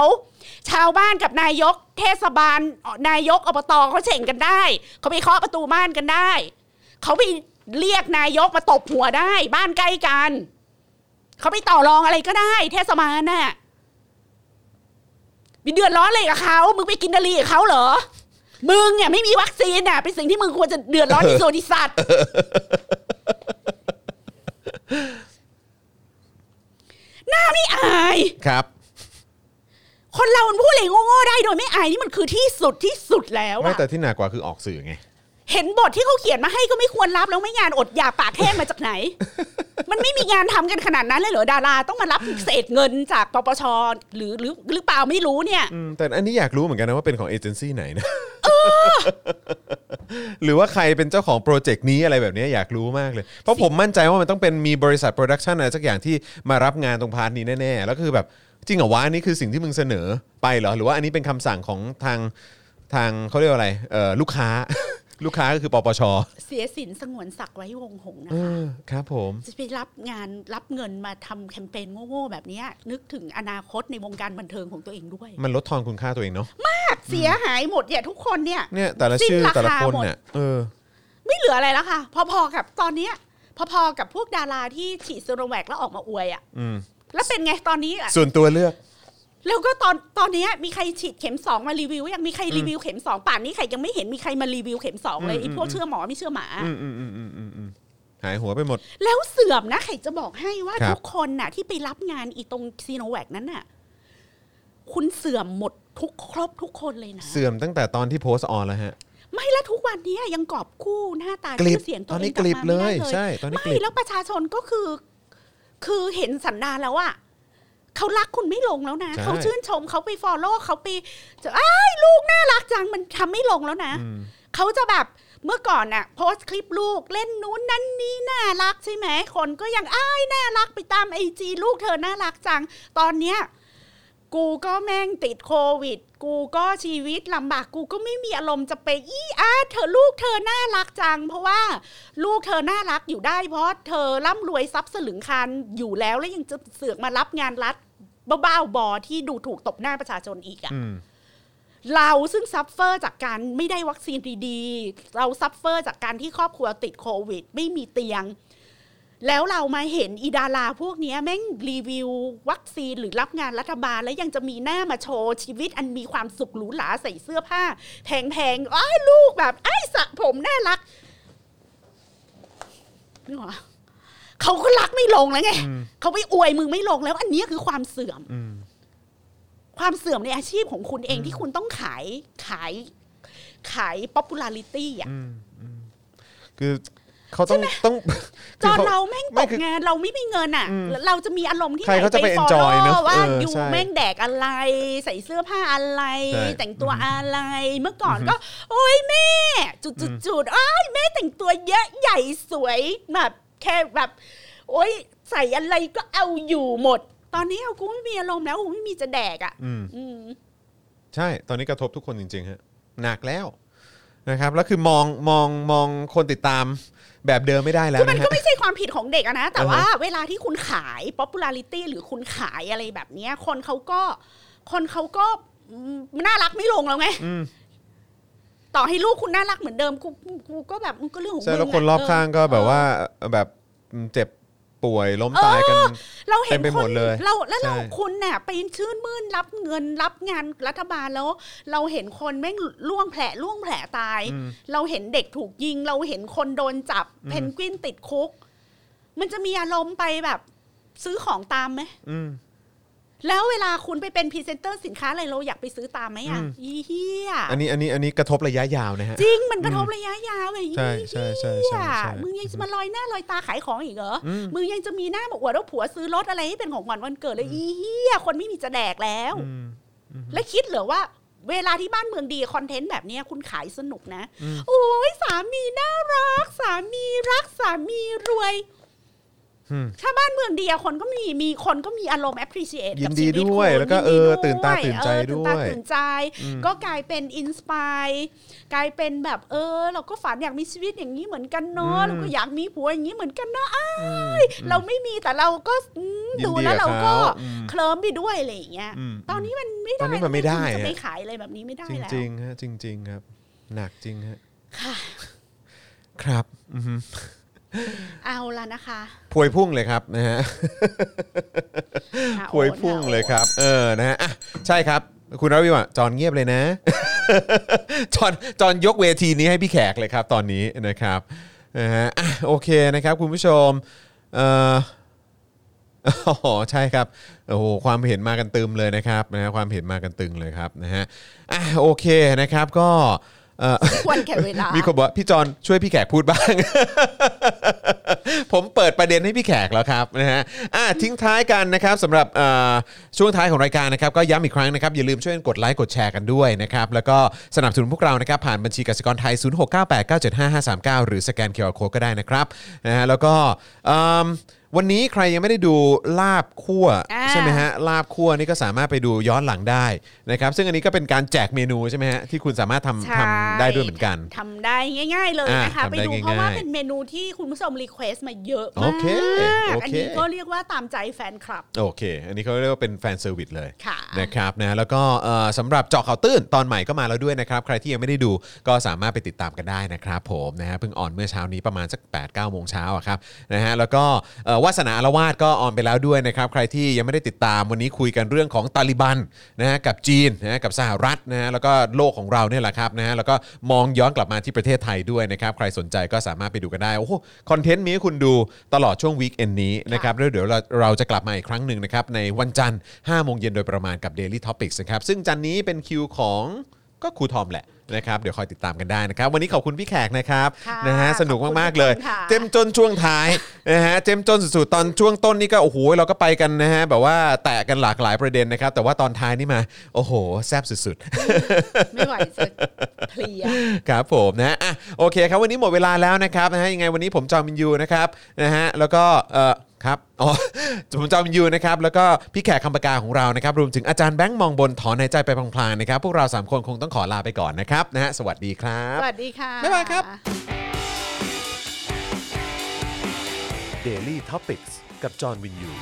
ชาวบ้านกับนายก เทศบาลนายกอบตเขาเฉ่งกันได้ เขาไปเคาะประตูบ้านกันได้ เขาไปเรียกนายกมาตบหัวได้ บ้านใกล้กัน เขาไปต่อรองอะไรก็ได้ เทศบาลน่ะ มีเดือดร้อนอะไรกับเขา มึงไปกินดาลีกับเขาเหรอ มึงเนี่ยไม่มีวัคซีนน่ะ เป็นสิ่งที่มึงควรจะเดือดร้อนที่สุดที่สั ตว์ หน้าไม่อาย
ครับ
คนเรามันพูดอะไรโง่ๆได้โดยไม่อายนี่มันคือที่สุดที่สุดแล้ว
ไม่
อะ
แต่ที่หนักกว่าคือออกสื่อไง
เห็นบทที่เขาเขียนมาให้ก็ไม่ควรรับแล้วไม่งานอดอยากปากแห้งมา จากไหน มันไม่มีงานทำกันขนาดนั้นเลยเหรอดาราต้องมารับเศษเงินจากปปชหรือหรือหรือเปล่าไม่รู้เนี่ย
อืมแต่อันนี้อยากรู้เหมือนกันนะว่าเป็นของเอเจนซี่ไหนนะ หรือว่าใครเป็นเจ้าของโปรเจกต์นี้อะไรแบบเนี้ยอยากรู้มากเลย เพราะผมมั่นใจว่ามันต้องเป็นมีบริษัทโปรดักชันอะไรสักอย่างที่มารับงานตรงพาร์ทนี้แน่ๆ แล้วคือแบบจริงเหรอวะอันนี้คือสิ่งที่มึงเสนอไปเหรอ หรือว่าอันนี้เป็นคำสั่งของทางทางเขาเรียกว่าอะไรเอ่อลูกค้า ลูกค้าก็คือปปช
เสียสินสงวนศักดิ์ไว้วงหงส์นะ
เอ
คะ
อครับผม
จะไปรับงานรับเงินมาทำแคมเปญโง่ๆแบบเนี้ยนึกถึงอนาคตในวงการบันเทิงของตัวเองด้วย
มันลดทอนคุณค่าตัวเองเนาะ
เสียหายหมดเนี่ยทุกคนเนี่ย
เนี่ยแต่ละชื่อ
สิ้นราคา
แต่ละคน
หมด
เนี่ยเออ
ไม่เหลืออะไรแล้วค่ะ พอๆกับตอนเนี้ยพอๆกับพวกดาราที่ฉีดซีโนแวคแล้วออกมาอวยอะ
อืม
แล้วเป็นไงตอนนี้อะ
ส่วนตัวเลือก
แล้วก็ตอนตอนเนี้ยมีใครฉีดเข็มสองมารีวิวยังมีใครรีวิวเข็มสองป่านนี้ใครยังไม่เห็นมีใครมารีวิวเข็มสองเลย
อืม
ไอ้พวกเชื่อหมอไม่เชื่อหมา
อืมอืมอืมอืมอืมอืมหายหัวไปหมด
แล้วเสื่อมนะไข่จะบอกให้ว่า
ครับ
ทุกคนน่ะ ที่ไปรับงานอีตรงซีโนแวคนั้นน่ะ คุณเสื่อมหมดทุกครบทุกคนเลยนะ
เสื่อมตั้งแต่ตอนที่โพสต์ออนแล้วฮะ
ไม่แล้วทุกวันนี้ยังกอบกู้หน้าตาก
ลิ
ชื่
บ
อเสียง
ต
ตั
อ
วน เอ
นี้
งก
ก
ลับ
ลิบ
มา
เล
ไม่ได้
ย
เลย
ใช่ ตอนนี้ก
ไม่
ลิบ
แล้วประชาชนก็คือ คือเห็นสันดานแล้วอะเขารักคุณไม่ลงแล้วนะเขาชื่นชมเขาไปฟอลโล่เขาไปจะอ้ายลูกน่ารักจังมันทำไม่ลงแล้วนะ
อืม
เขาจะแบบเมื่อก่อนน่ะโพสต์คลิปลูกเล่นนู้นนั่นนี่น่ารักใช่ไหมคนก็ยังอ้ายน่ารักไปตามไอจีลูกเธอน่ารักจัง ตอนเนี้ยกูก็แม่งติดโควิด กูก็ชีวิตลำบากกูก็ไม่มีอารมณ์จะไปอีอาเธอลูกเธอน่ารักจัง เพราะว่าลูกเธอน่ารักอยู่ได้เพราะเธอร่ำรวยทรัพย์สลึงคันอยู่แล้วแล้วยังจะเสือกมารับงานรัฐบ้าๆบอๆที่ดูถูกตบหน้าประชาชนอีกอะ
อืม
เราซึ่งซัฟเฟอร์จากการไม่ได้วัคซีนดีๆ เราซัฟเฟอร์จากการที่ครอบครัวติดโควิด ไม่มีเตียง แล้วเรามาเห็นอีดาราพวกเนี้ยแม่งรีวิววัคซีนหรือรับงานรัฐบาลแล้วยังจะมีหน้ามาโชว์ชีวิตอันมีความสุขหรูหราใส่เสื้อผ้า แพงๆอ้ายลูกแบบอ้ายสระผมน่ารักนี่หรอเขาก็รักไม่ลงแล้วไงเขาไม่อวยมึงไม่ลงแล้ว อันเนี้ยคือความเสื่อม
อืม
ความเสื่อมในอาชีพของคุณเองที่คุณต้องขายขายขาย popularity อ่ะ
อืมอืมคือเขาต้องต้อง
จอน
คือข
เราแม่ง
ไม่
ตก
คือง
านเราไม่มีเงินอ่ะ
อืม
เราจะมีอารมณ์ที่
ใครเขาจะไป enjoy เนอะ
ว่า
เออ
อยู่
ใช่
แม่งแดกอะไร ใส่เสื้อผ้าอะไร
ใช่
แต่งตัวอะไร เมื่อก่อน
อือฮึ
ก็ โอ้ยแม่ จุดจุดจุดอ้ายแม่แต่งตัวเยอะใหญ่สวยแบบแค่แบบ โอ้ยใส่อะไรก็เอาอยู่หมด ตอนนี้เอากูไม่มีอารมณ์แล้วกูไม่มีจะแดกอ่ะ
อืม
อืม
ใช่ ตอนนี้กระทบทุกคนจริงๆฮะหนักแล้วนะครับ แล้วคือมองมองมองคนติดตามแบบเดิมไม่ได้แล้ว
คือมัน
นะ
ก็
ฮะ
ไม่ใช่ความผิดของเด็ก อะนะ แต่
อ่าฮะ
ว่าเวลาที่คุณขาย popularity หรือคุณขายอะไรแบบเนี้ย คนเขาก็ คนเขาก็อืมน่ารักไม่ลงแล้วไง
อืม
ต่อให้ลูกคุณน่ารักเหมือนเดิมกูกูกูก็แบบมึงก็เรื่องของ
ใช่
มึง
แล้วคนรอบข้างก็แบบว่าแบบเจ็บป่วยล้มตายกัน
เราเห็น
เต็มไป
ค
หม
น
ดเลย
เราแล้วเรา
ใช่
คุณเนี่ยไปชื่นมื่นรับเงินรับงานรัฐบาลแล้ว เราเห็นคนแม่งล่วงแผลล่วงแผลตาย
อืม
เราเห็นเด็กถูกยิง เราเห็นคนโดนจับเพนกวินติดคุก มันจะมีอารมณ์ไปแบบซื้อของตามไหม
อืม
แล้วเวลาคุณไปเป็นพรีเซนเตอร์สินค้าอะไรเราอยากไปซื้อตามไหมอ่ะ
อืม
อีเฮีย
อันนี้อันนี้อันนี้กระทบระยะยาวนะฮะ
จริงมันกระทบระยะยาวเลยอี
ใช่
เฮี
ใช่ใช่ใช่
ย
ใช่
มึงยังจะมาลอยหน้าลอยตาขายของอีกเหรอ
อืม
มึงยังจะมีหน้าบอกว่าเราผัวซื้อรถอะไรให้เป็นของขวัญวันเกิดเลยอีเฮียคนไม่มีจะแดกแล้ว
อืม
และคิดเหรอว่า เวลาที่บ้านเมืองดีคอนเทนต์แบบเนี้ยคุณขายสนุกนะ
อืม
โอ้ยสามีน่ารัก สามีรักสามีรวย
อืม
ถ้าบ้านเมืองดีอะคนก็มีมีคนก็มีอารมณ์ appreciate
ยิ
กับ
น
ชี
ดี
วิตคุณ
ด้วยแล้วก็
ยิน
เอ
ดี
อ
ด้วย
ตื่นตาตื่นใจ
เออตื่นตา
ด้วย
ตื่นใจ
อืม
ก็กลายเป็นอินสปายกลายเป็นแบบเออ เราก็ฝันอยากมีชีวิตอย่างนี้เหมือนกันเนาะเราก็อยากมีผัวอย่างนี้เหมือนกันเนาะอ้ายเราไม่มีแต่เราก็อืม
ยิน
ดู
ดี
แล้ว
กั
เรา
บ
ก็
เขาอืม
เคลิ้มไปด้วยอะไรอย่างเงี้ย
อืม
ตอนนี้มันไม่ได้
ตอนนี้มันไม่ได้
คุณจะ
อะ
ไปขายอะไรแบบนี้ไม่ได้
จ
แล้ว
ริงๆฮะจริง ๆ ครับ หนักจริงฮะ
ค่ะ
ครับอือฮึ
เอาละนะคะ
พวยพุ่งเลยครับนะฮะ
อ่ะ
พวย
โอน
พุ่ง
อา
เลย
โอน
ครับ เออนะฮะอ่ะใช่ครับ คุณรัวิวะจอนเงียบเลยนะ จอนจอนยกเวทีนี้ให้พี่แขกเลยครับ ตอนนี้นะครับนะฮะอ่ะโอเคนะครับ คุณผู้ชมเอ่อ อ๋อใช่ครับโอ้โหความเห็นมากันตึมเลยนะครับนะฮะความเห็นมากันตึงเลยครับนะฮะอ่ะโอเคนะครับก็เอ่อ
ควรแก่เวลา
มีคนบอกว่าพี่จอนช่วยพี่แขกพูดบ้าง ผมเปิดประเด็นให้พี่แขกแล้วครับนะฮะอ่ะทิ้งท้ายกันนะครับสำหรับเอ่อช่วงท้ายของรายการนะครับก็ย้ำอีกครั้งนะครับอย่าลืมช่วยกดไลค์กดแชร์กันด้วยนะครับแล้วก็สนับสนุนพวกเรานะครับผ่านบัญชีกสิกรไทย 0698975539 หรือสแกน QR Code ก็ได้นะครับนะฮะแล้วก็เอิ่มวันนี้ใครยังไม่ได้ดูลาบคั่ว
อ่า
ใช่ไหมฮะลาบคั่วนี่ก็สามารถไปดูย้อนหลังได้นะครับซึ่งอันนี้ก็เป็นการแจกเมนูใช่ไหมฮะที่คุณสามารถทำ
ใช่
ทำได้ด้วยเหมือนกัน
ทำได้ง่าย ๆ เลยนะคะ
อ่ะ
ไป
ทำได้
ดูเพราะว่า
ง่ายๆ
เป็นเมนูที่คุณผู้ชมรีเควสต์มาเยอะ
โอ
มาก
เคโอเค
อันนี้ก็เรียกว่าตามใจแฟนคลับ
โอเค อันนี้เขาเรียกว่าเป็นแฟนเซอร์วิสเลย
ค่ะ
นะครับนะ แล้วก็เอ่อสำหรับเจาะข่าวตื้นตอนใหม่ก็มาแล้วด้วยนะครับ ใครที่ยังไม่ได้ดูก็สามารถไปติดตามกันได้นะครับผมนะฮะ เพิ่งออนเมื่อเช้านี้ประมาณสัก8ปดเก้าโมงเช้าอะครับนะฮะ แล้วก็เอ่อวาสนาอาละวาดก็ออนไปแล้วด้วยนะครับ ใครที่ยังไม่ได้ติดตามวันนี้คุยกันเรื่องของตาลิบันนะฮะกับจีนนะฮะกับสหรัฐนะฮะ แล้วก็โลกของเราเนี่ยแหละครับนะฮะ แล้วก็มองย้อนกลับมาที่ประเทศไทยด้วยนะครับ ใครสนใจก็สามารถไปดูกันได้ โอ้โห คอนเทนต์มีให้คุณดูตลอดช่วงวีคเอนนี้นะครับ นะครับแล้วเดี๋ยวเราเราจะกลับมาอีกครั้งหนึ่งนะครับ ในวันจันทร์5โมงเย็นโดยประมาณกับ Daily Topics นะครับ ซึ่งจันนี้เป็นคิวของก็ครูทอมแหละนะครับ เดี๋ยวคอยติดตามกันได้นะครับ วันนี้ขอบคุณพี่แขกนะครับ
ค่ะ
นะฮะสนุกมาก ๆ เลย
ขอบคุณค่ะ
เจ้มจนช่วงท้าย นะฮะเจ้มจนสุดๆตอนช่วงต้นนี่ก็โอ้โหเราก็ไปกันนะฮะแบบว่าแตะกันหลากหลายประเด็นนะครับ แต่ว่าตอนท้ายนี่มาโอ้โหแซ่บสุดๆ
ไม่ไหวจะเพลีย
ครับผมนะอ่ะโอเคครับวันนี้หมดเวลาแล้วนะครับนะฮะยังไงวันนี้ผมจอมินยูนะครับนะฮะแล้วก็เอ่อครับอ๋ อ ผมจอมินยูนะครับแล้วก็พี่แขกคำปากาของเรานะครับรวมถึงอาจารย์แบงค์มองบนถอนหายใจไปพลางๆนะครับพวกเราสามคนคงต้องขอลาไปก่อนนะครับนะฮะสวัสดีครับ
สวัสดีค่ะ
บ๊ายบายครับ
Daily t o p i c กกับจอห์นวินยู